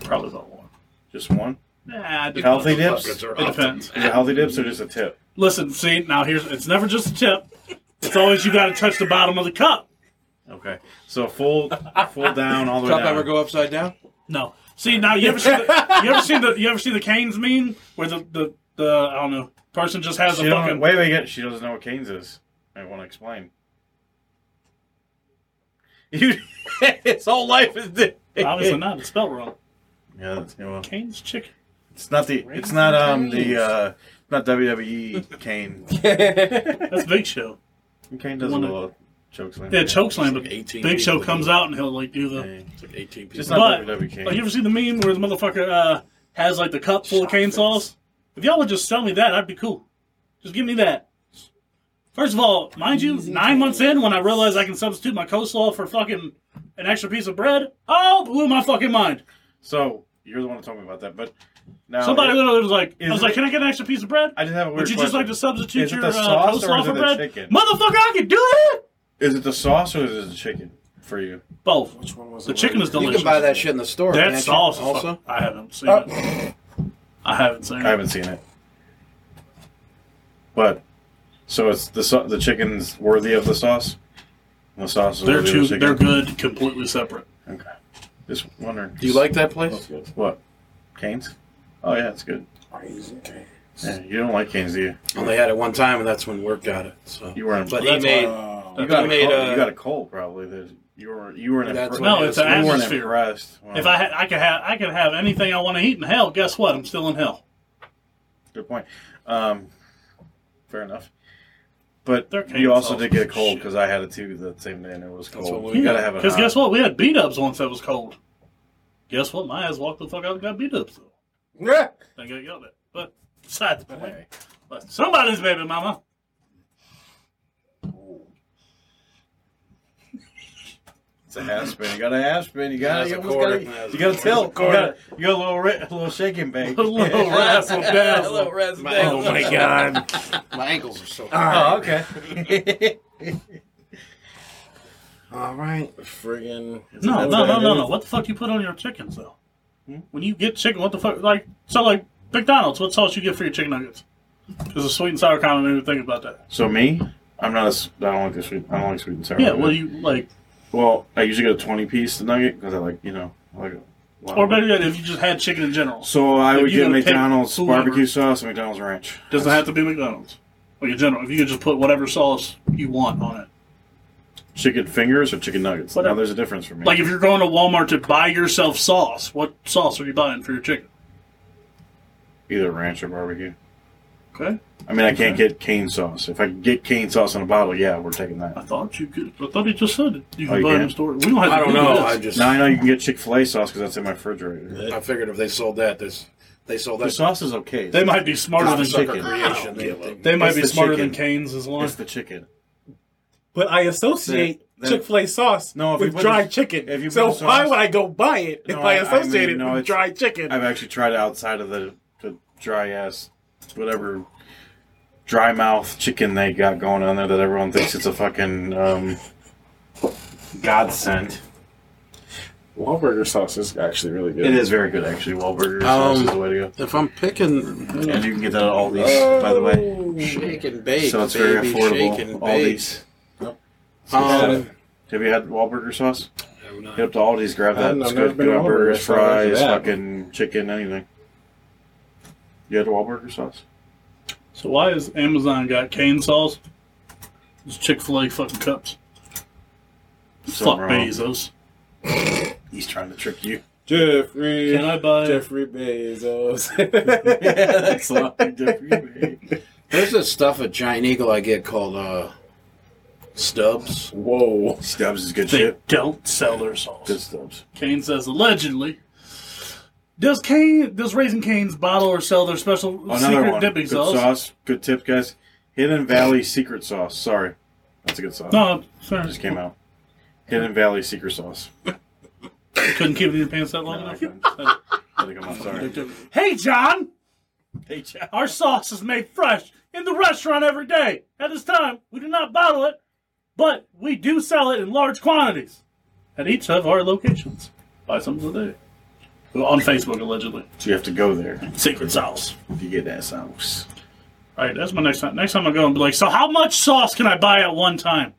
probably about one. Just one? Nah, it Healthy depends. dips? Is Fuckers are It depends. it healthy dips Mm. or just a tip? Listen, see now here's it's never just a tip. It's always you got to touch the bottom of the cup. Okay. So full, full down all the way cup down. ever go upside down? No, see now you ever seen the, you ever seen the you ever seen the Canes meme where the the, the I don't know person just has she a don't, fucking wait, wait, wait. She doesn't know what canes is. I want to explain. You, his whole life is. Di- obviously not it's spelled wrong. Yeah, that's, yeah, well, Canes chicken. it's not the. It's not um the. uh Not E WWE Kane. That's Big Show. Kane does a One that- little choke slam. Yeah, chokeslam, but It's like 18 Big Show people. comes out and he'll like do the. It's like eighteen people. Just But not WWE Kane. like, Oh, you ever seen the meme where the motherfucker uh, has like the cup full of cane sauce? If y'all would just sell me that, I'd be cool. Just give me that. First of all, mind you, nine months in, when I realized I can substitute my coleslaw for fucking an extra piece of bread, oh, blew my fucking mind. So you're the one who told me about that, but now Somebody literally was like, I Oh, is was like, it- can I get an extra piece of bread? I just have a weird. Would you just question. like to substitute Is it your the uh, sauce or coleslaw is it for the bread? chicken? Motherfucker, I can do it! Is it the sauce or is it the chicken for you? Both. Which one was The it? chicken is You delicious. can buy that shit in the store. That can't you? sauce. is also. fuck- I haven't seen Oh. it. I haven't seen I it. haven't seen it, but so it's the sau- the chicken's worthy of the sauce. The sauce is They're worthy two. Of the They're chicken? good. Completely separate. Okay, just wondering. Do you like that place? what? Canes? Oh yeah, it's good. Crazy. Yeah, you don't like canes, do you? Only had it one time, and that's when work got it. So You weren't. But You he That's made. why- You got a made, cold, uh, you got a cold probably. There's- You were you were in That's what No, it it's is. an you weren't atmosphere. impressed. Wow. If I had, I could have, I could have anything I want to eat in hell. Guess what? I'm still in hell. Good point. Um, fair enough. But They're cane you also sauce did get a is cold shit. because I had it too the same day and it was That's cold. what You we gotta got. have it. Because hot. guess what? We had B dubs once that was cold. Guess what? My ass walked the fuck out and got B dubs though. Yeah. I got yelled at. But besides the point. But somebody's baby mama. It's a half spin. You got a half spin. You got That's you a almost quarter. gotta- That's You a got to quarter. tilt. You got you got a little ri- a little shaking bake. A little razzle dazzle. Oh my god. My ankles are so. Oh, okay. All right. Friggin'. No, no, no, no, no. What the fuck you put on your chickens though? When you get chicken, what the fuck? Like so, like McDonald's. What sauce you get for your chicken nuggets? There's a sweet and sour comment. Made me think about that. so me, I'm not a. s- I don't like the sweet. I don't like sweet and sour. Yeah. Well, you like, Well, I usually get a 20 piece nugget because I like you know I like. A lot or of- better yet, if you just had chicken in general. So I If would you get gotta pick McDonald's whoever- barbecue sauce and McDonald's ranch. Doesn't have to be McDonald's. Or your general. If you could just put whatever sauce you want on it. Chicken fingers or chicken nuggets. Now there's a difference for me. Like if you're going to Walmart to buy yourself sauce, what sauce are you buying for your chicken? Either ranch or barbecue. Okay. I mean, I can't get cane sauce. If I can get cane sauce in a bottle, yeah, we're taking I that. thought you could. I thought he just said it. You Oh, can you buy it in can? the store. We don't have to I don't do know. this. I just. Now I know you can get Chick Fil A sauce because that's in my refrigerator. I figured if they sold that, this they sold The that. sauce is okay. They might be smarter than cocksucker chicken. creation. chicken. They, they, They might It's be the smarter chicken. than Canes as long It's as the chicken. But I associate That- that- Chick Fil A sauce No, if you with put dried the- chicken. if you so put the why sauce- would I go buy it if No, I I- I associate mean, no, it with it's- dried chicken? I've actually tried it outside of the, the dry ass, whatever dry mouth chicken they got going on there that everyone thinks it's a fucking um, godsend. Wahlburger sauce is actually really good. It is very good, actually. Wahlburger sauce Um, is the way to go. If I'm picking And you can get that at all these, Oh. by the oh. way. shake and bake, So it's baby, very affordable. shake and all bake. these. Um, Have you had Wahlburger sauce? Get up to Aldi's, grab I that. don't know, It's I've never good. been Get to on Wahlburgers, burgers, so I'll have fries, that. fucking chicken, anything. You had Wahlburger sauce? So why is Amazon got cane sauce? It's Chick Fil A fucking cups. Fuck wrong. Bezos. He's trying to trick you. Jeffrey. Can I buy? Jeffrey Bezos. That's a lot different. there's this stuff at Giant Eagle I get called uh, stubs. Whoa. Stubbs is good They shit. don't sell their sauce. Good Stubbs. Kane says allegedly. Does Kane does Raising Cane's bottle or sell their special Oh, Another secret one. dipping Good sauce? sauce. Good tip, guys. Hidden Valley Secret Sauce. Sorry. That's a good sauce. No, sorry. Just came out. Hidden Valley Secret Sauce. couldn't keep it in your pants that long No, I enough. couldn't. I think I'm sorry. Hey John, Hey, Chad. our sauce is made fresh in the restaurant every day. At this time, we do not bottle it, but we do sell it in large quantities at each of our locations. Buy some today. Well, on Facebook allegedly. So you have to go there Secret sauce. if you get that sauce. All right, that's my next time. Next time I go and be like, so how much sauce can I buy at one time?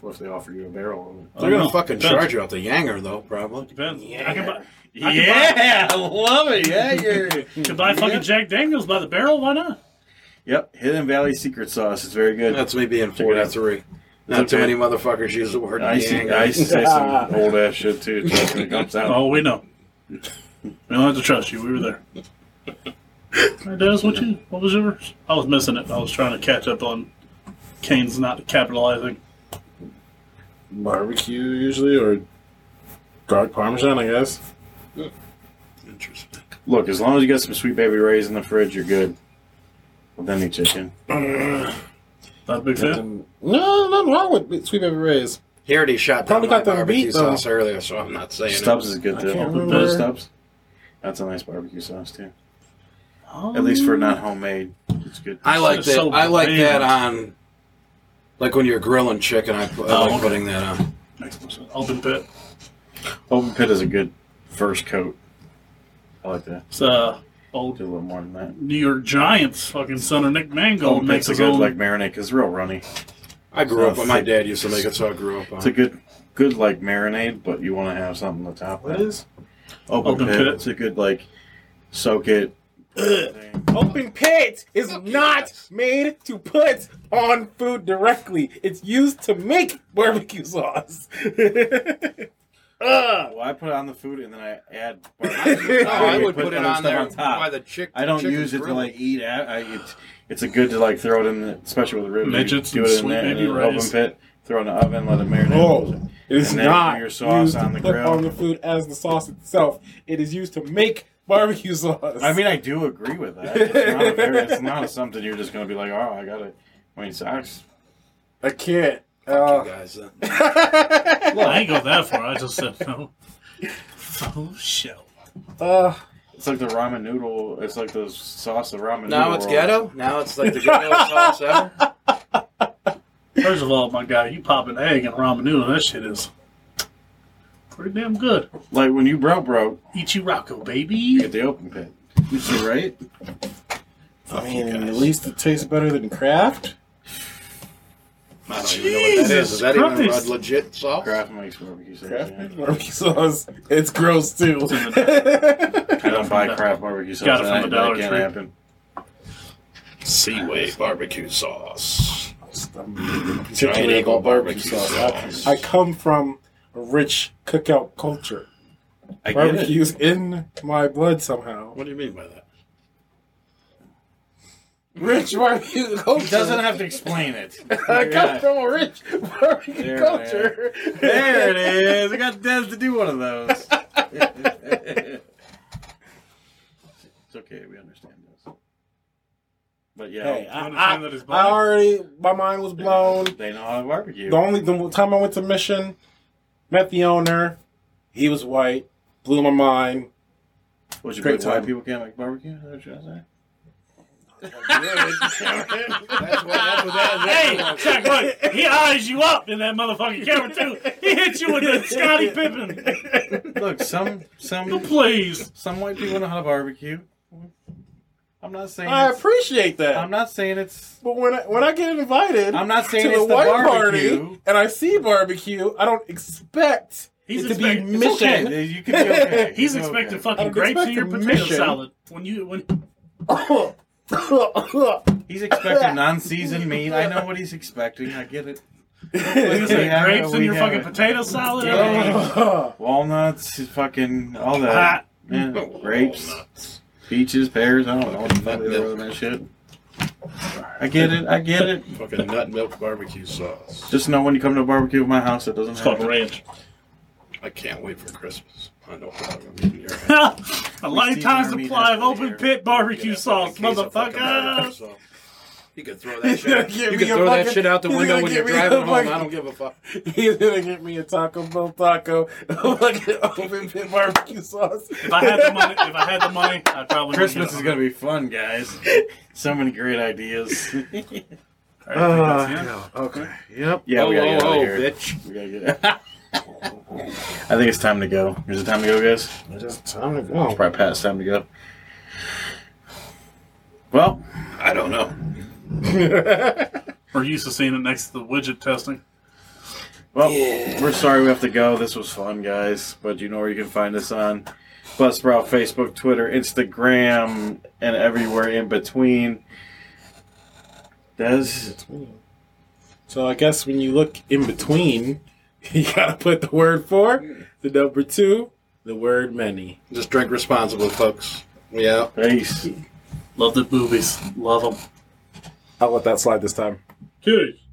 What if they offer you a barrel of it? They're gonna no. fucking That's- charge you out the yanger though, probably. Depends. I can buy, I can Yeah, I love it. Yeah, you're. can buy fucking Jack Daniels by the barrel. Why not? Yep, Hidden Valley Secret Sauce is very good. That's me being Check it out. 43. Not too Okay. many motherfuckers use the word I used, to, I yanger. used to say some old ass shit too. Trust me, it comes out. Oh, we know. We don't have to trust you. We were there. All right, Des, what you? What was yours? I was missing it. I was trying to catch up on Kane's not capitalizing. Barbecue usually or dark parmesan, I guess. Interesting. Look, as long as you got some sweet baby rays in the fridge, you're good. With any chicken, Not a big fan. And no, nothing wrong with sweet baby rays. He already shot down Probably my got the barbecue meat, though. sauce earlier, so I'm not saying Stubbs it. is good I too. can't Those remember. Stubbs, that's a nice barbecue sauce too. Oh, Um, At least for not homemade, it's good. I like that. So- so I like bland. that on, like when you're grilling chicken. I, pu- I Oh, like okay. putting that on. open pit. Open pit is a good first coat. I like that. It's uh Do a old little more than that. New York Giants fucking son of Nick Mangold Open makes pit's a his good own. like marinade. 'cause It's real runny. I grew So up. on My thick. dad used to make it, so I grew up on. It's a it. good, good like marinade, but you want to have something on the top. What is? open, Open pit. pit. It's a good like soak it. Open pit is not made to put on food directly. It's used to make barbecue sauce. Ugh. Well, I put it on the food and then I add. No, I Oh, I would put, it other on stuff there on top. by the chick. I don't chicken's use it to grill. like eat. At, I, it's it's a good to like throw it in, the, especially with the ribs. Midgets you and do it in sweet there in baby an rays. open pit. Throw it in the oven, let it marinate. Oh, it is And then not your sauce used on to the put grill. on the food as the sauce itself. It is used to make barbecue sauce. I mean, I do agree with that. It's not, a very, it's not something you're just gonna be like, oh, I got it. I mean, socks. I can't. Uh, guys. uh, I ain't go that far. I just said no. Oh show. uh, It's like the ramen noodle. It's like the sauce of ramen. Now noodle it's rolls. ghetto. Now it's like the ghetto sauce ever. First of all, my guy, you pop an egg and ramen noodle. That shit is pretty damn good. Like when you broke broke, Ichirako, you baby. get the open pit. You right? I mean, at least it tastes better than Kraft. I don't even know what that is. Jesus Is that even Christ. a legit sauce? Kraft makes barbecue sauce. Kraft yeah. makes barbecue sauce. It's gross too. I don't buy Kraft barbecue sauce. Got it from That- the Dollar that can't Tree. happen. Seaway barbecue sauce. Particularly Eagle about barbecue barbecue sauce. sauce. I, I come from a rich cookout culture. I get it. Barbecue's in my blood somehow. What do you mean by that? Rich barbecue culture. He doesn't have to explain it. I come Yeah. from a rich barbecue There it culture. There it is. I got Dez to do one of those. it's okay. We understand this. But yeah, Hey, You I, understand that I, it's I black? already my mind was blown. they know how to barbecue. The only the time I went to Mission, met the owner. He was white. Blew my mind. What you Great believe white time. people can't make barbecue? Is that what you're trying to say? That's what, that's what that Hey, check, look, he eyes you up in that motherfucking camera, too. He hits you with the Scotty Pippen. Look, some some Please. some white people know how to barbecue. I'm not saying I it's, appreciate that. I'm not saying it's But when I, when I get invited I'm not saying to it's the the white barbecue. party and I see barbecue, I don't expect He's it to be expect- it's mission. okay. You can be okay. He's It's expecting okay. fucking I'm grapes in your expecting potato mission. salad. When you, when, He's expecting non-seasoned meat. I know what he's expecting. I get it. Is it have grapes it, in we your have fucking it. potato salad? Yeah. Walnuts, fucking all Ah, that. Yeah, grapes, peaches, pears. I don't know what the fuck they were in that shit. I get it. I get it. is. Fucking nut milk barbecue sauce. Just know when you come to a barbecue at my house, it doesn't it's have called it. ranch. I can't wait for Christmas. I know how I'm eating your a lifetime our meat supply of halfway open here. pit barbecue sauce, In case I fuck up, motherfucker. so. You can throw that shit. out- He's gonna You give can me a throw that fucking- shit out the he's window gonna when give you're me driving a home. I fucking- don't give a fuck. He's gonna get me a Taco Bell taco, a fucking open pit barbecue sauce. If I had the money, if I had the money, I probably Christmas is gonna be fun, guys. So many great ideas. Uh, Okay. Yep. yeah, we gotta get out oh, of here. bitch. We gotta get out. I think it's time to go. Is it time to go, guys? It is time to go. Probably past time to go. Well, I don't know. We're used to seeing it next to the widget testing. Well, we're sorry we have to go. This was fun, guys. But you know where you can find us on Bus Route, Facebook, Twitter, Instagram, and everywhere in between. Des, So I guess when you look in between, you gotta put the word for, the number two, the word many. Just drink responsibly, folks. We out. peace. Love the movies. Love them. I'll let that slide this time. Cheers.